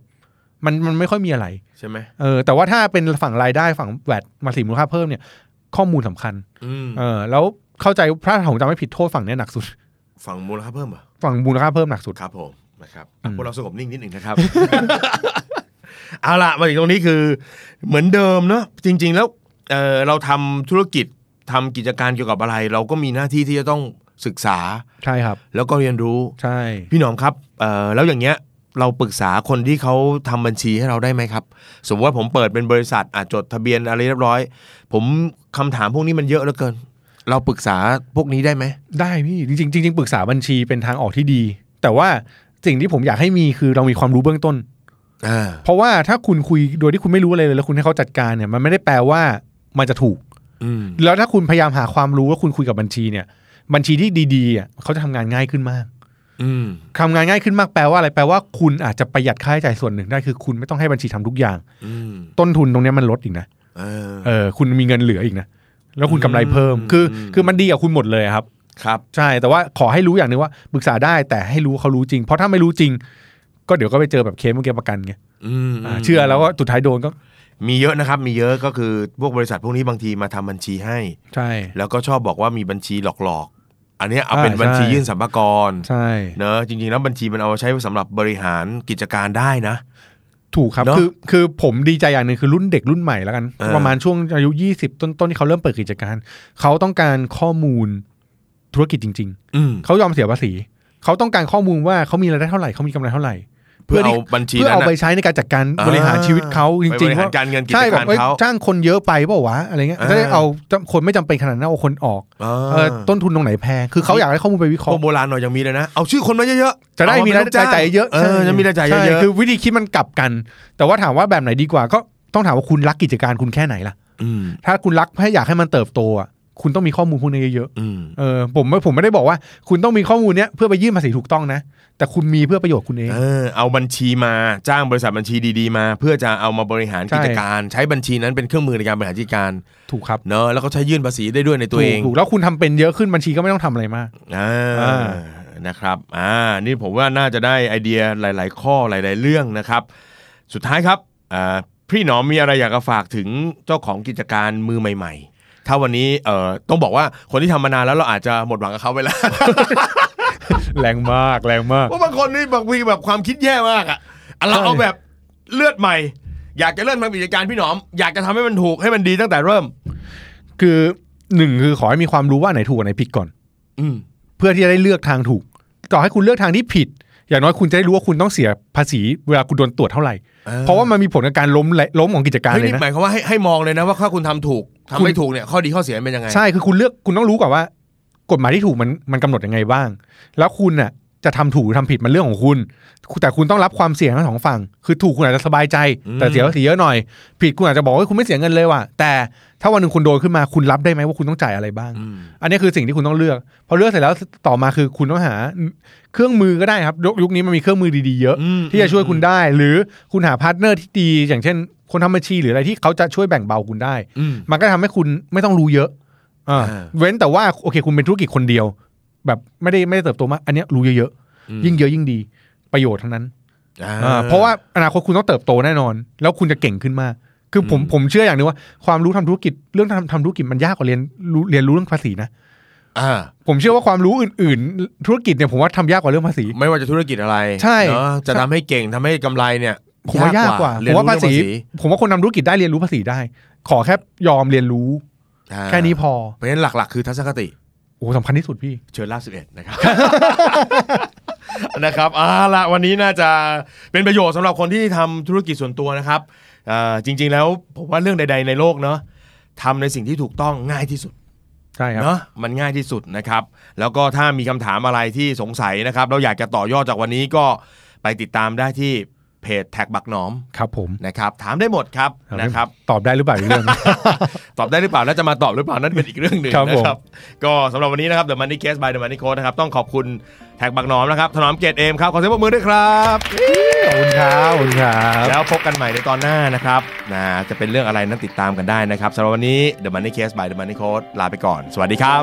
[SPEAKER 2] มันมันไม่ค่อยมีอะไร
[SPEAKER 1] ใช่ไหม
[SPEAKER 2] เออแต่ว่าถ้าเป็นฝั่งรายได้ฝั่งแวดมาสีมูลค่าเพิ่มเนี่ย ข้อมูลสำคัญ
[SPEAKER 1] อืม
[SPEAKER 2] เออแล้ว เข้าใจพระผมจำไม่ผิดโทษฝั่งเนี้ยหนักสุด
[SPEAKER 1] ฝั่งมูลค่าเพิ่มเหรอ
[SPEAKER 2] ฝั่งมูลค่าเพิ่มหนักสุด
[SPEAKER 1] ครับผมนะครับอ่ะพวกเราสงบนิ่งนิดหนึ่งนะครับ [LAUGHS] เอาละมาถึงตรงนี้คือเหมือนเดิมเนอะจริง ๆ แล้วเอ่อเราทำธุรกิจทำกิจการเกี่ยวกับอะไร เราก็มีหน้าที่ที่จะต้องศึกษา
[SPEAKER 2] ใช่ครับ
[SPEAKER 1] แล้วก็เรียนรู้
[SPEAKER 2] ใช่
[SPEAKER 1] พี่หนอมครับเอ่อแล้วอย่างเงี้ยเราปรึกษาคนที่เขาทำบัญชีให้เราได้ไหมครับ สมมติว่าผมเปิดเป็นบริษัทอาจจดทะเบียนอะไรเรียบร้อย ผมคำถามพวกนี้มันเยอะเหลือเกิน เราปรึกษาพวกนี้ได้ไหม
[SPEAKER 2] ได้พี่จริงๆจริงๆปรึกษาบัญชีเป็นทางออกที่ดี แต่ว่าสิ่งที่ผมอยากให้มีคือเรามีความรู้เบื้องต้น
[SPEAKER 1] อ่า
[SPEAKER 2] เพราะว่าถ้าคุณคุยโดยที่คุณไม่รู้อะไรเลย แล้วคุณให้เขาจัดการเนี่ยมันไม่ได้แปลว่ามันจะถูก
[SPEAKER 1] อืม
[SPEAKER 2] แล้วถ้าคุณพยายามหาความรู้แล้วคุณคุยกับบัญชีเนี่ย บัญชีที่ดีๆอ่ะเขาจะทำงานง่ายขึ้นมาก
[SPEAKER 1] อืม
[SPEAKER 2] ทำงานง่ายขึ้นมากแปลว่าอะไรแปลว่าคุณอาจจะประหยัดค่าใช้จ่ายส่วนหนึ่งได้คือคุณไม่ต้องให้บัญชีทำทุกอย่าง
[SPEAKER 1] อืม
[SPEAKER 2] ต้นทุนตรงเนี้ยมันลดอีกนะ
[SPEAKER 1] เออ
[SPEAKER 2] เออคุณมีเงินเหลืออีกนะแล้วคุณกำไรเพิ่ม คือ คือมันดีกับคุณหมดเลยอะครับ
[SPEAKER 1] ครับ
[SPEAKER 2] ใช่แต่ว่าขอให้รู้อย่างหนึ่งว่าปรึกษาได้แต่ให้รู้ว่าเขารู้จริง เพราะถ้าไม่รู้จริง ก็เดี๋ยวก็ไปเจอแบบเคสเมื่อกี้ประกันไง
[SPEAKER 1] อืม
[SPEAKER 2] อ่าเชื่อแล้วก็สุดท้ายโดนก็
[SPEAKER 1] มีเยอะนะครับ มีเยอะก็คือพวกบริษัทพวกนี้บางทีมาทำบัญชีให้
[SPEAKER 2] ใช่
[SPEAKER 1] แล้วก็ชอบบอกว่ามีบัญชีหลอกๆ อันเนี้ยเอาเป็น
[SPEAKER 2] อ่า
[SPEAKER 1] บัญชี
[SPEAKER 2] ใช่
[SPEAKER 1] ยื่นสัมภากร
[SPEAKER 2] ใช่
[SPEAKER 1] เนอะจริงๆแล้วบัญชีมันเอาไว้ใช้สำหรับบริหารกิจการได้นะ
[SPEAKER 2] ถูกครับ
[SPEAKER 1] เนอะ
[SPEAKER 2] คือคือผมดีใจอย่างหนึ่งคือรุ่นเด็กรุ่นใหม่แล้วกัน
[SPEAKER 1] เออ
[SPEAKER 2] ประมาณช่วงอายุ 20 ต้นๆที่เขาเริ่มเปิดกิจการ เขาต้องการข้อมูลธุรกิจจริง
[SPEAKER 1] อืม
[SPEAKER 2] ๆ เขายอมเสียภาษี เขาต้องการข้อมูลว่าเขามีรายได้เท่าไหร่เขามีกำไรเท่าไหร่ เพื่
[SPEAKER 1] เพื่อ
[SPEAKER 2] อที่
[SPEAKER 1] เอาบัญชี
[SPEAKER 2] เพื่อ
[SPEAKER 1] นั้
[SPEAKER 2] เอา
[SPEAKER 1] น
[SPEAKER 2] ไป
[SPEAKER 1] น่ะ
[SPEAKER 2] ใช้ในการจัดการ
[SPEAKER 1] อ่า
[SPEAKER 2] บริหารชีวิตเขาจ
[SPEAKER 1] ไปบ
[SPEAKER 2] ริง
[SPEAKER 1] ริ
[SPEAKER 2] ๆ
[SPEAKER 1] หา
[SPEAKER 2] ว่าร
[SPEAKER 1] การเงินกิจ
[SPEAKER 2] ใช่แบ
[SPEAKER 1] กา
[SPEAKER 2] บ
[SPEAKER 1] ร
[SPEAKER 2] เอ้ย
[SPEAKER 1] เขา
[SPEAKER 2] จ้างคนเยอะไปเปล่าวะอะไรเงี้ย
[SPEAKER 1] อ่า
[SPEAKER 2] จะได้เอาคนไม่จำเป็นขนาดนั้นเอาคนออก
[SPEAKER 1] อ่า
[SPEAKER 2] เออต้นทุนตรงไหนแพง คือเขาอยากได้ข้อมูลไปวิเค
[SPEAKER 1] พ
[SPEAKER 2] ราะ
[SPEAKER 1] วก
[SPEAKER 2] ห์
[SPEAKER 1] โบราณหน่อยยังมีเลยนะ เอาชื่อคนมาเยอะๆ
[SPEAKER 2] จะได้มีราย
[SPEAKER 1] เอ
[SPEAKER 2] จ่ายเยอะ
[SPEAKER 1] เออจะมีรายจ่ายเย
[SPEAKER 2] ใช่
[SPEAKER 1] อะๆ
[SPEAKER 2] คือวิธีคิดมันกลับกัน แต่ว่าถามว่าแบบไหนดีกว่า ก็ต้องถามว่าคุณรักกิจการคุณแค่ไหนล่ะ
[SPEAKER 1] ม
[SPEAKER 2] ถ้าคุณรักให้อยากให้มันเติบโตอ่ะ คุณต้องมีข้อมูลพวกนี้เยอะ
[SPEAKER 1] อืม
[SPEAKER 2] ๆเออผมผมไม่ได้บอกว่า คุณต้องมีข้อมูลเนี้ยเพื่อไปยื่นภาษีถูกต้องนะ แต่คุณมีเพื่อประโยชน์คุณเอง
[SPEAKER 1] เออเอาบัญชีมาจ้างบริษัทบัญชีดีๆมา เพื่อจะเอามาบริหารกิจ
[SPEAKER 2] ใช่
[SPEAKER 1] การ ใช้บัญชีนั้นเป็นเครื่องมือในการบริหารกิจการ
[SPEAKER 2] ถูกครับ
[SPEAKER 1] เนอะแล้วก็ใช้ยื่นภาษีได้ด้วยในตัวเอง
[SPEAKER 2] ถูกถูกแล้วคุณทำเป็นเยอะขึ้นบัญชีก็ไม่ต้องทำอะไรมาก
[SPEAKER 1] อ่า
[SPEAKER 2] อ่า
[SPEAKER 1] นะครับอ่านี่ผมว่าน่าจะได้ไอเดียหลาย ๆ ข้อหลาย ๆ เรื่องนะครับ สุดท้ายครับอ่าพี่หนอมมีอะไรอยากจะฝากถึงเจ้าของกิจการมือใหม่ ๆ ถ้าวันนี้เอ่อต้องบอกว่าคนที่ทำมานานแล้วเราอาจจะหมดหวังกับเขาไปแล้ว [LAUGHS]
[SPEAKER 2] แรงมากแรงมาก
[SPEAKER 1] เพราะบางคนนี่บางทีแบบความคิดแย่มากอะอ่ะเรา
[SPEAKER 2] ใช่
[SPEAKER 1] เอาแบบเลือดใหม่ อยากจะเริ่มทำกิจการพี่หนอม อยากจะทำให้มันถูกให้มันดีตั้งแต่เริ่ม
[SPEAKER 2] คือหนึ่งคือขอให้มีความรู้ว่าไหนถูกอันไหนผิดก่อน
[SPEAKER 1] อืม
[SPEAKER 2] เพื่อที่จะได้เลือกทางถูก ต่อให้คุณเลือกทางที่ผิด อย่างน้อยคุณจะได้รู้ว่าคุณต้องเสียภาษีเวลาคุณโดนตรวจเท่าไหร่ เพราะว่ามันมีผลกับการล้มและล้มของกิจการ
[SPEAKER 1] เฮ้ย
[SPEAKER 2] เลย
[SPEAKER 1] นี่
[SPEAKER 2] นะ
[SPEAKER 1] หมายความว่าให้ให้มองเลยนะว่าถ้าคุณทำถูกทำไม่ถูกเนี่ยข้อดีข้อเสียมันเป็นยังไง
[SPEAKER 2] ใช่ คือคุณเลือกคุณต้องรู้ก่อนว่า กฎหมายที่ถูกมันมันกำหนดยังไงบ้าง แล้วคุณน่ะจะทำถูกหรือทำผิดมันเรื่องของคุณ แต่คุณต้องรับความเสี่ยงทั้งสองฝั่ง คือถูกคุณอาจจะสบายใจ แต่เสียภาษีเยอะหน่อย ผิดคุณอาจจะบอกว่าคุณไม่เสียเงินเลยว่ะ แต่ถ้าวันหนึ่งคุณโดนขึ้นมาคุณรับได้ไหมว่าคุณต้องจ่ายอะไรบ้าง อันนี้คือสิ่งที่คุณต้องเลือก พอเลือกเสร็จแล้วต่อมาคือคุณต้องหาเครื่องมือก็ได้ครับยุคยุคนี้มันมีเครื่องมือดีๆเยอะ
[SPEAKER 1] อืม
[SPEAKER 2] ที่จะช่วยคุณได้ หรือคุณหาพาร์ทเนอร์ที่ดี อย่างเช่น คนทำบัญชีหรืออะไรที่เขาจะช่วยแบ่งเบาคุณได้
[SPEAKER 1] อืม
[SPEAKER 2] มันก็ทำให้คุณไม่ต้องรู้เยอะอ่า
[SPEAKER 1] อ่า
[SPEAKER 2] เว้นแต่ว่าโอเคคุณเป็นธุรกิจคนเดียว แบบไม่ได้ไม่ได้เติบโตมากอันเนี้ยรู้เยอะๆยิ่งเยอะยิ่งดี ประโยชน์ทั้งนั้น
[SPEAKER 1] อ่า
[SPEAKER 2] อ่าเพราะว่าอนาคตคุณต้องเติบโตแน่นอน แล้วคุณจะเก่งขึ้นมาก คือผมผมเชื่ออย่างหนึงว่าความรู้ทำธุรกิจเรื่องทำทำธุรกิจมันยากกว่าเรียนรู้เรียนรู้เรื่องภาษีนะ
[SPEAKER 1] อ่า
[SPEAKER 2] ผมเชื่อว่าความรู้อื่น ๆ ธุรกิจเนี่ยผมว่าทำยากกว่าเรื่องภาษี
[SPEAKER 1] ไม่ว่าจะธุรกิจอะไร
[SPEAKER 2] ใช่
[SPEAKER 1] เนอะจะทำให้เก่งทำให้กำไรเนี่ย
[SPEAKER 2] ผมว่ายากกว่า
[SPEAKER 1] เรี
[SPEAKER 2] ผ
[SPEAKER 1] ยน
[SPEAKER 2] ม
[SPEAKER 1] รู้
[SPEAKER 2] ว่าภา
[SPEAKER 1] เรื่องภา
[SPEAKER 2] ษี
[SPEAKER 1] ษี
[SPEAKER 2] ผมว่าคนทำธุรกิจได้เรียนรู้ภาษีได้ ขอแค่ยอมเรียนรู้
[SPEAKER 1] อ่า
[SPEAKER 2] แค่นี้พอ
[SPEAKER 1] เพราะฉะนั้นหลัก ๆ คือทัศนคติ
[SPEAKER 2] โอ้สำคัญที่สุดพี่
[SPEAKER 1] เชิญล่าสิบเอ็ดนะครับ [LAUGHS] นะครับเอาละวันนี้น่าจะเป็นประโยชน์สำหรับคนที่ทำธุรกิจส่วนตัวนะครับเอ่อจริง ๆ แล้วผมว่าเรื่องใด ๆ ในโลกเนาะทำในสิ่งที่ถูกต้องง่ายที่สุด
[SPEAKER 2] ใช่ครับ
[SPEAKER 1] เนอะมันง่ายที่สุดนะครับ แล้วก็ถ้ามีคำถามอะไรที่สงสัยนะครับ เราอยากจะต่อยอดจากวันนี้ก็ไปติดตามได้ที่เพจแท็กบักหนอม
[SPEAKER 2] ครับผม
[SPEAKER 1] นะครับ ถามได้หมดครับนะครับ [LAUGHS]
[SPEAKER 2] ตอบได้หรือเปล่าอีกเรื่องนะ
[SPEAKER 1] ตอบได้หรือเปล่า แล้วจะมาตอบหรือเปล่า นั่นเป็นอีกเรื่องหนึ่ง
[SPEAKER 2] ครับผม
[SPEAKER 1] นะครับ ก็สำหรับวันนี้นะครับ The Money Case by The Money Code นะครับ ต้องขอบคุณแท็กบักหนอมนะครับ ถนอมเกตเอมครับ ขอเสียงปรบมือด้วยครับ
[SPEAKER 2] ขอบคุณครับขอบคุณครับ
[SPEAKER 1] แล้วพบกันใหม่ในตอนหน้านะครับนะจะเป็นเรื่องอะไรนั้นติดตามกันได้นะครับสำหรับวันนี้ The Money Case by The Money Code ลาไปก่อน สวัสดีครับ